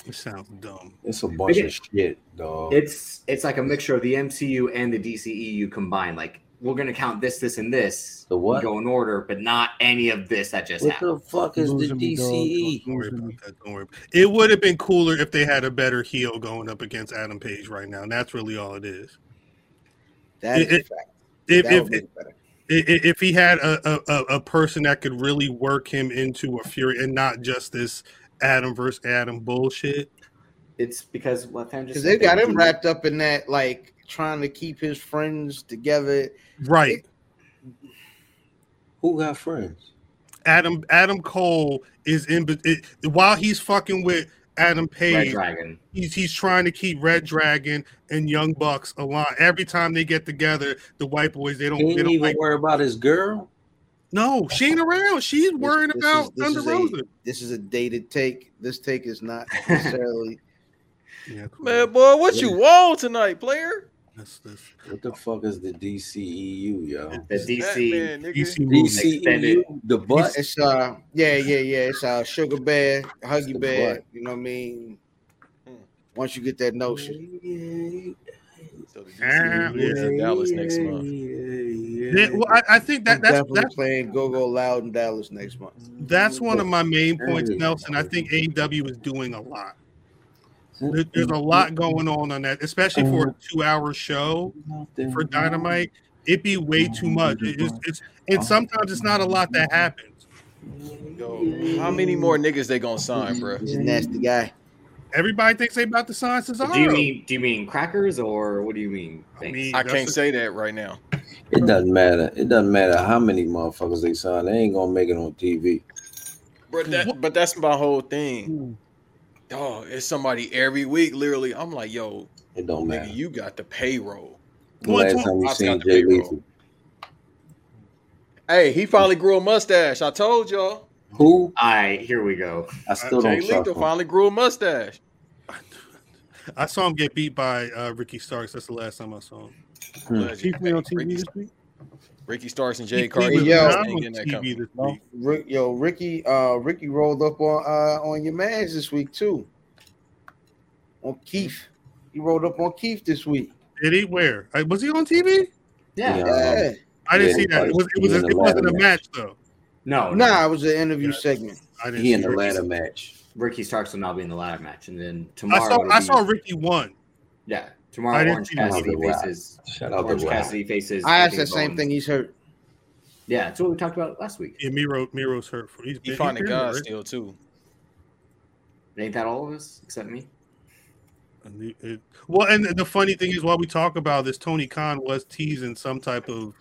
Speaker 3: It sounds dumb.
Speaker 2: It's a bunch
Speaker 5: Again,
Speaker 2: of shit, dog.
Speaker 5: It's it's like a mixture of the MCU and the DCEU combined. Like we're gonna count this, this, and this. The
Speaker 2: what?
Speaker 5: Go in order, but not any of this that just
Speaker 2: What the
Speaker 5: happened.
Speaker 2: fuck is the E? Losing me, dog. DCE?
Speaker 3: Don't worry about that. Don't worry. It would have been cooler if they had a better heel going up against Adam Page right now. And that's really all it is.
Speaker 1: That is
Speaker 3: It-
Speaker 1: a fact.
Speaker 3: If
Speaker 1: That would
Speaker 3: if,
Speaker 1: make
Speaker 3: if,
Speaker 1: it better.
Speaker 3: if if he had a, a- a, a person that could really work him into a fury and not just this Adam versus Adam bullshit.
Speaker 5: It's because what time just
Speaker 1: Because they
Speaker 5: said,
Speaker 1: got
Speaker 5: they
Speaker 1: him
Speaker 5: do-
Speaker 1: wrapped up in that, like trying to keep his friends together.
Speaker 3: Right.
Speaker 2: Who got friends?
Speaker 3: Adam Adam Cole is in bet- it, while he's fucking with Adam
Speaker 5: Red
Speaker 3: Page.
Speaker 5: Dragon.
Speaker 3: He's, he's trying to keep Red Dragon and Young Bucks aligned. Every time they get together, the white boys they don't
Speaker 2: He
Speaker 3: they
Speaker 2: didn't
Speaker 3: don't
Speaker 2: even
Speaker 3: like
Speaker 2: worry about his girl.
Speaker 3: No, she ain't around. She's worrying
Speaker 1: This
Speaker 3: about
Speaker 1: is- this
Speaker 3: Thunder
Speaker 1: is a-
Speaker 3: Rosa.
Speaker 1: This is a dated take. This take is not necessarily.
Speaker 3: Yeah,
Speaker 4: Man, boy, what you want tonight, player?
Speaker 3: that's this.
Speaker 2: What the fuck is the DCEU, yo?
Speaker 5: The DC
Speaker 4: Batman, nigga.
Speaker 3: DC movie.
Speaker 5: Extended.
Speaker 2: DCEU, the butt.
Speaker 1: it's uh, yeah, yeah, yeah. It's uh, sugar bear, huggy
Speaker 2: the
Speaker 1: bear.
Speaker 2: butt.
Speaker 1: You know what I mean? Once you get that
Speaker 2: Mm.
Speaker 1: notion,
Speaker 4: So the
Speaker 3: Ah,
Speaker 4: DCEU is in Dallas next month.
Speaker 3: Yeah, well, I, I think that
Speaker 1: I'm
Speaker 3: that's
Speaker 1: definitely
Speaker 3: that's
Speaker 1: playing Go Go Loud in Dallas next month.
Speaker 3: that's one of my main points,
Speaker 2: Hey.
Speaker 3: Nelson. I think AEW is doing a lot. There- There's a lot going on on that, especially for a two-hour show for Dynamite. It'd be way too much. It- It's, it's
Speaker 11: Oh.
Speaker 3: and sometimes it's not a lot that happens.
Speaker 4: Yo, how many more niggas they gonna sign, bro?
Speaker 1: He's
Speaker 3: Mm.
Speaker 1: a nasty guy.
Speaker 3: Everybody thinks they about the sign Cesaro.
Speaker 5: Do you mean do you mean crackers or what do you mean?
Speaker 3: I mean,
Speaker 4: I
Speaker 3: that's
Speaker 4: can't
Speaker 3: a-
Speaker 4: say that right now.
Speaker 2: It doesn't matter. It doesn't matter how many motherfuckers they sign. They ain't gonna make it on TV.
Speaker 4: But that, but that's my whole
Speaker 11: Mm.
Speaker 4: thing. Dog, it's somebody every week. Literally, I'm like, yo,
Speaker 2: It don't matter.
Speaker 4: nigga, you got the payroll.
Speaker 2: The
Speaker 3: Well,
Speaker 2: last
Speaker 3: it's-
Speaker 2: time you
Speaker 4: I've
Speaker 2: seen
Speaker 4: got the
Speaker 2: Jay
Speaker 4: payroll.
Speaker 2: Lethal,
Speaker 4: Hey, he finally grew a mustache. I told y'all.
Speaker 2: who
Speaker 5: All right, here we go.
Speaker 3: Uh,
Speaker 2: I still
Speaker 4: Jay
Speaker 2: don't trust
Speaker 4: Lethal
Speaker 2: him.
Speaker 4: finally grew a mustache.
Speaker 3: I saw him get beat by uh, Ricky Starks. That's the last time I saw him.
Speaker 2: Hmm.
Speaker 4: Legend.
Speaker 11: Keith Lee on TV
Speaker 4: Ricky,
Speaker 11: this week.
Speaker 4: Ricky Starks and Jay
Speaker 3: He
Speaker 4: Carter.
Speaker 3: was
Speaker 1: Yo.
Speaker 3: not
Speaker 4: Ain't
Speaker 3: on
Speaker 4: getting that
Speaker 3: TV
Speaker 4: company.
Speaker 3: this
Speaker 11: No.
Speaker 3: week.
Speaker 1: Rick, yo, Ricky, uh, Ricky rolled up on uh, on your man's this week too. On Keith, he rolled up on Keith this week.
Speaker 3: Did he? Where Uh, was he on TV?
Speaker 5: Yeah.
Speaker 3: Uh-huh.
Speaker 2: Yeah.
Speaker 1: Yeah,
Speaker 3: I didn't
Speaker 2: Yeah,
Speaker 3: see that. It was it was
Speaker 2: he
Speaker 3: a,
Speaker 2: in the
Speaker 3: it wasn't a
Speaker 2: ladder
Speaker 3: match though.
Speaker 4: Oh,
Speaker 5: No, no.
Speaker 1: nah, it was an interview segment.
Speaker 3: I didn't.
Speaker 2: He in
Speaker 3: see
Speaker 2: the
Speaker 3: it.
Speaker 2: ladder match.
Speaker 5: Ricky Starks will now be in the ladder match, and then
Speaker 3: I
Speaker 5: tomorrow.
Speaker 3: saw
Speaker 5: it'll
Speaker 3: I
Speaker 5: be-
Speaker 3: saw Ricky won.
Speaker 5: Yeah,
Speaker 3: I
Speaker 5: tomorrow
Speaker 3: didn't
Speaker 5: Orange
Speaker 3: see that.
Speaker 5: Cassidy
Speaker 2: Oh, the Rock.
Speaker 5: faces.
Speaker 2: Shout out to
Speaker 5: Orange
Speaker 2: Rock.
Speaker 5: Cassidy faces.
Speaker 1: I asked
Speaker 5: Anthony
Speaker 1: that same
Speaker 5: Bowens.
Speaker 1: thing. He's hurt.
Speaker 5: Yeah, that's what we talked about last week.
Speaker 3: Yeah, Miro Miro's hurt. For, he's
Speaker 4: He
Speaker 3: been-
Speaker 4: finding
Speaker 3: he's been
Speaker 4: God
Speaker 3: hurt.
Speaker 4: still too.
Speaker 5: Ain't that all of us except me?
Speaker 3: And he- it- well, and the funny thing is, while we talk about this, Tony Khan was teasing some type of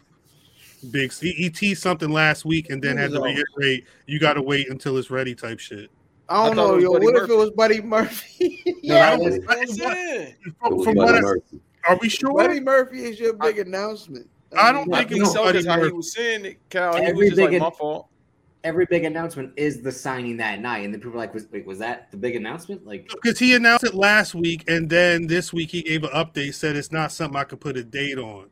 Speaker 3: big. He, he teased something last week, and then
Speaker 1: He
Speaker 3: had to
Speaker 1: was off.
Speaker 3: reiterate, "you got to wait until it's ready, type shit.
Speaker 1: I don't
Speaker 4: I thought
Speaker 1: know,
Speaker 4: it was
Speaker 1: yo.
Speaker 4: Buddy
Speaker 1: What if
Speaker 4: Murphy.
Speaker 1: it was Buddy Murphy?
Speaker 3: I
Speaker 1: yeah,
Speaker 3: don't-
Speaker 2: It
Speaker 3: I-
Speaker 4: That's
Speaker 3: what-
Speaker 4: it.
Speaker 3: From,
Speaker 2: was
Speaker 3: from
Speaker 2: Buddy
Speaker 3: what? I-
Speaker 2: Murphy.
Speaker 3: Are we sure?
Speaker 1: Buddy Murphy is your big announcement.
Speaker 3: I don't
Speaker 4: I
Speaker 3: think it
Speaker 4: think
Speaker 3: was
Speaker 4: so
Speaker 3: Buddy
Speaker 4: because how he
Speaker 3: Murphy.
Speaker 4: was saying it, Cal, he
Speaker 5: Every
Speaker 4: was just like,
Speaker 5: big-
Speaker 4: my fault.
Speaker 5: Every big announcement is the signing that night, and then people are like, was, "Wait, was that the big announcement?" Like,
Speaker 3: because he announced it last week, and then this week he gave an update, said it's not something I could put a date on.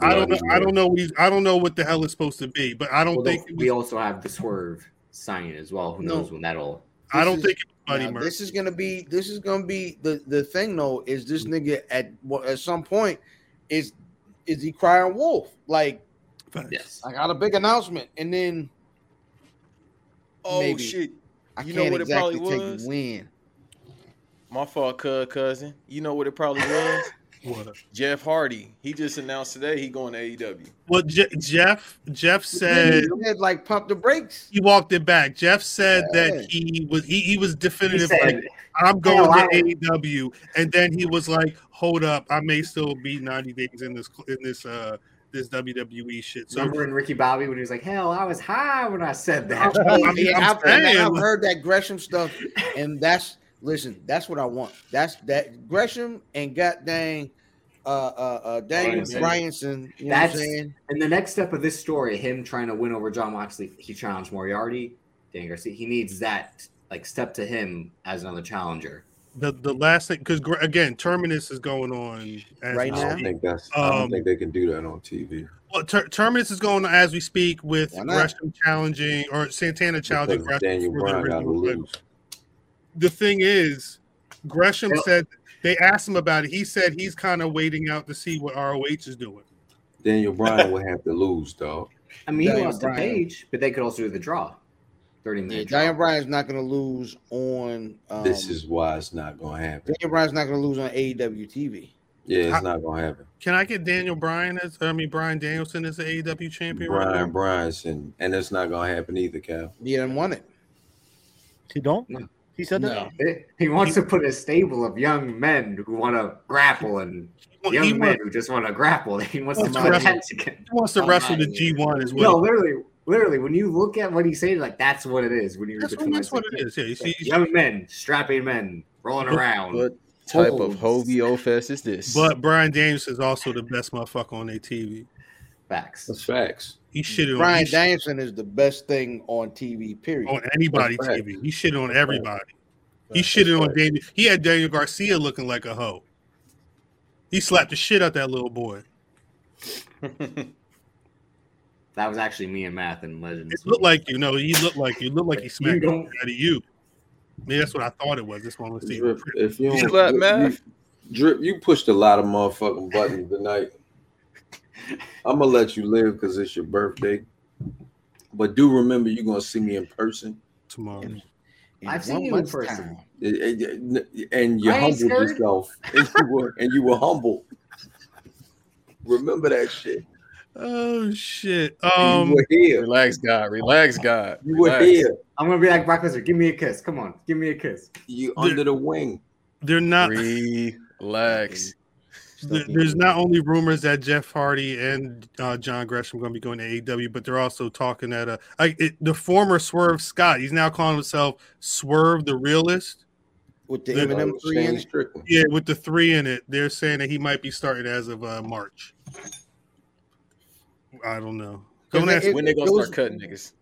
Speaker 3: I don't know. I don't know. What he's, I don't know what the hell it's supposed to be, but I don't
Speaker 5: although
Speaker 3: think it
Speaker 5: we
Speaker 3: was,
Speaker 5: also have the swerve signing as well. Who
Speaker 1: No.
Speaker 5: knows when that'll?
Speaker 3: I don't
Speaker 1: is-
Speaker 3: think anybody
Speaker 1: Now,
Speaker 3: murdered.
Speaker 1: this is gonna be this is gonna be the the thing though is this nigga at well, at some point is is he crying wolf like
Speaker 5: yes
Speaker 1: I got a big announcement and then
Speaker 4: Oh
Speaker 1: Maybe.
Speaker 4: shit!
Speaker 1: I
Speaker 4: You know
Speaker 1: can't
Speaker 4: what it
Speaker 1: exactly
Speaker 4: probably
Speaker 1: take
Speaker 4: was?
Speaker 1: when
Speaker 4: My fault, cuz cousin. You know what it probably was?
Speaker 3: What?
Speaker 4: Jeff Hardy. He just announced today he going to E AEW.
Speaker 3: Well, Je- Jeff Jeff said
Speaker 1: had like pump the brakes.
Speaker 3: He walked it back. Jeff said
Speaker 1: Yeah.
Speaker 3: that he was he, he was definitive.
Speaker 5: He said,
Speaker 3: like, I'm going
Speaker 5: "Hell, I-
Speaker 3: to AEW, and then he was like, "Hold up, I may still be 90 days in this cl- in this uh this WWE shit." So
Speaker 5: remember in ricky bobby when he was like hell i was high when i said that
Speaker 3: I mean,
Speaker 1: Yeah,
Speaker 3: I'm
Speaker 1: I've, and I've
Speaker 3: saying,
Speaker 1: heard that Gresham stuff, and that's listen, that's what I want. That's that Gresham and God dang, uh, uh, uh Daniel
Speaker 5: Bryanson.
Speaker 1: Bryanson. You know
Speaker 5: That's
Speaker 1: what I'm saying?
Speaker 5: and the next step of this story, him trying to win over John Moxley, he challenged Moriarty, Dan Garcia. He needs that like step to him as another challenger.
Speaker 3: the the last thing because again, Terminus is going on as
Speaker 1: Right
Speaker 3: we
Speaker 2: I
Speaker 1: now?
Speaker 2: don't
Speaker 3: speak.
Speaker 2: think that's. I don't
Speaker 3: Um,
Speaker 2: think they can do that on TV.
Speaker 3: Well, Ter- Terminus is going on as we speak with
Speaker 1: Why not?
Speaker 3: Gresham challenging or Santana challenging
Speaker 2: Because
Speaker 3: Gresham.
Speaker 2: Daniel
Speaker 3: for the
Speaker 2: Bryan got to
Speaker 3: original title.
Speaker 2: lose.
Speaker 3: the thing is, Gresham
Speaker 5: Well-
Speaker 3: said they asked him about it. He said he's kind of waiting out to see what ROH is doing.
Speaker 2: Daniel Bryan would have to lose, dog.
Speaker 5: I mean, he
Speaker 1: Daniel
Speaker 5: lost to
Speaker 1: Bryan.
Speaker 5: Page, but they could also do the draw, thirty
Speaker 1: Yeah,
Speaker 5: minute draw.
Speaker 1: Daniel Bryan's not gonna lose on um,
Speaker 2: This is why it's not gonna happen.
Speaker 1: Daniel Bryan's not gonna lose on E AEW TV.
Speaker 2: Yeah, it's not gonna happen.
Speaker 3: Can I get Daniel Bryan as I mean Brian Danielson as the AEW champion? right
Speaker 2: Brian
Speaker 3: now?
Speaker 2: Bryanson, and it's not gonna happen either, Cal.
Speaker 1: He didn't want it.
Speaker 11: He don't.
Speaker 5: No.
Speaker 11: He said that.
Speaker 1: No.
Speaker 5: He- He wants to put a stable of young men who want to grapple and
Speaker 3: Well,
Speaker 5: young
Speaker 3: he,
Speaker 5: men
Speaker 3: wants,
Speaker 5: who just want to grapple. He wants to
Speaker 3: Wants to
Speaker 5: buy
Speaker 3: wrestle.
Speaker 5: that again.
Speaker 3: he wants to
Speaker 1: I'm
Speaker 3: wrestle
Speaker 1: outta
Speaker 3: the G one as
Speaker 5: No,
Speaker 3: well.
Speaker 5: literally, literally, when you look at what he's saying, like that's what it is. When you read
Speaker 3: that's,
Speaker 5: between
Speaker 3: what, that's
Speaker 5: lines,
Speaker 3: what
Speaker 5: like,
Speaker 3: it is. Yeah, you see.
Speaker 5: like, young men, strapping men, rolling
Speaker 3: But-
Speaker 5: around.
Speaker 4: What type of
Speaker 5: Holes.
Speaker 4: Hovio Fest is this?
Speaker 3: But Brian Danielson is also the best motherfucker on their TV.
Speaker 5: Facts.
Speaker 2: That's facts.
Speaker 3: He shitted on, he
Speaker 1: Brian
Speaker 3: shit
Speaker 1: Danielson is the best thing on TV. Period.
Speaker 3: on anybody
Speaker 2: That's facts.
Speaker 3: TV. He shitted on everybody. He
Speaker 2: That's
Speaker 3: shitted on
Speaker 2: facts.
Speaker 3: Daniel. He had Daniel Garcia looking like a hoe. He slapped the shit out that little boy.
Speaker 5: That was actually me and math and legends.
Speaker 3: It looked like you. No, he looked like you. Looked like he
Speaker 5: you
Speaker 3: smacked
Speaker 5: don't.
Speaker 3: out of you. Maybe that's what I thought it was. This one was
Speaker 2: Drip, if you
Speaker 4: You
Speaker 2: don't,
Speaker 4: slap
Speaker 2: you-
Speaker 4: math?
Speaker 2: you- drip, you pushed a lot of motherfucking buttons tonight. I'm gonna let you live because it's your birthday, but do remember you're gonna see me in person, Eh,
Speaker 3: tomorrow.
Speaker 1: In
Speaker 5: I've
Speaker 1: one
Speaker 5: seen you in
Speaker 1: month's
Speaker 5: person.
Speaker 1: time.
Speaker 2: It- it- it- and you
Speaker 5: I
Speaker 2: humbled
Speaker 5: ain't scared.
Speaker 2: yourself, and you were and you were humble. Remember that shit.
Speaker 3: Oh shit.
Speaker 2: you
Speaker 3: Um
Speaker 2: were here.
Speaker 4: relax, God. Relax, God.
Speaker 2: You were
Speaker 4: Relax.
Speaker 2: here.
Speaker 5: I'm gonna be like Brock Lesnar. Give me a kiss. Come on, give me a kiss.
Speaker 2: You under the wing.
Speaker 3: they're not
Speaker 4: Relax.
Speaker 3: there- there's not only rumors that Jeff Hardy and uh, John Gresham going to be going to AEW, but they're also talking that uh, I, it, the former Swerve Scott, he's now calling himself Swerve the Realist.
Speaker 1: with the
Speaker 3: Look,
Speaker 1: Eminem three in
Speaker 2: Shane
Speaker 1: it.
Speaker 2: Strickland.
Speaker 3: Yeah, with the three in it, they're saying that he might be starting as of uh, March. I don't know. Don't
Speaker 1: Is
Speaker 3: ask.
Speaker 1: it-
Speaker 4: When they gonna
Speaker 1: Those-
Speaker 4: start cutting niggas?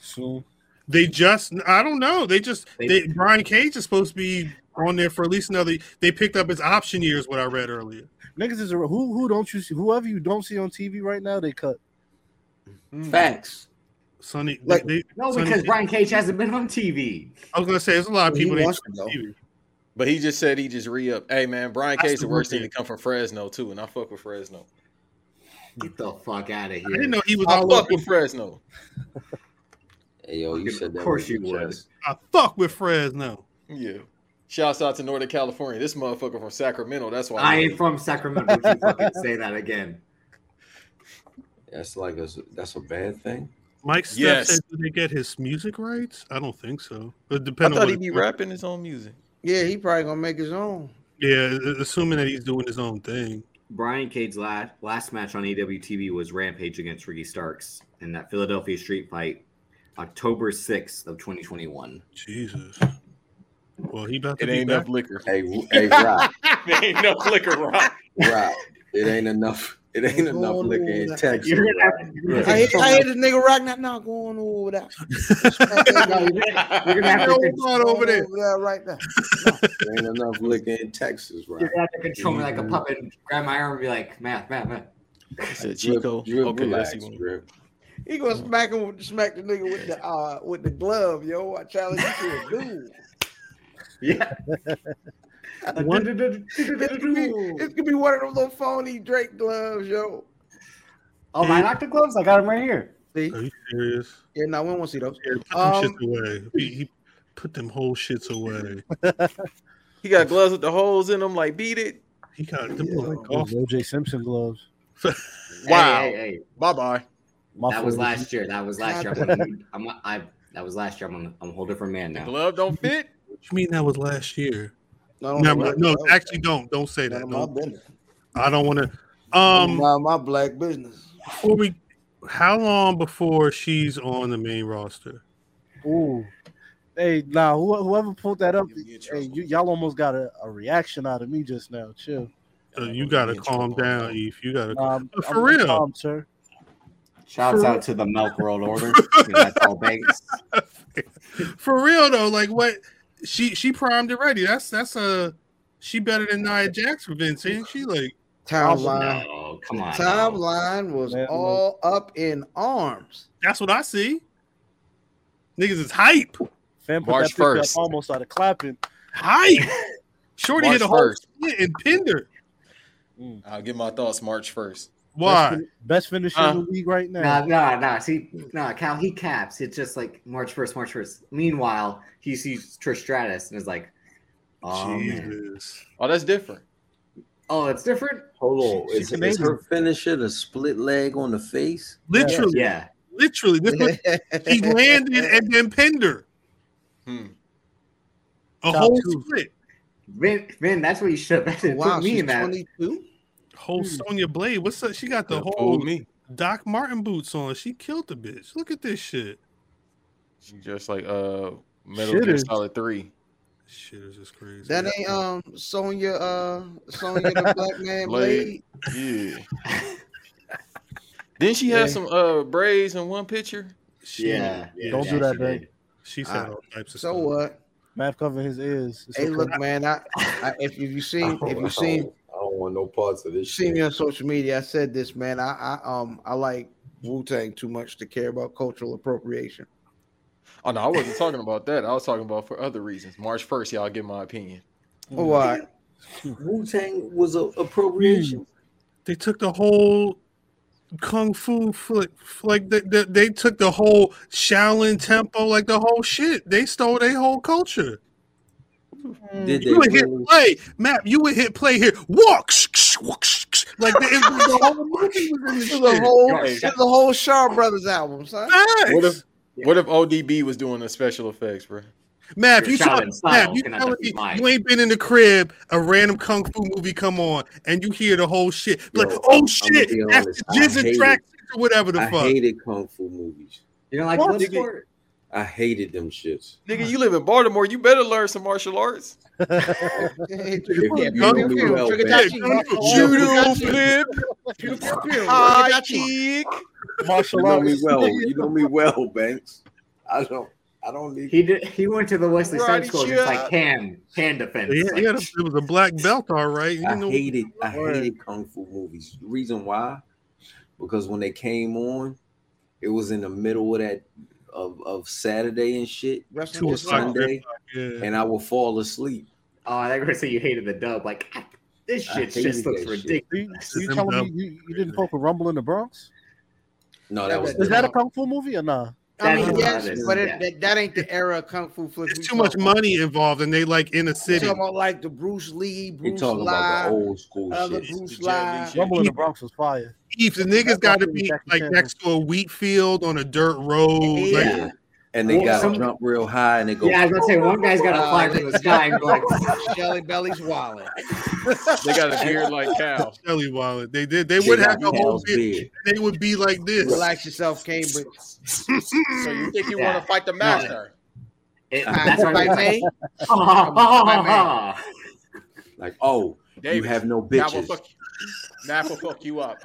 Speaker 11: Soon.
Speaker 3: They just, I don't know. They just,
Speaker 5: They-
Speaker 3: they, Brian Cage is supposed to be on there for at least another. They picked up his option years, what I read earlier.
Speaker 11: Niggas is a, who who don't you see whoever you don't see on TV right now they cut.
Speaker 2: Facts.
Speaker 3: Sonny,
Speaker 1: Like-
Speaker 3: they,
Speaker 5: No,
Speaker 3: Sonny-
Speaker 5: because Brian Cage hasn't been on TV.
Speaker 3: I was going to say, there's a lot of
Speaker 1: Well, he
Speaker 3: people that
Speaker 1: wants to go.
Speaker 3: TV.
Speaker 4: But he just said he just re up. Hey man, Brian
Speaker 3: That's
Speaker 4: Cage the
Speaker 3: the
Speaker 4: worst thing to
Speaker 3: rookie.
Speaker 4: come from Fresno too, and I fuck with Fresno.
Speaker 5: Get the fuck out of
Speaker 3: I didn't
Speaker 5: here.
Speaker 3: know he was
Speaker 4: I
Speaker 3: all
Speaker 4: fuck
Speaker 3: over.
Speaker 4: with Fresno.
Speaker 2: Hey, yo, you
Speaker 5: Fucking-
Speaker 2: said that.
Speaker 5: of course
Speaker 2: with
Speaker 5: you
Speaker 2: your
Speaker 5: would.
Speaker 2: chest.
Speaker 3: I fuck with Fresno.
Speaker 4: Yeah. Shouts out to Northern California. This motherfucker from Sacramento. That's why
Speaker 5: I ain't from Sacramento. Don't you fucking say that again.
Speaker 2: That's like a that's a bad thing.
Speaker 3: Mike Steph
Speaker 4: Yes.
Speaker 3: said, did they get his music rights? I don't think so. It
Speaker 4: I
Speaker 3: depends on what
Speaker 4: thought he'd be
Speaker 3: it's-
Speaker 4: rapping his own music.
Speaker 1: Yeah, he probably gonna make his own.
Speaker 3: Yeah, a- assuming that he's doing his own thing.
Speaker 5: Brian Cage's last last match on AWTV was Rampage against Ricky Starks in that Philadelphia Street Fight, October sixth of 2021.
Speaker 3: Jesus. Well, he about to
Speaker 4: It
Speaker 3: be
Speaker 4: ain't
Speaker 3: back.
Speaker 4: enough liquor.
Speaker 2: Hey, w- hey, Rob,
Speaker 4: It ain't enough liquor, Rob.
Speaker 2: Rob, it ain't enough. It ain't enough liquor in Texas.
Speaker 5: You're gonna
Speaker 2: Rob.
Speaker 5: have to, you're gonna
Speaker 1: I hit,
Speaker 5: have to,
Speaker 1: I hit this nigga rock not now going over that.
Speaker 5: No, you're gonna- you're gonna have to
Speaker 3: Hold on over there.
Speaker 1: Over there right now.
Speaker 2: It ain't enough liquor in Texas, Rob.
Speaker 5: You're gonna have to control me like a puppet and grab my arm and be like, math, math, math.
Speaker 4: He said,
Speaker 2: Drip,
Speaker 4: Chico.
Speaker 2: drip,
Speaker 4: okay,
Speaker 2: relax,
Speaker 4: that's you.
Speaker 2: drip.
Speaker 1: He gonna smack him with smack the nigga with the uh with the glove, yo. I challenge you to a duel.
Speaker 5: Yeah.
Speaker 1: One- It's gonna be- it's gonna be one of those little phony Drake gloves, yo.
Speaker 5: Oh, my knocked the gloves? I got them right here.
Speaker 1: See?
Speaker 3: Are you serious?
Speaker 1: Yeah, no, we don't want to see those.
Speaker 3: Yeah, put them
Speaker 1: Um,
Speaker 3: shits away. He, he put them whole shits away.
Speaker 4: He got gloves with the holes in them. Like beat it.
Speaker 3: He got them look like golf.
Speaker 11: OJ Simpson gloves.
Speaker 4: Wow.
Speaker 5: Hey, hey, hey.
Speaker 4: Bye bye.
Speaker 11: My
Speaker 5: That was
Speaker 11: fault.
Speaker 5: last year. That was last year. I'm, on- I'm, I, that was last year. I'm, on- I'm a whole different man now.
Speaker 4: Glove don't fit.
Speaker 3: What you mean that was last year?
Speaker 1: No,
Speaker 4: Oh,
Speaker 3: No,
Speaker 1: no,
Speaker 3: no,
Speaker 1: no,
Speaker 3: actually, don't. Don't say
Speaker 1: none
Speaker 3: that.
Speaker 1: of my
Speaker 3: Don't.
Speaker 1: business.
Speaker 3: I don't want to. Um,
Speaker 1: None of my black business.
Speaker 3: before we, how long before she's on the main roster?
Speaker 11: Ooh. Hey, now nah, who- whoever pulled that up,
Speaker 4: You'll be in
Speaker 11: hey,
Speaker 4: trouble.
Speaker 11: you, y'all almost got a, a reaction out of me just now. Chill.
Speaker 3: So you gotta
Speaker 4: Yeah,
Speaker 3: calm
Speaker 4: trouble.
Speaker 3: down, Eve. You gotta.
Speaker 11: Um,
Speaker 3: But Uh, for real.
Speaker 11: calm, sir.
Speaker 5: Shouts out to the Milk World Order. You know, that's all Banks.
Speaker 3: For real though, like what? She she primed already. That's that's a. She better than Nia Jax for Vince, ain't she? Like
Speaker 1: Timeline.
Speaker 5: No, Oh, come on. no.
Speaker 1: Timeline was
Speaker 11: Man,
Speaker 1: all up in arms.
Speaker 3: that's what I see. Niggas is hype,
Speaker 11: Fam put
Speaker 4: March
Speaker 11: that picture up,
Speaker 4: 1st.
Speaker 11: almost started clapping.
Speaker 3: hype. Shorty
Speaker 4: March
Speaker 3: hit a whole
Speaker 4: 1st.
Speaker 3: split and pinned her.
Speaker 4: I'll get my thoughts March first.
Speaker 3: Why?
Speaker 11: Best, fin- best finisher in the league right
Speaker 5: Nah,
Speaker 11: now.
Speaker 5: nah, nah. See, nah, Cal, he caps. It's just like March 1st, March 1st. Meanwhile, he sees Trish Stratus and is like, oh, man.
Speaker 3: Jesus.
Speaker 4: Oh, that's different.
Speaker 5: Oh, it's different?
Speaker 2: Hold on.
Speaker 11: She-
Speaker 2: Is,
Speaker 11: she
Speaker 2: is
Speaker 11: Canadian.
Speaker 2: her finisher the split leg on the face?
Speaker 3: Literally,
Speaker 5: Yeah.
Speaker 3: literally. This was, he landed and then pinned her.
Speaker 4: Hmm.
Speaker 3: A
Speaker 11: Top
Speaker 3: whole
Speaker 11: two.
Speaker 3: split.
Speaker 5: Vin, Vin, that's what you should have been.
Speaker 1: wow,
Speaker 5: Put me
Speaker 1: she's
Speaker 5: in that.
Speaker 1: 22.
Speaker 3: Whole Sonya Blade. What's up? She got the
Speaker 4: Could've
Speaker 3: whole
Speaker 4: fooled me.
Speaker 3: Doc Martin boots on. She killed the bitch. Look at this shit.
Speaker 4: She Just like uh, Metal
Speaker 11: Shit
Speaker 4: Gear
Speaker 11: is-
Speaker 4: Solid Three.
Speaker 3: Shit is just crazy.
Speaker 1: That ain't um Sonya uh Sonya the black man blade.
Speaker 4: Blade. Yeah. Didn't she have
Speaker 1: Yeah.
Speaker 4: some uh braids in one picture?
Speaker 3: She,
Speaker 5: Yeah. yeah,
Speaker 11: Don't
Speaker 5: yeah,
Speaker 11: do that,
Speaker 5: she did.
Speaker 3: She said
Speaker 5: Uh,
Speaker 3: all types of
Speaker 1: So
Speaker 3: stuff.
Speaker 1: what?
Speaker 11: Math covering his ears. It's
Speaker 1: Hey,
Speaker 11: okay.
Speaker 1: look, man. I, I if, if you seen if you seen
Speaker 2: I don't want no parts of
Speaker 1: you
Speaker 2: Oh, this
Speaker 1: see
Speaker 2: shit.
Speaker 1: me on social media, I said this, man. I, I um I like Wu Tang too much to care about cultural appropriation.
Speaker 4: Oh no, I wasn't talking about that. I was talking about for other reasons. March first, y'all get my opinion.
Speaker 1: Oh, all right.
Speaker 2: Wu Tang was a
Speaker 11: Hmm.
Speaker 2: appropriation.
Speaker 3: They took the whole kung fu flick, like they, they, they took the whole Shaolin tempo, like the whole shit. They stole their whole culture.
Speaker 2: Did they
Speaker 3: You would hit
Speaker 2: really?
Speaker 3: play, Matt. You would hit play here. Walk, walk, like the, it was the whole movie was in this
Speaker 1: This is the
Speaker 3: shit.
Speaker 1: whole
Speaker 5: Yo,
Speaker 1: this is
Speaker 5: shut-
Speaker 1: the whole Shaw Brothers album, son.
Speaker 3: Facts.
Speaker 4: What if
Speaker 5: Yeah.
Speaker 4: what if ODB was doing the special effects, bro?
Speaker 3: Matt, if
Speaker 5: Your
Speaker 3: you
Speaker 5: shot
Speaker 3: tell,
Speaker 5: and style
Speaker 3: Matt, if you,
Speaker 5: cannot
Speaker 3: telling me
Speaker 5: defeat mine.
Speaker 3: you ain't been in the crib, a random kung fu movie come on, and you hear the whole shit. Be
Speaker 2: Yo,
Speaker 3: like, oh
Speaker 2: I'm- I'm
Speaker 3: shit,
Speaker 2: gonna be
Speaker 3: that's
Speaker 2: honest,
Speaker 3: the
Speaker 2: I
Speaker 3: jizz and
Speaker 2: hate
Speaker 3: track or whatever the
Speaker 2: I
Speaker 3: fuck.
Speaker 2: hated kung fu movies.
Speaker 5: You know, like,
Speaker 3: What?
Speaker 5: what sport?
Speaker 2: I hated them shits.
Speaker 4: Nigga, you live in Baltimore. You better learn some martial arts.
Speaker 1: If
Speaker 2: If you
Speaker 3: kung
Speaker 2: don't
Speaker 3: fu,
Speaker 2: do well,
Speaker 1: Trick
Speaker 2: back,
Speaker 1: attack.
Speaker 4: Judo flip, high
Speaker 2: you
Speaker 4: kick.
Speaker 11: martial
Speaker 2: know me
Speaker 11: arts.
Speaker 2: well. You know me well, Banks. I don't. I don't need.
Speaker 5: He did. He went to the Wesley
Speaker 4: Karate
Speaker 5: Snipes school. and It's like
Speaker 4: chop.
Speaker 5: hand, hand defense.
Speaker 3: Yeah,
Speaker 5: Like,
Speaker 3: yeah, it was a black belt, all right. You
Speaker 2: I
Speaker 3: know,
Speaker 2: hated I
Speaker 11: Word.
Speaker 2: hated kung fu movies. Reason why? Because when they came on, it was in the middle of that of, of Saturday and shit,
Speaker 1: Wrestling
Speaker 3: Two
Speaker 1: just
Speaker 3: o'clock.
Speaker 1: wrong.
Speaker 2: Sunday,
Speaker 3: yeah.
Speaker 2: and I would fall asleep.
Speaker 5: Oh, I were gonna say you hated the dub. Like this
Speaker 2: I
Speaker 5: shit
Speaker 2: hated
Speaker 5: just looks
Speaker 2: that shit.
Speaker 5: ridiculous.
Speaker 11: You, you
Speaker 3: Them
Speaker 11: telling me
Speaker 3: dumb-
Speaker 11: you, you didn't fuck with Rumble in the Bronx?
Speaker 2: No,
Speaker 1: Yeah,
Speaker 2: that was
Speaker 1: but-
Speaker 11: Is
Speaker 2: the-
Speaker 11: that a kung fu movie or nah?
Speaker 1: I
Speaker 5: That's
Speaker 1: mean,
Speaker 5: what
Speaker 1: yes,
Speaker 5: it is,
Speaker 1: but it,
Speaker 5: yeah.
Speaker 1: that, that ain't the era of kung fu flicks. we
Speaker 3: There's too much
Speaker 1: talking
Speaker 3: money involved, and they like in the
Speaker 1: about. We
Speaker 3: city.
Speaker 1: talking about like the Bruce Lee,
Speaker 2: you
Speaker 1: Bruce
Speaker 2: talking about
Speaker 1: Lie,
Speaker 2: the old school
Speaker 1: other
Speaker 2: shit.
Speaker 1: Bruce
Speaker 4: The Jet Li
Speaker 1: Lie.
Speaker 4: shit.
Speaker 11: Rumble in the
Speaker 3: Yeah.
Speaker 11: Bronx was fire.
Speaker 3: If the niggas
Speaker 11: That's
Speaker 3: got to
Speaker 11: all
Speaker 3: be
Speaker 11: Jackie
Speaker 3: like
Speaker 11: Chan
Speaker 3: next to a wheat field on a dirt road,
Speaker 1: Yeah.
Speaker 3: like
Speaker 2: Yeah. And they
Speaker 5: Well,
Speaker 2: got to
Speaker 5: some-
Speaker 2: jump real high and they go,
Speaker 5: Yeah, I was gonna say one guy's got to
Speaker 1: Uh,
Speaker 5: fly from the sky and go like,
Speaker 1: Shelly Belly's wallet.
Speaker 4: They got a beard like cow.
Speaker 3: Shelly Wallet. They did. They
Speaker 2: They
Speaker 3: would
Speaker 2: got
Speaker 3: have the whole
Speaker 2: Cal's
Speaker 3: bit.
Speaker 2: beard.
Speaker 3: They would be like this.
Speaker 1: Relax yourself, Cambridge.
Speaker 4: So you think you
Speaker 5: Yeah.
Speaker 4: want to fight the master?
Speaker 5: it,
Speaker 2: I-
Speaker 5: that's what
Speaker 1: If I
Speaker 5: I
Speaker 1: may,
Speaker 5: mean.
Speaker 2: like, oh, you
Speaker 4: David,
Speaker 2: have no
Speaker 4: Nap will
Speaker 2: bitches.
Speaker 4: fuck you. Nap will fuck you up.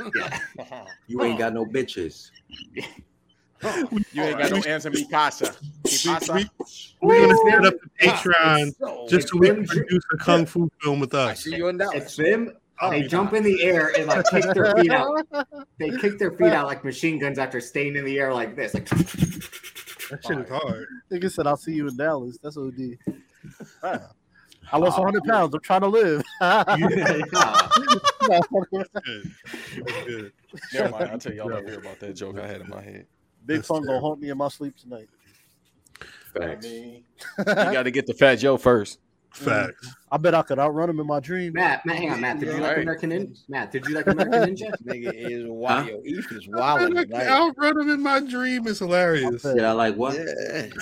Speaker 2: You ain't got no bitches.
Speaker 4: You ain't got no answer, Mikasa. Mikasa.
Speaker 3: We're gonna
Speaker 5: Woo!
Speaker 3: set up the Patreon
Speaker 1: so,
Speaker 3: just so we
Speaker 5: Them
Speaker 3: can
Speaker 5: ju-
Speaker 3: produce a kung fu film with
Speaker 1: I
Speaker 3: us.
Speaker 1: see you in Dallas.
Speaker 5: It's them.
Speaker 3: Oh,
Speaker 5: They
Speaker 3: yeah.
Speaker 5: jump in the air and like kick their feet out. They kick their feet out like machine guns after staying in the air like this. Like
Speaker 11: That shit is hard. Nigga said, "I'll see you in Dallas." That's what he did. Wow. I lost
Speaker 5: Oh,
Speaker 11: 100 pounds. I'm trying to live.
Speaker 5: uh,
Speaker 4: Never mind. I'll tell y'all later about that joke I had in my head.
Speaker 11: Big Pun gonna haunt me in my sleep tonight.
Speaker 4: I mean, you got to get the Fat Joe first.
Speaker 3: Facts.
Speaker 11: I bet I could outrun him in my dream.
Speaker 5: Matt, Matt, hang on, Matt. Did you like
Speaker 11: Alright.
Speaker 5: American Ninja? Matt, did you like American Ninja?
Speaker 1: Nigga is
Speaker 5: wild.
Speaker 1: Yo, is
Speaker 3: I'll run him in my dream. It's hilarious.
Speaker 1: Did
Speaker 2: I like what?
Speaker 1: Yeah.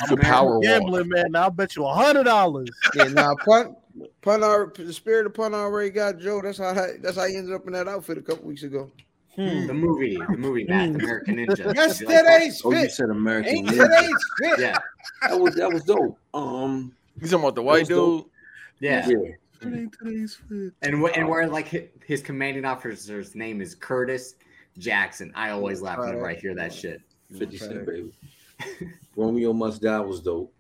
Speaker 4: The power walk.
Speaker 11: Gambling, man. I'll bet you hundred dollars.
Speaker 1: Yeah, now pun pun al- the spirit of pun already got Joe. That's how that's how he ended up in that outfit a couple weeks ago.
Speaker 11: Hmm.
Speaker 3: Hmm.
Speaker 5: The movie, the movie, Matt, American Ninja.
Speaker 1: Yes,
Speaker 5: Did you like that?
Speaker 1: today's
Speaker 2: Oh, you
Speaker 1: fit.
Speaker 2: said American
Speaker 1: Ain't
Speaker 2: Ninja.
Speaker 1: today's fit.
Speaker 5: Yeah,
Speaker 2: That was that was dope. Um,
Speaker 4: You talking about the white
Speaker 2: That was
Speaker 4: dude?
Speaker 5: yeah.
Speaker 2: yeah.
Speaker 5: And wh- and where like hi- his commanding officer's name is Curtis Jackson. I always laugh whenever I hear that shit.
Speaker 2: 50 Cent, baby. Romeo Must Die was dope.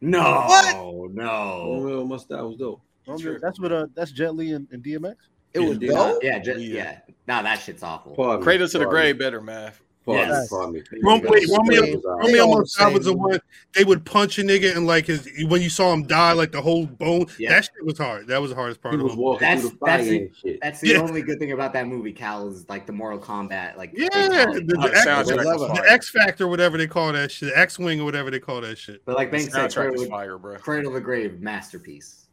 Speaker 5: No,
Speaker 1: What?
Speaker 3: Oh.
Speaker 5: no.
Speaker 2: Romeo Must Die was dope.
Speaker 11: Romeo- That's what. Uh, that's Jet Li and, and DMX.
Speaker 1: It was
Speaker 2: Yeah.
Speaker 1: dope.
Speaker 5: Yeah, just, yeah. No, that shit's awful.
Speaker 2: Pardon me,
Speaker 4: Cradle to the
Speaker 2: pardon
Speaker 4: grave,
Speaker 2: me,
Speaker 4: better math.
Speaker 2: Pardon, me,
Speaker 5: Yes.
Speaker 2: pardon me.
Speaker 3: Rom- wait, Romeo,
Speaker 1: They
Speaker 3: Romeo
Speaker 1: all the
Speaker 3: Must Die was the
Speaker 1: same.
Speaker 3: one they would punch a nigga and like his when you saw him die, like the whole bone.
Speaker 5: Yeah.
Speaker 3: That shit was hard. That was the hardest part
Speaker 2: He
Speaker 3: of
Speaker 2: was
Speaker 3: the whole.
Speaker 2: walking
Speaker 5: That's-
Speaker 2: through the fire
Speaker 5: that's it.
Speaker 2: and shit.
Speaker 5: That's the
Speaker 3: Yeah.
Speaker 5: only good thing about that movie, Cal, is like the Mortal Kombat. Like,
Speaker 3: Yeah,
Speaker 5: fatality.
Speaker 3: the,
Speaker 4: Oh,
Speaker 3: the
Speaker 4: the
Speaker 3: X,
Speaker 4: soundtrack
Speaker 1: was
Speaker 3: the
Speaker 1: fire.
Speaker 3: X Factor, whatever they call that shit, X Wing or whatever they call that shit.
Speaker 5: but like
Speaker 4: The
Speaker 5: Banks said,
Speaker 4: soundtrack is
Speaker 5: Cradle,
Speaker 4: fire, bro.
Speaker 5: Cradle of the Grave, masterpiece.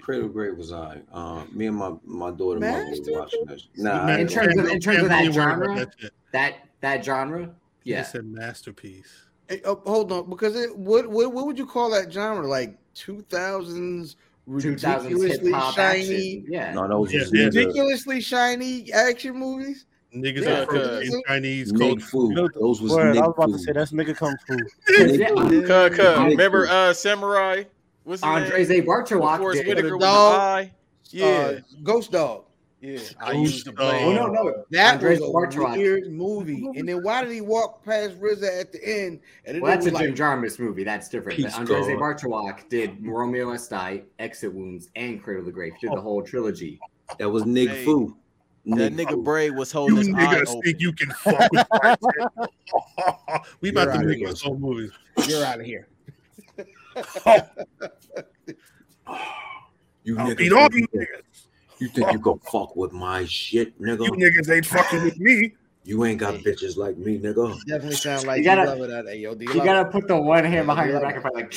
Speaker 2: Cradle of the Grave was I. Uh, me and my my daughter mother was
Speaker 1: Master?
Speaker 2: watching that. Shit. Nah, I
Speaker 3: Man,
Speaker 5: In
Speaker 2: ain't
Speaker 5: terms of- in terms of that
Speaker 3: Can't believe I heard
Speaker 5: genre,
Speaker 3: shit.
Speaker 5: That that genre,
Speaker 3: They
Speaker 5: yeah.
Speaker 3: said masterpiece.
Speaker 1: Hey, oh, hold on, because it what, what what would you call that genre? Like two thousands,
Speaker 5: 2000s hip
Speaker 1: ridiculously
Speaker 5: hop
Speaker 1: shiny,
Speaker 5: action. Yeah.
Speaker 2: no, that was
Speaker 3: Yeah,
Speaker 2: just uh,
Speaker 3: yeah.
Speaker 2: nigga,
Speaker 1: ridiculously shiny action movies.
Speaker 3: Niggas
Speaker 4: Yeah,
Speaker 3: are
Speaker 4: cuz-
Speaker 3: in Chinese
Speaker 2: nigga
Speaker 3: culture.
Speaker 2: food. Those was
Speaker 11: Word, I
Speaker 2: nigga
Speaker 11: was about
Speaker 2: food.
Speaker 11: to say that's nigga kung fu.
Speaker 5: Yeah.
Speaker 4: Cuz, cuz,
Speaker 2: Nigga
Speaker 4: remember
Speaker 2: food.
Speaker 4: uh, Samurai? What's his
Speaker 5: Andres
Speaker 4: name?
Speaker 5: A. Bartowak.
Speaker 4: Forrest
Speaker 5: did-
Speaker 4: Whitaker with the
Speaker 1: dog.
Speaker 4: eye. Yeah,
Speaker 1: Uh, Ghost Dog.
Speaker 4: yeah.
Speaker 3: I used to play-
Speaker 5: Oh no, no.
Speaker 1: That
Speaker 5: Andres
Speaker 1: was a
Speaker 5: Bartowak.
Speaker 1: weird movie. And then why did he walk past RZA at the end? And it
Speaker 5: Well, that's a
Speaker 1: was
Speaker 5: Jim
Speaker 1: like,
Speaker 5: Jarmusch movie. That's different.
Speaker 2: Peace
Speaker 5: But Andres A.
Speaker 2: God.
Speaker 5: Bartowak did Romeo Must Die, Exit Wounds, and Cradle of the Grave. He Did the whole trilogy.
Speaker 2: That was nigga
Speaker 4: Hey,
Speaker 2: food.
Speaker 4: That
Speaker 2: Nigga
Speaker 4: nigga
Speaker 2: food.
Speaker 4: Bray was
Speaker 3: You
Speaker 4: holding his eye
Speaker 3: niggas
Speaker 4: open.
Speaker 3: think you can fuck with my tech? We
Speaker 2: You're
Speaker 3: about
Speaker 2: out
Speaker 3: to
Speaker 2: of
Speaker 3: make
Speaker 2: here.
Speaker 3: this whole movie.
Speaker 1: you're out of here.
Speaker 2: You
Speaker 3: I'll
Speaker 2: nigga
Speaker 3: beat all
Speaker 2: food.
Speaker 3: you niggas.
Speaker 2: You think you gon' fuck with my shit, nigga?
Speaker 3: You
Speaker 2: You,
Speaker 3: niggas ain't fucking with me.
Speaker 2: ain't got bitches like me, nigga.
Speaker 1: Definitely sound like
Speaker 5: You
Speaker 1: you,
Speaker 5: gotta-
Speaker 1: love it out there. Yo, do you,
Speaker 5: You
Speaker 1: love
Speaker 5: gotta put the one hand behind
Speaker 1: Yeah,
Speaker 5: your
Speaker 1: yeah.
Speaker 5: back and fight like.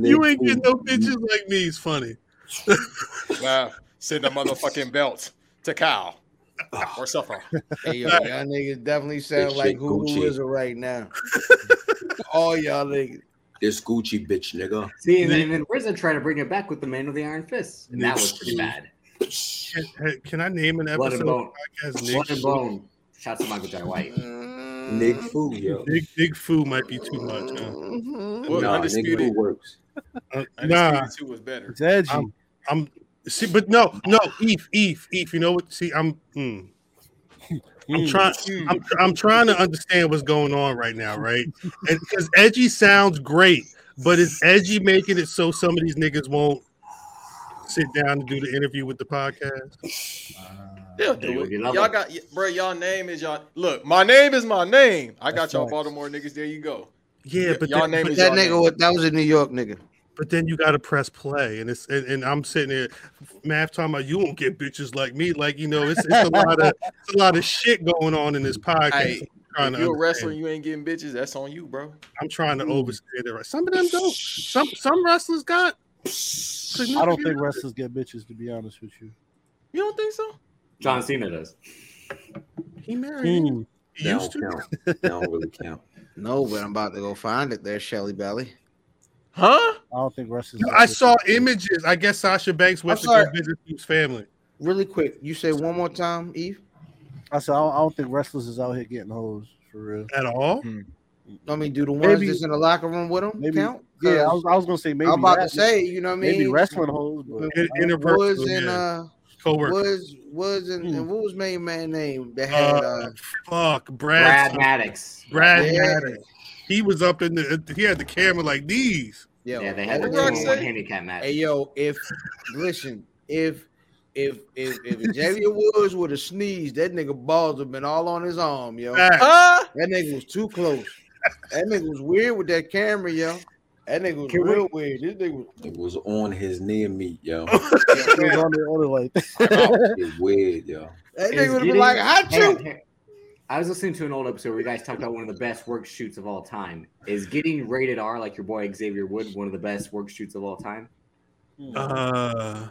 Speaker 3: You ain't
Speaker 2: get
Speaker 3: get no bitches like me. It's funny.
Speaker 4: Wow. Send a motherfucking belt to Kyle or suffer.
Speaker 1: it? Hey, yo, y'all niggas definitely sound
Speaker 2: shit
Speaker 1: like who
Speaker 2: Gucci.
Speaker 1: is it right now. all y'all niggas.
Speaker 2: This Gucci bitch, nigga.
Speaker 5: See, and then, and then RZA tried to bring it back with the Man with the Iron Fist, and that was pretty bad.
Speaker 3: Can, hey, can I name an
Speaker 5: Blood and
Speaker 3: episode
Speaker 5: Bone.
Speaker 3: of the podcast?
Speaker 5: Blood and
Speaker 3: Nigga,
Speaker 5: Bone. Shout to Michael J. White.
Speaker 1: Mm-hmm. Mm.
Speaker 2: Nigga food, yo.
Speaker 3: Big Big Foo might be too much. Huh?
Speaker 1: Mm-hmm.
Speaker 4: Well,
Speaker 2: nah, nigga
Speaker 4: undisputed.
Speaker 2: food works.
Speaker 3: Uh, nah,
Speaker 4: Undisputed two was better.
Speaker 11: It's edgy.
Speaker 3: I'm- I'm. See, but no, no, Eve, Eve, Eve. You know what? See, I'm. Mm,
Speaker 11: Hmm.
Speaker 5: Mm.
Speaker 3: I'm trying.
Speaker 4: Hmm.
Speaker 3: I'm, tr- I'm trying to understand what's going on right now, right? And because edgy sounds great, but is edgy making it so some of these niggas won't sit down and do the interview with the podcast?
Speaker 4: They'll
Speaker 5: They
Speaker 4: do
Speaker 5: will
Speaker 4: it.
Speaker 5: be loving
Speaker 4: Y'all
Speaker 5: it.
Speaker 4: got, bro. Y'all name is y'all. Look, my name is my name. I got
Speaker 11: That's
Speaker 4: y'all
Speaker 11: facts.
Speaker 4: Baltimore niggas. There you go.
Speaker 3: Yeah, but
Speaker 4: y'all
Speaker 3: then,
Speaker 4: name
Speaker 3: but,
Speaker 4: is
Speaker 3: then-
Speaker 1: That nigga, was, that was a New York nigga.
Speaker 3: but then you got to press play, and it's and, and I'm sitting here, math talking about you won't get bitches like me, like you know, it's, it's a lot of it's a lot of shit going on in this podcast.
Speaker 4: Hey,
Speaker 3: I'm trying
Speaker 4: If
Speaker 3: to
Speaker 4: you a
Speaker 3: understand.
Speaker 4: wrestler, and you ain't getting bitches. That's on you, bro.
Speaker 3: I'm trying to overstate it. Right. Some of them don't. Some some wrestlers got.
Speaker 11: I don't think wrestlers get bitches. To be honest with you,
Speaker 4: You don't think so?
Speaker 5: John Cena does.
Speaker 3: he married. He
Speaker 2: They don't
Speaker 3: used to.
Speaker 2: count. They don't really count.
Speaker 1: No, but I'm about to go find it there, Shelly Belly.
Speaker 4: Huh?
Speaker 11: I don't think wrestlers.
Speaker 3: No,
Speaker 11: get
Speaker 3: I
Speaker 11: bitches.
Speaker 3: saw images. I guess Sasha Banks went
Speaker 1: I'm
Speaker 3: to go
Speaker 1: sorry.
Speaker 3: visit Duke's family.
Speaker 1: Really quick, you say one more time, Eve?
Speaker 11: I said I don't, I don't think wrestlers is out here getting hoes for real.
Speaker 3: At all?
Speaker 1: I mean, do the ones
Speaker 11: Maybe-
Speaker 1: that's in the locker room with him
Speaker 11: Maybe.
Speaker 1: count?
Speaker 11: Yeah, I
Speaker 1: 'Cause
Speaker 11: was, I was gonna say maybe.
Speaker 1: I'm about to
Speaker 11: that-
Speaker 1: say, you know what I mean?
Speaker 11: maybe wrestling hoes, but
Speaker 3: In,
Speaker 1: Mm-hmm. Woods
Speaker 3: interpersonal,
Speaker 1: and
Speaker 3: yeah.
Speaker 1: uh,
Speaker 3: coworker.
Speaker 1: Woods, Woods and,
Speaker 11: Hmm.
Speaker 1: and what was main man name that
Speaker 3: Uh,
Speaker 1: had uh,
Speaker 3: Fuck, Brad.
Speaker 5: Brad
Speaker 3: Brad,
Speaker 5: Maddox.
Speaker 1: yeah,
Speaker 3: had it. He was up in the. uh, He had the camera like these.
Speaker 1: yo,
Speaker 5: Yeah, they had the
Speaker 1: Eddie
Speaker 4: Rock
Speaker 5: two on one
Speaker 1: Roxanne.
Speaker 4: said-
Speaker 5: handicap match.
Speaker 1: Hey yo, if listen, if If if if Xavier Woods would have sneezed, that nigga balls have been all on his arm, yo.
Speaker 3: Facts.
Speaker 1: That nigga was too close. That nigga was weird with that camera, yo. That nigga was
Speaker 2: Can we-
Speaker 1: real weird. This nigga was
Speaker 2: It was on his near meat, yo.
Speaker 11: was on there, on there like
Speaker 2: it's weird, yo.
Speaker 1: That
Speaker 5: Is
Speaker 1: nigga would have been
Speaker 5: getting-
Speaker 1: like, "Hot
Speaker 5: hang on,
Speaker 1: you."
Speaker 5: hang- I was listening to an old episode where you guys talked about one of the best work shoots of all time. Is getting rated R like your boy Xavier Wood one of the best work shoots of all time?
Speaker 3: Uh,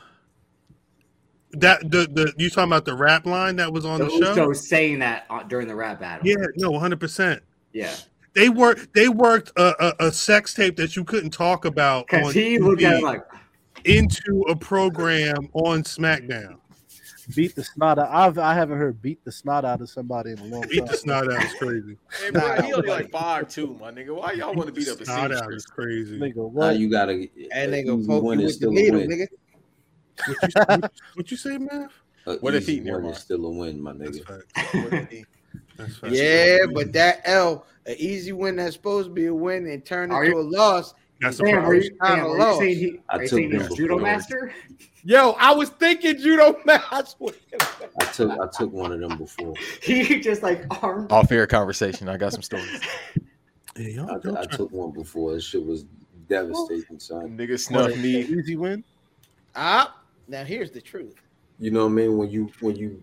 Speaker 3: that the the you talking about the rap line that was on
Speaker 5: So
Speaker 3: the show?
Speaker 5: Usos saying that uh, during the rap battle.
Speaker 3: Yeah, no, one hundred percent.
Speaker 5: Yeah.
Speaker 3: They worked. They worked a, a, a sex tape that you couldn't talk about
Speaker 5: Because he looked at it like,
Speaker 3: into a program on SmackDown.
Speaker 11: beat the snot out. I've I haven't heard beat the snot out of somebody in a long
Speaker 3: Beat
Speaker 11: time.
Speaker 3: the snot out is crazy.
Speaker 4: Hey, bro, he only like five two, my nigga. Why y'all want to beat up the
Speaker 3: Snot out is
Speaker 4: seamstress?
Speaker 3: crazy.
Speaker 11: Nigga,
Speaker 2: Now
Speaker 11: what?
Speaker 2: you gotta.
Speaker 1: That
Speaker 2: an
Speaker 1: nigga
Speaker 2: easy
Speaker 1: poke
Speaker 2: win
Speaker 1: you
Speaker 2: is
Speaker 1: with the
Speaker 2: still
Speaker 1: needle,
Speaker 2: a win.
Speaker 1: nigga.
Speaker 3: What you, what you say, man?
Speaker 2: A
Speaker 4: What if
Speaker 2: easy
Speaker 4: he- never
Speaker 2: win
Speaker 4: mind.
Speaker 2: is still a win, my
Speaker 3: That's
Speaker 2: nigga.
Speaker 3: fact. That's fact.
Speaker 1: Yeah, but that L, an easy win that's supposed to be a win and turned
Speaker 5: Are
Speaker 1: into a loss.
Speaker 3: that's a
Speaker 5: damn,
Speaker 3: problem.
Speaker 5: are you,
Speaker 1: I
Speaker 5: damn, are you
Speaker 1: lost.
Speaker 5: saying, he,
Speaker 2: I
Speaker 5: are you
Speaker 2: took
Speaker 5: saying he's
Speaker 2: them
Speaker 5: judo
Speaker 2: before.
Speaker 5: master?
Speaker 1: Yo, I was thinking judo man. I swear.
Speaker 2: I took I took one of them before.
Speaker 5: He just like arm.
Speaker 4: Off air conversation. I got some stories.
Speaker 3: Yeah, y'all-
Speaker 2: I,
Speaker 3: y'all trying
Speaker 2: I
Speaker 3: to
Speaker 2: took one before. This shit was devastating, son.
Speaker 4: Nigga snuff me.
Speaker 11: Easy win.
Speaker 1: Ah, now here's the truth.
Speaker 2: You know what I mean? When you when you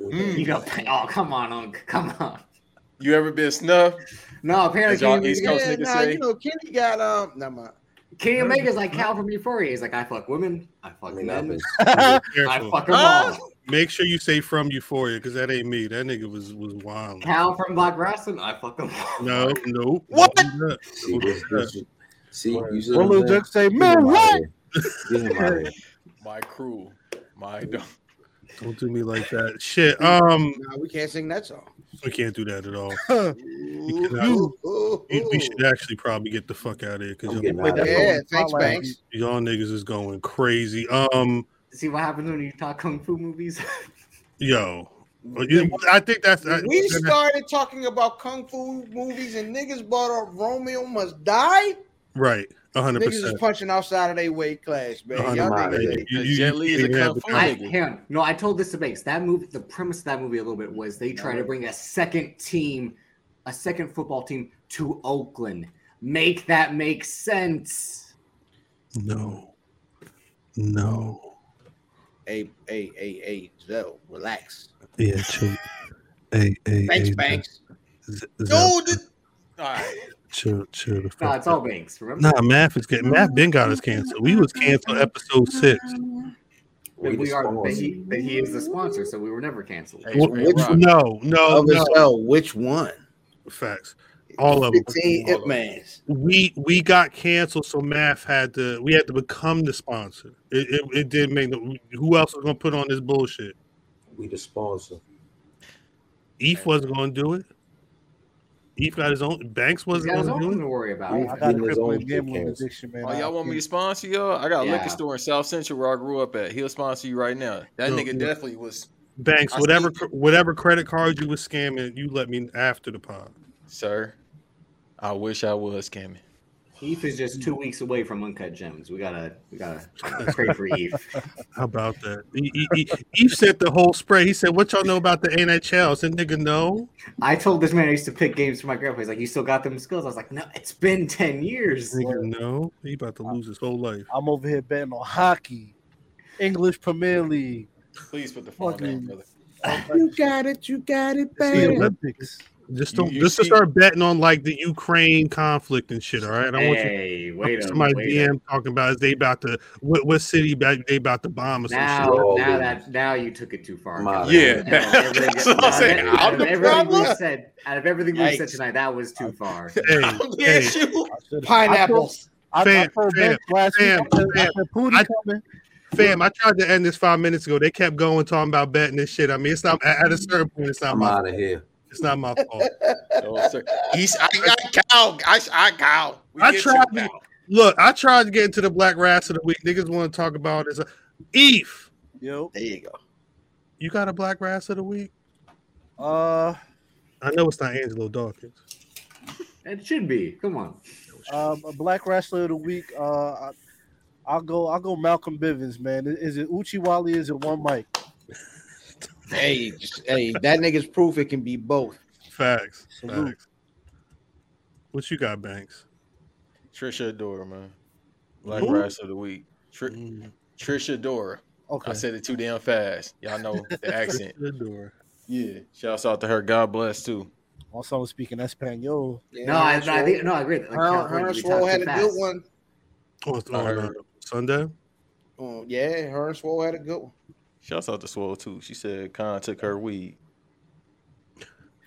Speaker 1: Mm.
Speaker 5: You go, oh, come on, Unc. Come on.
Speaker 4: You ever been snuffed?
Speaker 5: No, apparently
Speaker 4: As y'all
Speaker 5: Kenny,
Speaker 4: East Coast
Speaker 1: Yeah,
Speaker 4: nigga
Speaker 1: nah,
Speaker 4: say-
Speaker 1: you know, Kenny got um. Nah, my,
Speaker 5: Kenny Omega's like Cal from Euphoria. He's like, I fuck women. I
Speaker 2: I
Speaker 5: fuck
Speaker 2: mean, I've
Speaker 5: men.
Speaker 2: been
Speaker 3: be
Speaker 5: I
Speaker 3: careful.
Speaker 5: fuck them
Speaker 4: Ah!
Speaker 5: all.
Speaker 3: Make sure you say from Euphoria because that ain't me. That nigga was was wild.
Speaker 5: Cal from Black Wrestling. I fuck them all.
Speaker 3: No, no.
Speaker 1: What?
Speaker 2: see this. this see you see what
Speaker 11: One
Speaker 2: I'm
Speaker 11: little
Speaker 2: saying?
Speaker 11: jerk say,
Speaker 2: Get
Speaker 11: man,
Speaker 2: him out of
Speaker 11: what?
Speaker 2: here. Get him out of here.
Speaker 4: My crew. My dog.
Speaker 3: Don't do me like that. Shit. Um,
Speaker 1: nah, we can't sing that song.
Speaker 3: we can't do that at all.
Speaker 1: Ooh,
Speaker 3: cannot-
Speaker 1: ooh, uh, ooh,
Speaker 3: We, we should
Speaker 1: ooh.
Speaker 3: actually probably get the fuck out of here because
Speaker 2: I'm
Speaker 3: y'all,
Speaker 2: getting out of here.
Speaker 1: Yeah,
Speaker 11: That's
Speaker 1: thanks,
Speaker 11: all I-
Speaker 1: Banks.
Speaker 3: y'all niggas is going crazy. Um,
Speaker 5: See what happens when you talk kung fu movies?
Speaker 3: yo, You- I think that's I-
Speaker 1: We started talking about kung fu movies and niggas bought up Romeo Must Die.
Speaker 3: right. One hundred
Speaker 1: Niggas is
Speaker 3: percent.
Speaker 1: punching outside of their weight class, man. Y'all
Speaker 2: Nah,
Speaker 1: niggas ain't-
Speaker 4: Jet Li is a kung fu
Speaker 5: I,
Speaker 4: nigga.
Speaker 5: hang on. No, I told this to Banks. That movie, the premise of that movie a little bit was they try to bring a second team, a second football team to Oakland. Make that make sense.
Speaker 3: No, no.
Speaker 1: Hey, hey, hey, hey, Zell, relax.
Speaker 3: Yeah, chill. Hey, hey,
Speaker 1: Thanks,
Speaker 3: hey,
Speaker 1: Banks.
Speaker 3: Z-
Speaker 1: Dude,
Speaker 4: All right.
Speaker 3: chill, chill. the
Speaker 5: No,
Speaker 3: fuck
Speaker 5: it's all Banks. Remember,
Speaker 3: Nah, math is getting math. Ben got us canceled. We was canceled episode six.
Speaker 5: But we
Speaker 2: just
Speaker 5: are.
Speaker 2: paused.
Speaker 5: But he, but he is the sponsor, so we were never canceled.
Speaker 4: Hey,
Speaker 3: Wh-
Speaker 4: man,
Speaker 3: which-
Speaker 4: Rob,
Speaker 3: no, no,
Speaker 1: of
Speaker 3: no.
Speaker 1: Zell, which one?
Speaker 3: Facts. All of them.
Speaker 1: 15
Speaker 4: All of
Speaker 1: Ip
Speaker 4: them.
Speaker 1: Mans.
Speaker 3: We we got canceled, so math had to. We had to become the sponsor. It it, it did make no. Who else was gonna put on this bullshit?
Speaker 2: We the sponsor.
Speaker 3: Eve wasn't gonna do it. Eve got his own. Banks
Speaker 5: He's
Speaker 3: wasn't
Speaker 5: got his
Speaker 3: gonna
Speaker 5: own
Speaker 3: do
Speaker 5: thing
Speaker 3: it.
Speaker 5: to worry about.
Speaker 11: I,
Speaker 2: We've
Speaker 11: I got a
Speaker 2: been his own
Speaker 11: crippling gambling
Speaker 2: kickers.
Speaker 11: addiction, man.
Speaker 4: Oh, y'all want me to
Speaker 11: to
Speaker 4: sponsor y'all? I got a
Speaker 5: Yeah.
Speaker 4: liquor store in South Central where I grew up at. He'll sponsor you right now. That
Speaker 3: No,
Speaker 4: nigga
Speaker 3: no.
Speaker 4: definitely was
Speaker 3: Banks,
Speaker 4: I
Speaker 3: whatever
Speaker 4: see.
Speaker 3: whatever credit card you was scamming, you let me after the pod.
Speaker 4: Sir, I wish I was scamming.
Speaker 5: Eve is just two weeks away from Uncut Gems. We gotta, we gotta pray for Eve.
Speaker 3: How about that? He, he, he, Eve sent the whole spray. He said, "What y'all know about the NHL?" I said, "Nigga, no."
Speaker 5: I told this man I used to pick games for my grandpa. He's like, "You still got them skills?" I was like, "No, it's been ten years."
Speaker 3: Nigga, no. He about
Speaker 5: Uh,
Speaker 3: to lose his whole life.
Speaker 11: I'm over here betting on hockey, English Premier League,
Speaker 4: Please put the phone down,
Speaker 11: Fucking-
Speaker 4: brother.
Speaker 1: You got it. You got it,
Speaker 11: it's the
Speaker 3: Damn.
Speaker 1: babe.
Speaker 11: Olympics.
Speaker 3: Just
Speaker 4: You-
Speaker 3: don't.
Speaker 4: you
Speaker 3: just to
Speaker 4: see-
Speaker 3: start betting on like the Ukraine conflict and shit. All right, I want you.
Speaker 5: Hey, wait a
Speaker 3: somebody
Speaker 5: wait
Speaker 3: DM
Speaker 5: a-
Speaker 3: talking about is they about to what what city ba- they about to bomb us?
Speaker 5: Now,
Speaker 2: We're all
Speaker 5: now
Speaker 2: losers.
Speaker 5: that now you took it too far.
Speaker 2: I'm outta
Speaker 4: Yeah,
Speaker 2: here.
Speaker 4: that's what I'm saying.
Speaker 5: Out
Speaker 4: I'm
Speaker 5: of
Speaker 4: the
Speaker 5: everything we
Speaker 4: problem.
Speaker 5: said, out of everything we said
Speaker 1: Yikes.
Speaker 5: tonight, that was too far.
Speaker 3: Hey,
Speaker 4: I'm the
Speaker 3: hey,
Speaker 4: issue.
Speaker 11: I should've-
Speaker 1: Pineapples.
Speaker 11: I, told- I, I
Speaker 3: Fam,
Speaker 11: told
Speaker 3: fam,
Speaker 11: Vince last
Speaker 3: fam,
Speaker 11: week. I said- I
Speaker 3: fam.
Speaker 11: said, Pooty
Speaker 3: I-
Speaker 11: coming.
Speaker 3: fam, I tried to end this five minutes ago. They kept going talking about betting this shit. I mean, it's not at at a certain point. It's not
Speaker 2: I'm
Speaker 3: my.
Speaker 2: out of here.
Speaker 3: It's not my fault.
Speaker 4: No, sir. He's, I got cow. I, I cow. We
Speaker 3: I
Speaker 4: get
Speaker 3: tried
Speaker 4: you,
Speaker 3: to-
Speaker 4: cow.
Speaker 3: Look, I tried to get into the black rats of the week. Niggas want to talk about is Eve.
Speaker 11: Yo,
Speaker 1: There you go.
Speaker 3: You got a black rats of the week?
Speaker 11: uh,
Speaker 3: I know it's not Angelo Dawkins.
Speaker 5: It should be. Come on.
Speaker 11: um, a black wrestler of the week. Uh, I, I'll go. I'll go. Malcolm Bivens, man. Is it Uchi Wally? Is it one Mike?
Speaker 1: Hey, hey, that nigga's proof it can be both.
Speaker 3: Facts.
Speaker 1: Salute.
Speaker 3: Facts. What you got, Banks?
Speaker 4: Trisha Adora, man. Black
Speaker 3: Who?
Speaker 4: Rash of the Week. Tri- Trisha Adora.
Speaker 11: Okay.
Speaker 4: I said it too damn fast. Y'all know the accent.
Speaker 3: Adora.
Speaker 4: Yeah. Shouts out to her. God bless too.
Speaker 11: Also, I'm speaking Espanol.
Speaker 5: No, I- I think- no, I agree. Like,
Speaker 1: Her,
Speaker 5: California, we
Speaker 1: Swole
Speaker 5: talked
Speaker 1: had a
Speaker 5: too
Speaker 1: good
Speaker 5: fast.
Speaker 1: one.
Speaker 3: On, on, uh, Sunday.
Speaker 1: Oh, yeah, her and Swole had a good one.
Speaker 4: Shouts out to Swole too. She said Khan took her weed.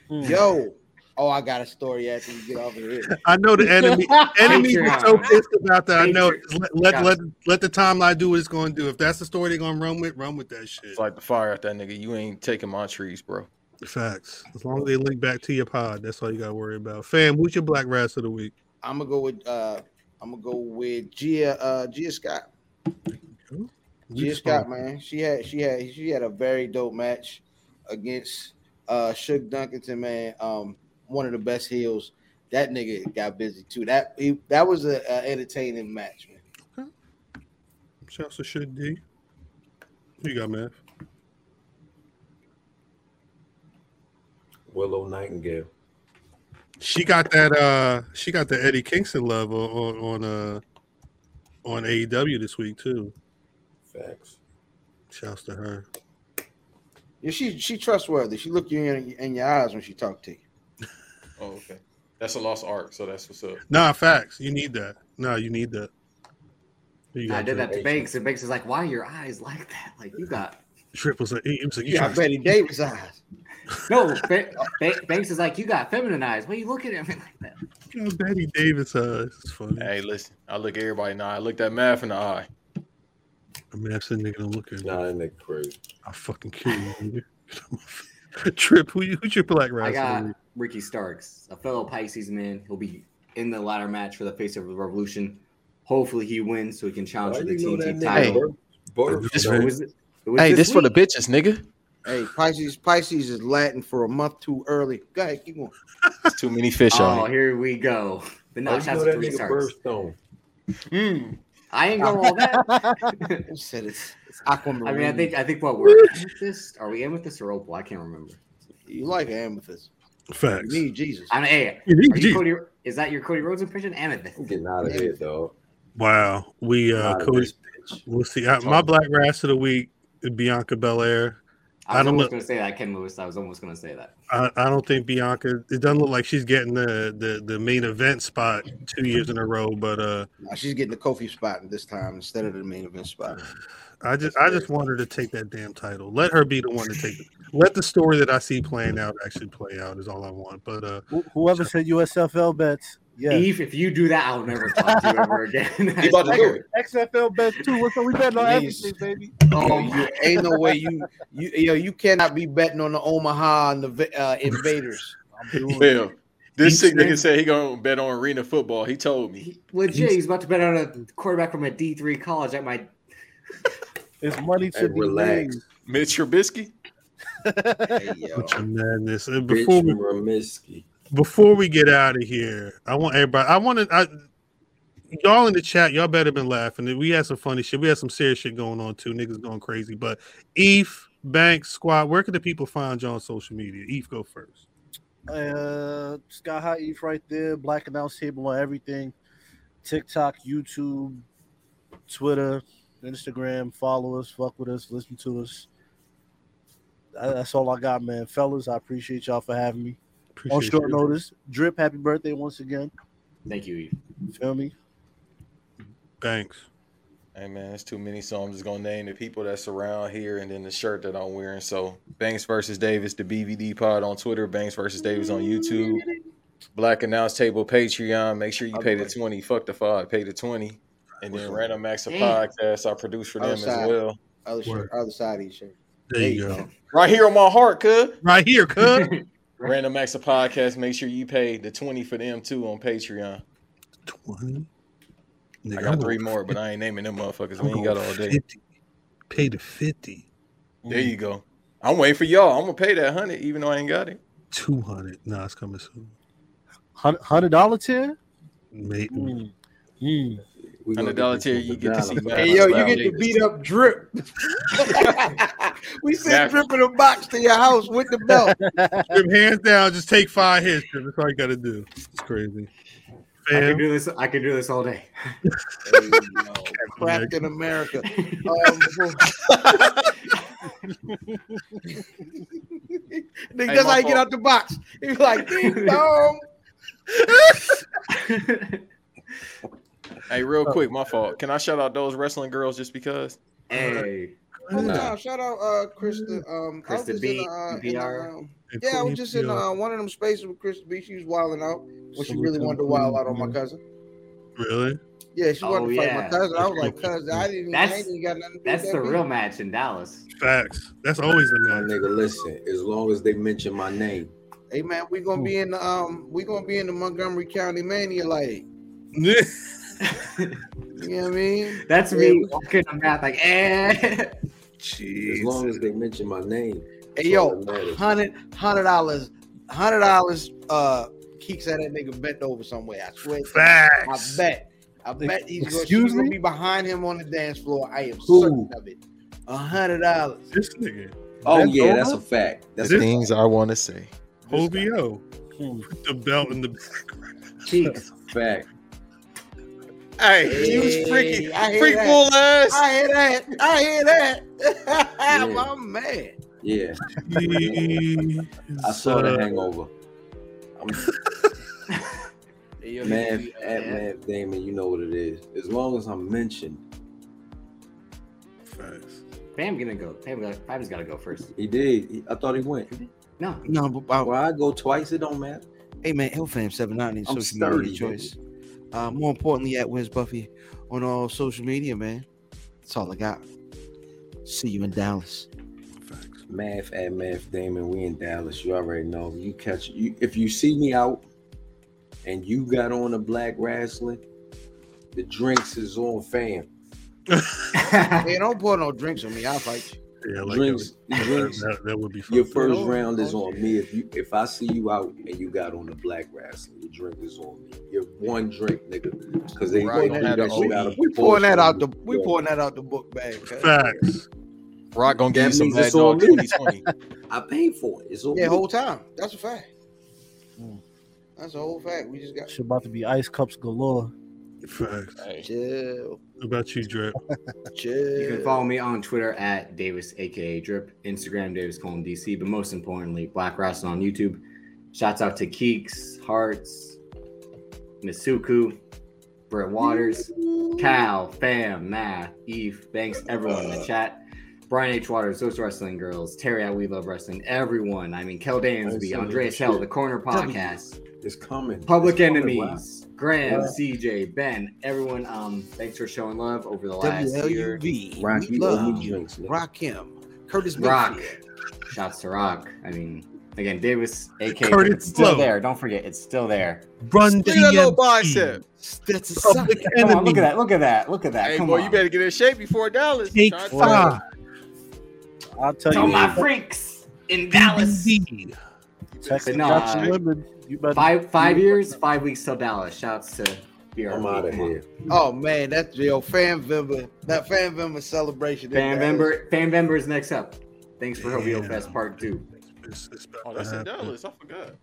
Speaker 11: Hmm.
Speaker 1: Yo, oh, I got a story after you get off of here.
Speaker 3: I know the enemy. Enemy is so
Speaker 1: Patreon.
Speaker 3: pissed about that. I know.
Speaker 1: Patreon.
Speaker 3: Just Let let,
Speaker 1: Got
Speaker 3: let let the timeline do what it's going to do. If that's the story they're going to run with, run with that shit.
Speaker 4: It's like the fire at that nigga. You ain't taking my trees, bro.
Speaker 3: Facts. As long as they link back to your pod, that's all you got to worry about. Fam, who's your black rats of the week?
Speaker 1: I'm gonna go with uh, I'm gonna go with Gia uh, Gia Scott. Gia Scott, man, she had she had she had a very dope match against uh Shook Duncanton, man. Um, one of the best heels. That nigga got busy too. That he, that was a, a entertaining match, man.
Speaker 3: Shouts to Should D. Who you got, man?
Speaker 2: Willow Nightingale.
Speaker 3: She got that. uh She got the Eddie Kingston love on on on, uh, on AEW this week too.
Speaker 2: Facts.
Speaker 3: Shouts to her.
Speaker 1: Yeah, she she trustworthy. She look you in, in your eyes when she talk to you.
Speaker 4: Oh, okay. That's a lost arc, so that's what's up.
Speaker 3: Nah, facts. You need that. Nah, you need that. Who you
Speaker 5: No, I
Speaker 3: got,
Speaker 5: did
Speaker 3: Trip?
Speaker 5: that to Banks, and Banks is like, "Why are your eyes like that? Like you got
Speaker 3: Trip was like, he he was like, you
Speaker 5: Yeah, I
Speaker 3: tryna-
Speaker 5: bet
Speaker 1: Betty Davis eyes.
Speaker 5: no." Ba- Ba- Banks is like, "You got feminine eyes. What are you looking at me like that?"
Speaker 3: you got Betty Davis eyes. It's funny.
Speaker 4: Hey, listen. I look at everybody now. I look that math in the eye.
Speaker 3: I mean, I've seen nigga don't look at me.
Speaker 2: Nah, that nigga crazy.
Speaker 3: I fucking kill you. nigga. Trip, who you, who's your black
Speaker 5: I
Speaker 3: rat?
Speaker 5: got Ricky Starks, a fellow Pisces man. He'll be in the ladder match for the face of the revolution. Hopefully, he wins so he can challenge for the TNT title.
Speaker 4: This-
Speaker 5: So it was- it was
Speaker 4: Hey, this for the
Speaker 5: week.
Speaker 4: bitches, nigga.
Speaker 1: Hey, Pisces Pisces is Latin for a month too early. Go ahead, keep going.
Speaker 4: It's too many fish
Speaker 5: Oh,
Speaker 4: on it.
Speaker 5: here we go. But
Speaker 2: Oh,
Speaker 5: no,
Speaker 2: you
Speaker 5: shout
Speaker 2: know
Speaker 5: out to
Speaker 2: that
Speaker 5: Ricky
Speaker 2: nigga
Speaker 5: Starks.
Speaker 2: Birdstone.
Speaker 4: Mm.
Speaker 5: I ain't going all that.
Speaker 1: I said it's, it's aquamarine.
Speaker 5: I mean, I think I think what we're amethyst. Are we amethyst or opal? I can't remember.
Speaker 1: you like amethyst. You
Speaker 3: Facts.
Speaker 1: need Jesus.
Speaker 5: I mean, hey,
Speaker 3: You need
Speaker 5: are you
Speaker 3: Jesus.
Speaker 5: Cody, is that your Cody Rhodes impression? Amethyst.
Speaker 2: I'm getting out of here, dog.
Speaker 3: Wow. We, uh,
Speaker 2: Outta
Speaker 3: Cody,
Speaker 2: this bitch.
Speaker 3: we'll see. I, my black rats of the week, Bianca Belair.
Speaker 5: I was
Speaker 3: I don't
Speaker 5: almost
Speaker 3: know.
Speaker 5: gonna say that, Ken Lewis. I was almost gonna say that.
Speaker 3: I, I don't think Bianca. It doesn't look like she's getting the, the the main event spot two years in a row. But uh,
Speaker 1: Nah, she's getting the Kofi spot this time instead of the main event spot.
Speaker 3: I just I just want her to take that damn title. Let her be the one to take it. Let the story that I see playing out actually play out is all I want. But uh,
Speaker 11: Wh- Whoever said USFL bets, yeah.
Speaker 5: Eve, if you do that, I'll never talk to you ever again.
Speaker 4: He about to do it.
Speaker 11: XFL bets too. What's up? We betting on
Speaker 1: Yeah, you-
Speaker 11: everything, baby.
Speaker 1: Oh, you, ain't no way you you yo you cannot be betting on the Omaha and the Vi- uh, Invaders.
Speaker 4: Well, this
Speaker 3: He
Speaker 4: sick nigga
Speaker 3: said-
Speaker 4: said he gonna bet on arena football. He told me.
Speaker 5: He- legit, he's about to bet on a quarterback from a D three college at my.
Speaker 11: It's money to
Speaker 2: Hey,
Speaker 11: be
Speaker 2: relax.
Speaker 11: made.
Speaker 4: Mitch Trubisky?
Speaker 1: Hey, yo.
Speaker 3: bunch of madness. And
Speaker 2: Bitch
Speaker 3: before we
Speaker 2: Romisky.
Speaker 3: before we get out of here, I want everybody. I want to. I, y'all in the chat, y'all better been laughing. We had some funny shit. We had some serious shit going on too. Niggas going crazy. But Eve Bank Squad, where can the people find you on social media? Eve, go first.
Speaker 11: Uh, Sky High Eve right there. Black announce table on everything. TikTok, YouTube, Twitter, Instagram. Follow us. Fuck with us. Listen to us. Uh, That's all I got, man. Fellas, I appreciate y'all for having me on
Speaker 3: Appreciate
Speaker 11: short
Speaker 3: you.
Speaker 11: notice. Drip, happy birthday once again.
Speaker 5: Thank you, Eve.
Speaker 11: Feel me?
Speaker 3: Banks.
Speaker 4: Hey man, it's too many, so I'm just gonna name the people that's around here and then the shirt that I'm wearing. So Banks versus Davis, the BVD pod on Twitter, Banks versus Davis on YouTube, Black Announce Table Patreon. Make sure you pay the 20. Fuck the five, pay the 20. And then Random Acts of
Speaker 5: Damn.
Speaker 4: Podcast, I produce for them as
Speaker 1: Outside.
Speaker 4: well.
Speaker 1: Other shirt, other side of your shirt.
Speaker 3: There you go.
Speaker 4: Right here on my heart, cuz.
Speaker 3: Right here, cuz.
Speaker 4: Random Acts of Podcast. Make sure you pay the 20 for them too on Patreon.
Speaker 3: Twenty.
Speaker 4: I
Speaker 3: Nigga,
Speaker 4: got
Speaker 3: I'm
Speaker 4: three
Speaker 3: on
Speaker 4: more, but I ain't naming them motherfuckers.
Speaker 3: I'm
Speaker 4: We ain't got
Speaker 3: going
Speaker 4: all day.
Speaker 3: 50. Pay the 50.
Speaker 4: There you go. I'm waiting for y'all. I'm gonna pay that hundred, even though I ain't got it.
Speaker 3: 200. Nah, it's coming soon.
Speaker 11: Hundred dollar tier.
Speaker 3: Mate,
Speaker 11: Mm. Mm.
Speaker 2: We gonna
Speaker 4: Hundred
Speaker 2: get
Speaker 4: dollar
Speaker 2: this
Speaker 4: tier,
Speaker 2: one
Speaker 4: you
Speaker 2: for
Speaker 4: get to see.
Speaker 2: Dallas.
Speaker 4: Hey, yo, you get to beat
Speaker 1: up drip. we sent
Speaker 3: Exactly.
Speaker 1: drip in a box to your house with the belt.
Speaker 3: Jim, hands down, just take five hits. Jim. That's all you got to do. It's crazy.
Speaker 5: I
Speaker 3: Fam.
Speaker 5: can do this. I can do this all day.
Speaker 1: Cracked in America. Um, Nigga,
Speaker 4: Hey,
Speaker 1: that's
Speaker 4: my
Speaker 1: how you
Speaker 4: fault.
Speaker 1: get out the box. He's like, ding dong.
Speaker 4: Hey, real quick, my fault. Can I shout out those wrestling girls just because?
Speaker 5: Hey,
Speaker 1: Oh,
Speaker 4: Nah.
Speaker 1: no, shout out uh Krista. Um, I was
Speaker 4: Krista
Speaker 1: just
Speaker 4: B,
Speaker 1: in, the, uh, in the,
Speaker 5: PR.
Speaker 1: um,
Speaker 3: And
Speaker 1: yeah, I
Speaker 3: Queen
Speaker 1: was just in
Speaker 3: PR.
Speaker 1: uh, one of them spaces with Krista B. She was wilding out. Well, she
Speaker 3: Salute
Speaker 1: really
Speaker 3: to
Speaker 1: wanted to
Speaker 3: the
Speaker 1: wild
Speaker 3: Queen
Speaker 1: out on my
Speaker 3: PR.
Speaker 1: cousin.
Speaker 3: Really?
Speaker 1: Yeah, she wanted
Speaker 5: Oh,
Speaker 1: to fight my
Speaker 5: yeah.
Speaker 1: cousin. I was like, cuz, I didn't. I
Speaker 5: That's-
Speaker 1: ain't got nothing. to do
Speaker 5: that's
Speaker 1: with
Speaker 5: the
Speaker 1: that
Speaker 5: real match in Dallas.
Speaker 3: Facts. That's always the
Speaker 2: My
Speaker 3: match.
Speaker 2: nigga, listen. As long as they mention my name,
Speaker 1: bitch. Hey man, we gonna be in the um, we gonna be in the Montgomery County Mania, like you know what I mean.
Speaker 5: That's
Speaker 1: Yeah,
Speaker 5: me
Speaker 1: we-
Speaker 5: walking on that like, eh.
Speaker 2: as long as they mention my name.
Speaker 1: Hey
Speaker 2: that's all
Speaker 1: yo,
Speaker 2: that matters.
Speaker 1: hundred hundred dollars, hundred dollars. Uh, keeps at that nigga bent over somewhere. I swear. to God. I
Speaker 3: Facts.
Speaker 1: bet. I bet he's gonna,
Speaker 11: Excuse
Speaker 1: she's gonna
Speaker 11: me?
Speaker 1: be behind him on the dance floor. I am
Speaker 2: Who?
Speaker 1: certain of it. A hundred dollars.
Speaker 3: This nigga.
Speaker 2: Oh
Speaker 11: That's
Speaker 2: yeah,
Speaker 11: over?
Speaker 2: that's a fact. That's
Speaker 3: This-
Speaker 2: a
Speaker 3: Thing.
Speaker 2: fact.
Speaker 4: Things I want to say.
Speaker 3: OBO. With the belt in the background.
Speaker 5: Cheeks.
Speaker 2: fact.
Speaker 4: Hey, you
Speaker 1: Hey,
Speaker 4: freaky,
Speaker 1: I hear
Speaker 4: freak
Speaker 1: that.
Speaker 4: bull ass.
Speaker 1: I hear that. I hear that. My man.
Speaker 2: Yeah, I
Speaker 3: Jeez,
Speaker 2: saw the
Speaker 3: uh,
Speaker 2: Hangover. I'm Mav,
Speaker 1: eh,
Speaker 2: at
Speaker 5: eh.
Speaker 2: Mav Damon, you know what it is. As long as I'm mentioned,
Speaker 3: facts.
Speaker 5: Bam gonna go. Bam, gotta- Bam's gotta go first.
Speaker 2: he did. He- I thought he went.
Speaker 5: No,
Speaker 1: No, but
Speaker 4: Oh.
Speaker 1: uh,
Speaker 2: Why I go twice, it don't matter.
Speaker 1: hey man, Hill Fam 790
Speaker 2: I'm
Speaker 1: social media
Speaker 2: sturdy,
Speaker 1: media choice. Uh, more importantly, at Wins Buffy on all social media, man. That's all I got. See you in Dallas.
Speaker 3: Facts.
Speaker 2: Math at Math Damon. We in Dallas. You already know. You catch you if you see me out and you got on a black wrestling, the drinks is on fam.
Speaker 1: Hey, don't pour no drinks on me. I'll fight you.
Speaker 3: Yeah, like
Speaker 2: drinks,
Speaker 3: that, would,
Speaker 2: drinks.
Speaker 3: that, that would be fun.
Speaker 2: Your first
Speaker 1: Oh,
Speaker 2: round is
Speaker 1: okay.
Speaker 2: on me. If you if I see you out and you got on a black wrestling, your drink is on me. Your one drink, nigga. Because they
Speaker 4: Right,
Speaker 2: they
Speaker 4: don't
Speaker 2: do
Speaker 4: have
Speaker 2: that
Speaker 4: to
Speaker 2: shit
Speaker 4: OD.
Speaker 2: out of
Speaker 1: We pouring that out the
Speaker 2: proportion.
Speaker 1: we pouring that out the book bag. cuz.
Speaker 3: Facts.
Speaker 4: Rock
Speaker 2: That
Speaker 4: gonna give you some
Speaker 2: means
Speaker 4: mad
Speaker 2: it's on
Speaker 4: dog
Speaker 2: me.
Speaker 4: 2020.
Speaker 2: I paid for it. It's on
Speaker 1: Yeah,
Speaker 2: me.
Speaker 1: whole time. That's a fact.
Speaker 11: Hmm.
Speaker 1: Mm. That's a whole fact. We just got
Speaker 11: Shit about to be ice cups galore.
Speaker 3: Facts.
Speaker 4: Hey,
Speaker 1: chill,
Speaker 3: What about you, Drip?
Speaker 1: chill.
Speaker 5: You can follow me on Twitter at Davis, aka Drip, Instagram Davis Colon DC, but most importantly, Black Wrestling on YouTube. Shouts out to Keeks, Hearts, Misuku, Brett Waters, Cal, Fam, Math, Eve. Thanks everyone in the chat. Brian H. Waters, those wrestling girls, Terry at We Love Wrestling, everyone. I mean, Kel Dansby, Andreas Hell, The Corner Podcast.
Speaker 2: It's coming.
Speaker 5: Public
Speaker 2: It's coming, wow.
Speaker 5: Enemies, Graham,
Speaker 2: Wow.
Speaker 5: CJ, Ben, everyone. Um, thanks for showing love over the last year.
Speaker 1: WLUV.
Speaker 2: Rock,
Speaker 1: we
Speaker 2: you owe
Speaker 1: love
Speaker 2: me
Speaker 1: you.
Speaker 2: drinks. nigga.
Speaker 1: Rock him. Curtis
Speaker 5: Rock.
Speaker 1: Mayfield.
Speaker 5: Shouts to Rock. I mean, again, Davis, aka
Speaker 3: Curtis
Speaker 5: it's still
Speaker 3: Blow.
Speaker 5: there. Don't forget, it's still there.
Speaker 3: Run
Speaker 4: look at that little
Speaker 3: DMC.
Speaker 4: bicep.
Speaker 1: That's a
Speaker 5: Oh,
Speaker 1: sign.
Speaker 3: Public
Speaker 5: Come
Speaker 3: enemy.
Speaker 5: on, look at that. Look at that. Look at that.
Speaker 4: Hey,
Speaker 5: Come
Speaker 4: boy,
Speaker 5: on.
Speaker 4: you better get in shape before Dallas.
Speaker 3: Take
Speaker 4: Try to-
Speaker 3: five.
Speaker 11: I'll tell
Speaker 5: So
Speaker 11: you.
Speaker 5: my freaks in Dallas.
Speaker 3: DVD.
Speaker 11: Texas
Speaker 5: But no,
Speaker 11: got
Speaker 5: uh,
Speaker 11: you women. You better
Speaker 5: Five five years, five weeks till Dallas. Shouts to BRB.
Speaker 2: I'm out of
Speaker 5: Come on.
Speaker 2: here.
Speaker 1: Oh man, that's your fan vember. That fan vember celebration.
Speaker 5: Fan member, fan member is next up. Thanks for Hobio
Speaker 3: Yeah.
Speaker 5: Fest Part Two.
Speaker 3: It's- it's about
Speaker 4: Oh,
Speaker 3: to
Speaker 4: that's in
Speaker 3: happen.
Speaker 4: Dallas. I forgot.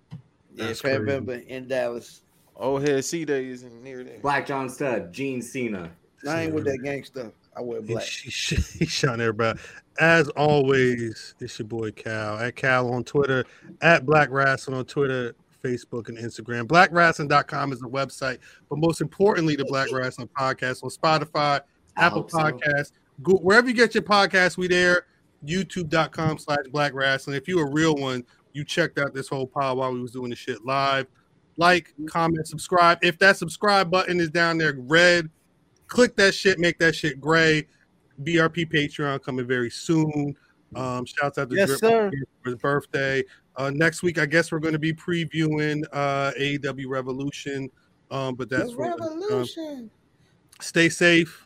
Speaker 1: Yeah,
Speaker 3: That's
Speaker 1: fan
Speaker 3: crazy.
Speaker 1: vember in Dallas.
Speaker 4: Old head C Day is in near there.
Speaker 5: Black John Stud, Gene Cena.
Speaker 1: I ain't with that gang stuff. I wear
Speaker 3: And
Speaker 1: black.
Speaker 3: she, she, he's shouting everybody. As always, it's your boy Cal at Cal on Twitter, at Black Wrestling on Twitter, Facebook, and Instagram. BlackWrestling.com is the website, but most importantly, the Black Wrestling Podcast on Spotify,
Speaker 5: I
Speaker 3: Apple
Speaker 5: hope so.
Speaker 3: Podcasts, go, wherever you get your podcast, we there. YouTube.com slash Black Wrestling. If you a real one, you checked out this whole pod while we was doing the shit live. Like, comment, subscribe. If that subscribe button is down there red, click that shit, make that shit gray. BRP Patreon coming very soon. Um, shouts out to
Speaker 11: Yes,
Speaker 3: Drip
Speaker 11: sir.
Speaker 3: for his birthday. Uh, next week, I guess we're going to be previewing uh, AEW Revolution. Um, but that's
Speaker 1: the
Speaker 3: for- um,
Speaker 1: revolution.
Speaker 3: stay safe,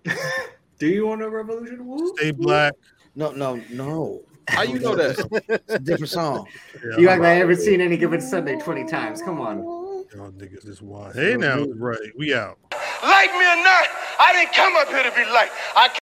Speaker 5: Do you want a revolution? Woo.
Speaker 3: stay black.
Speaker 1: No, no, no.
Speaker 4: How you know that?
Speaker 1: It's a different song.
Speaker 3: Yeah,
Speaker 5: You act like I haven't seen any given Sunday twenty times. Come on.
Speaker 3: y'all niggas is wild. Hey, now, right? We out.
Speaker 6: Like me or not,
Speaker 1: I didn't come up here to be liked. I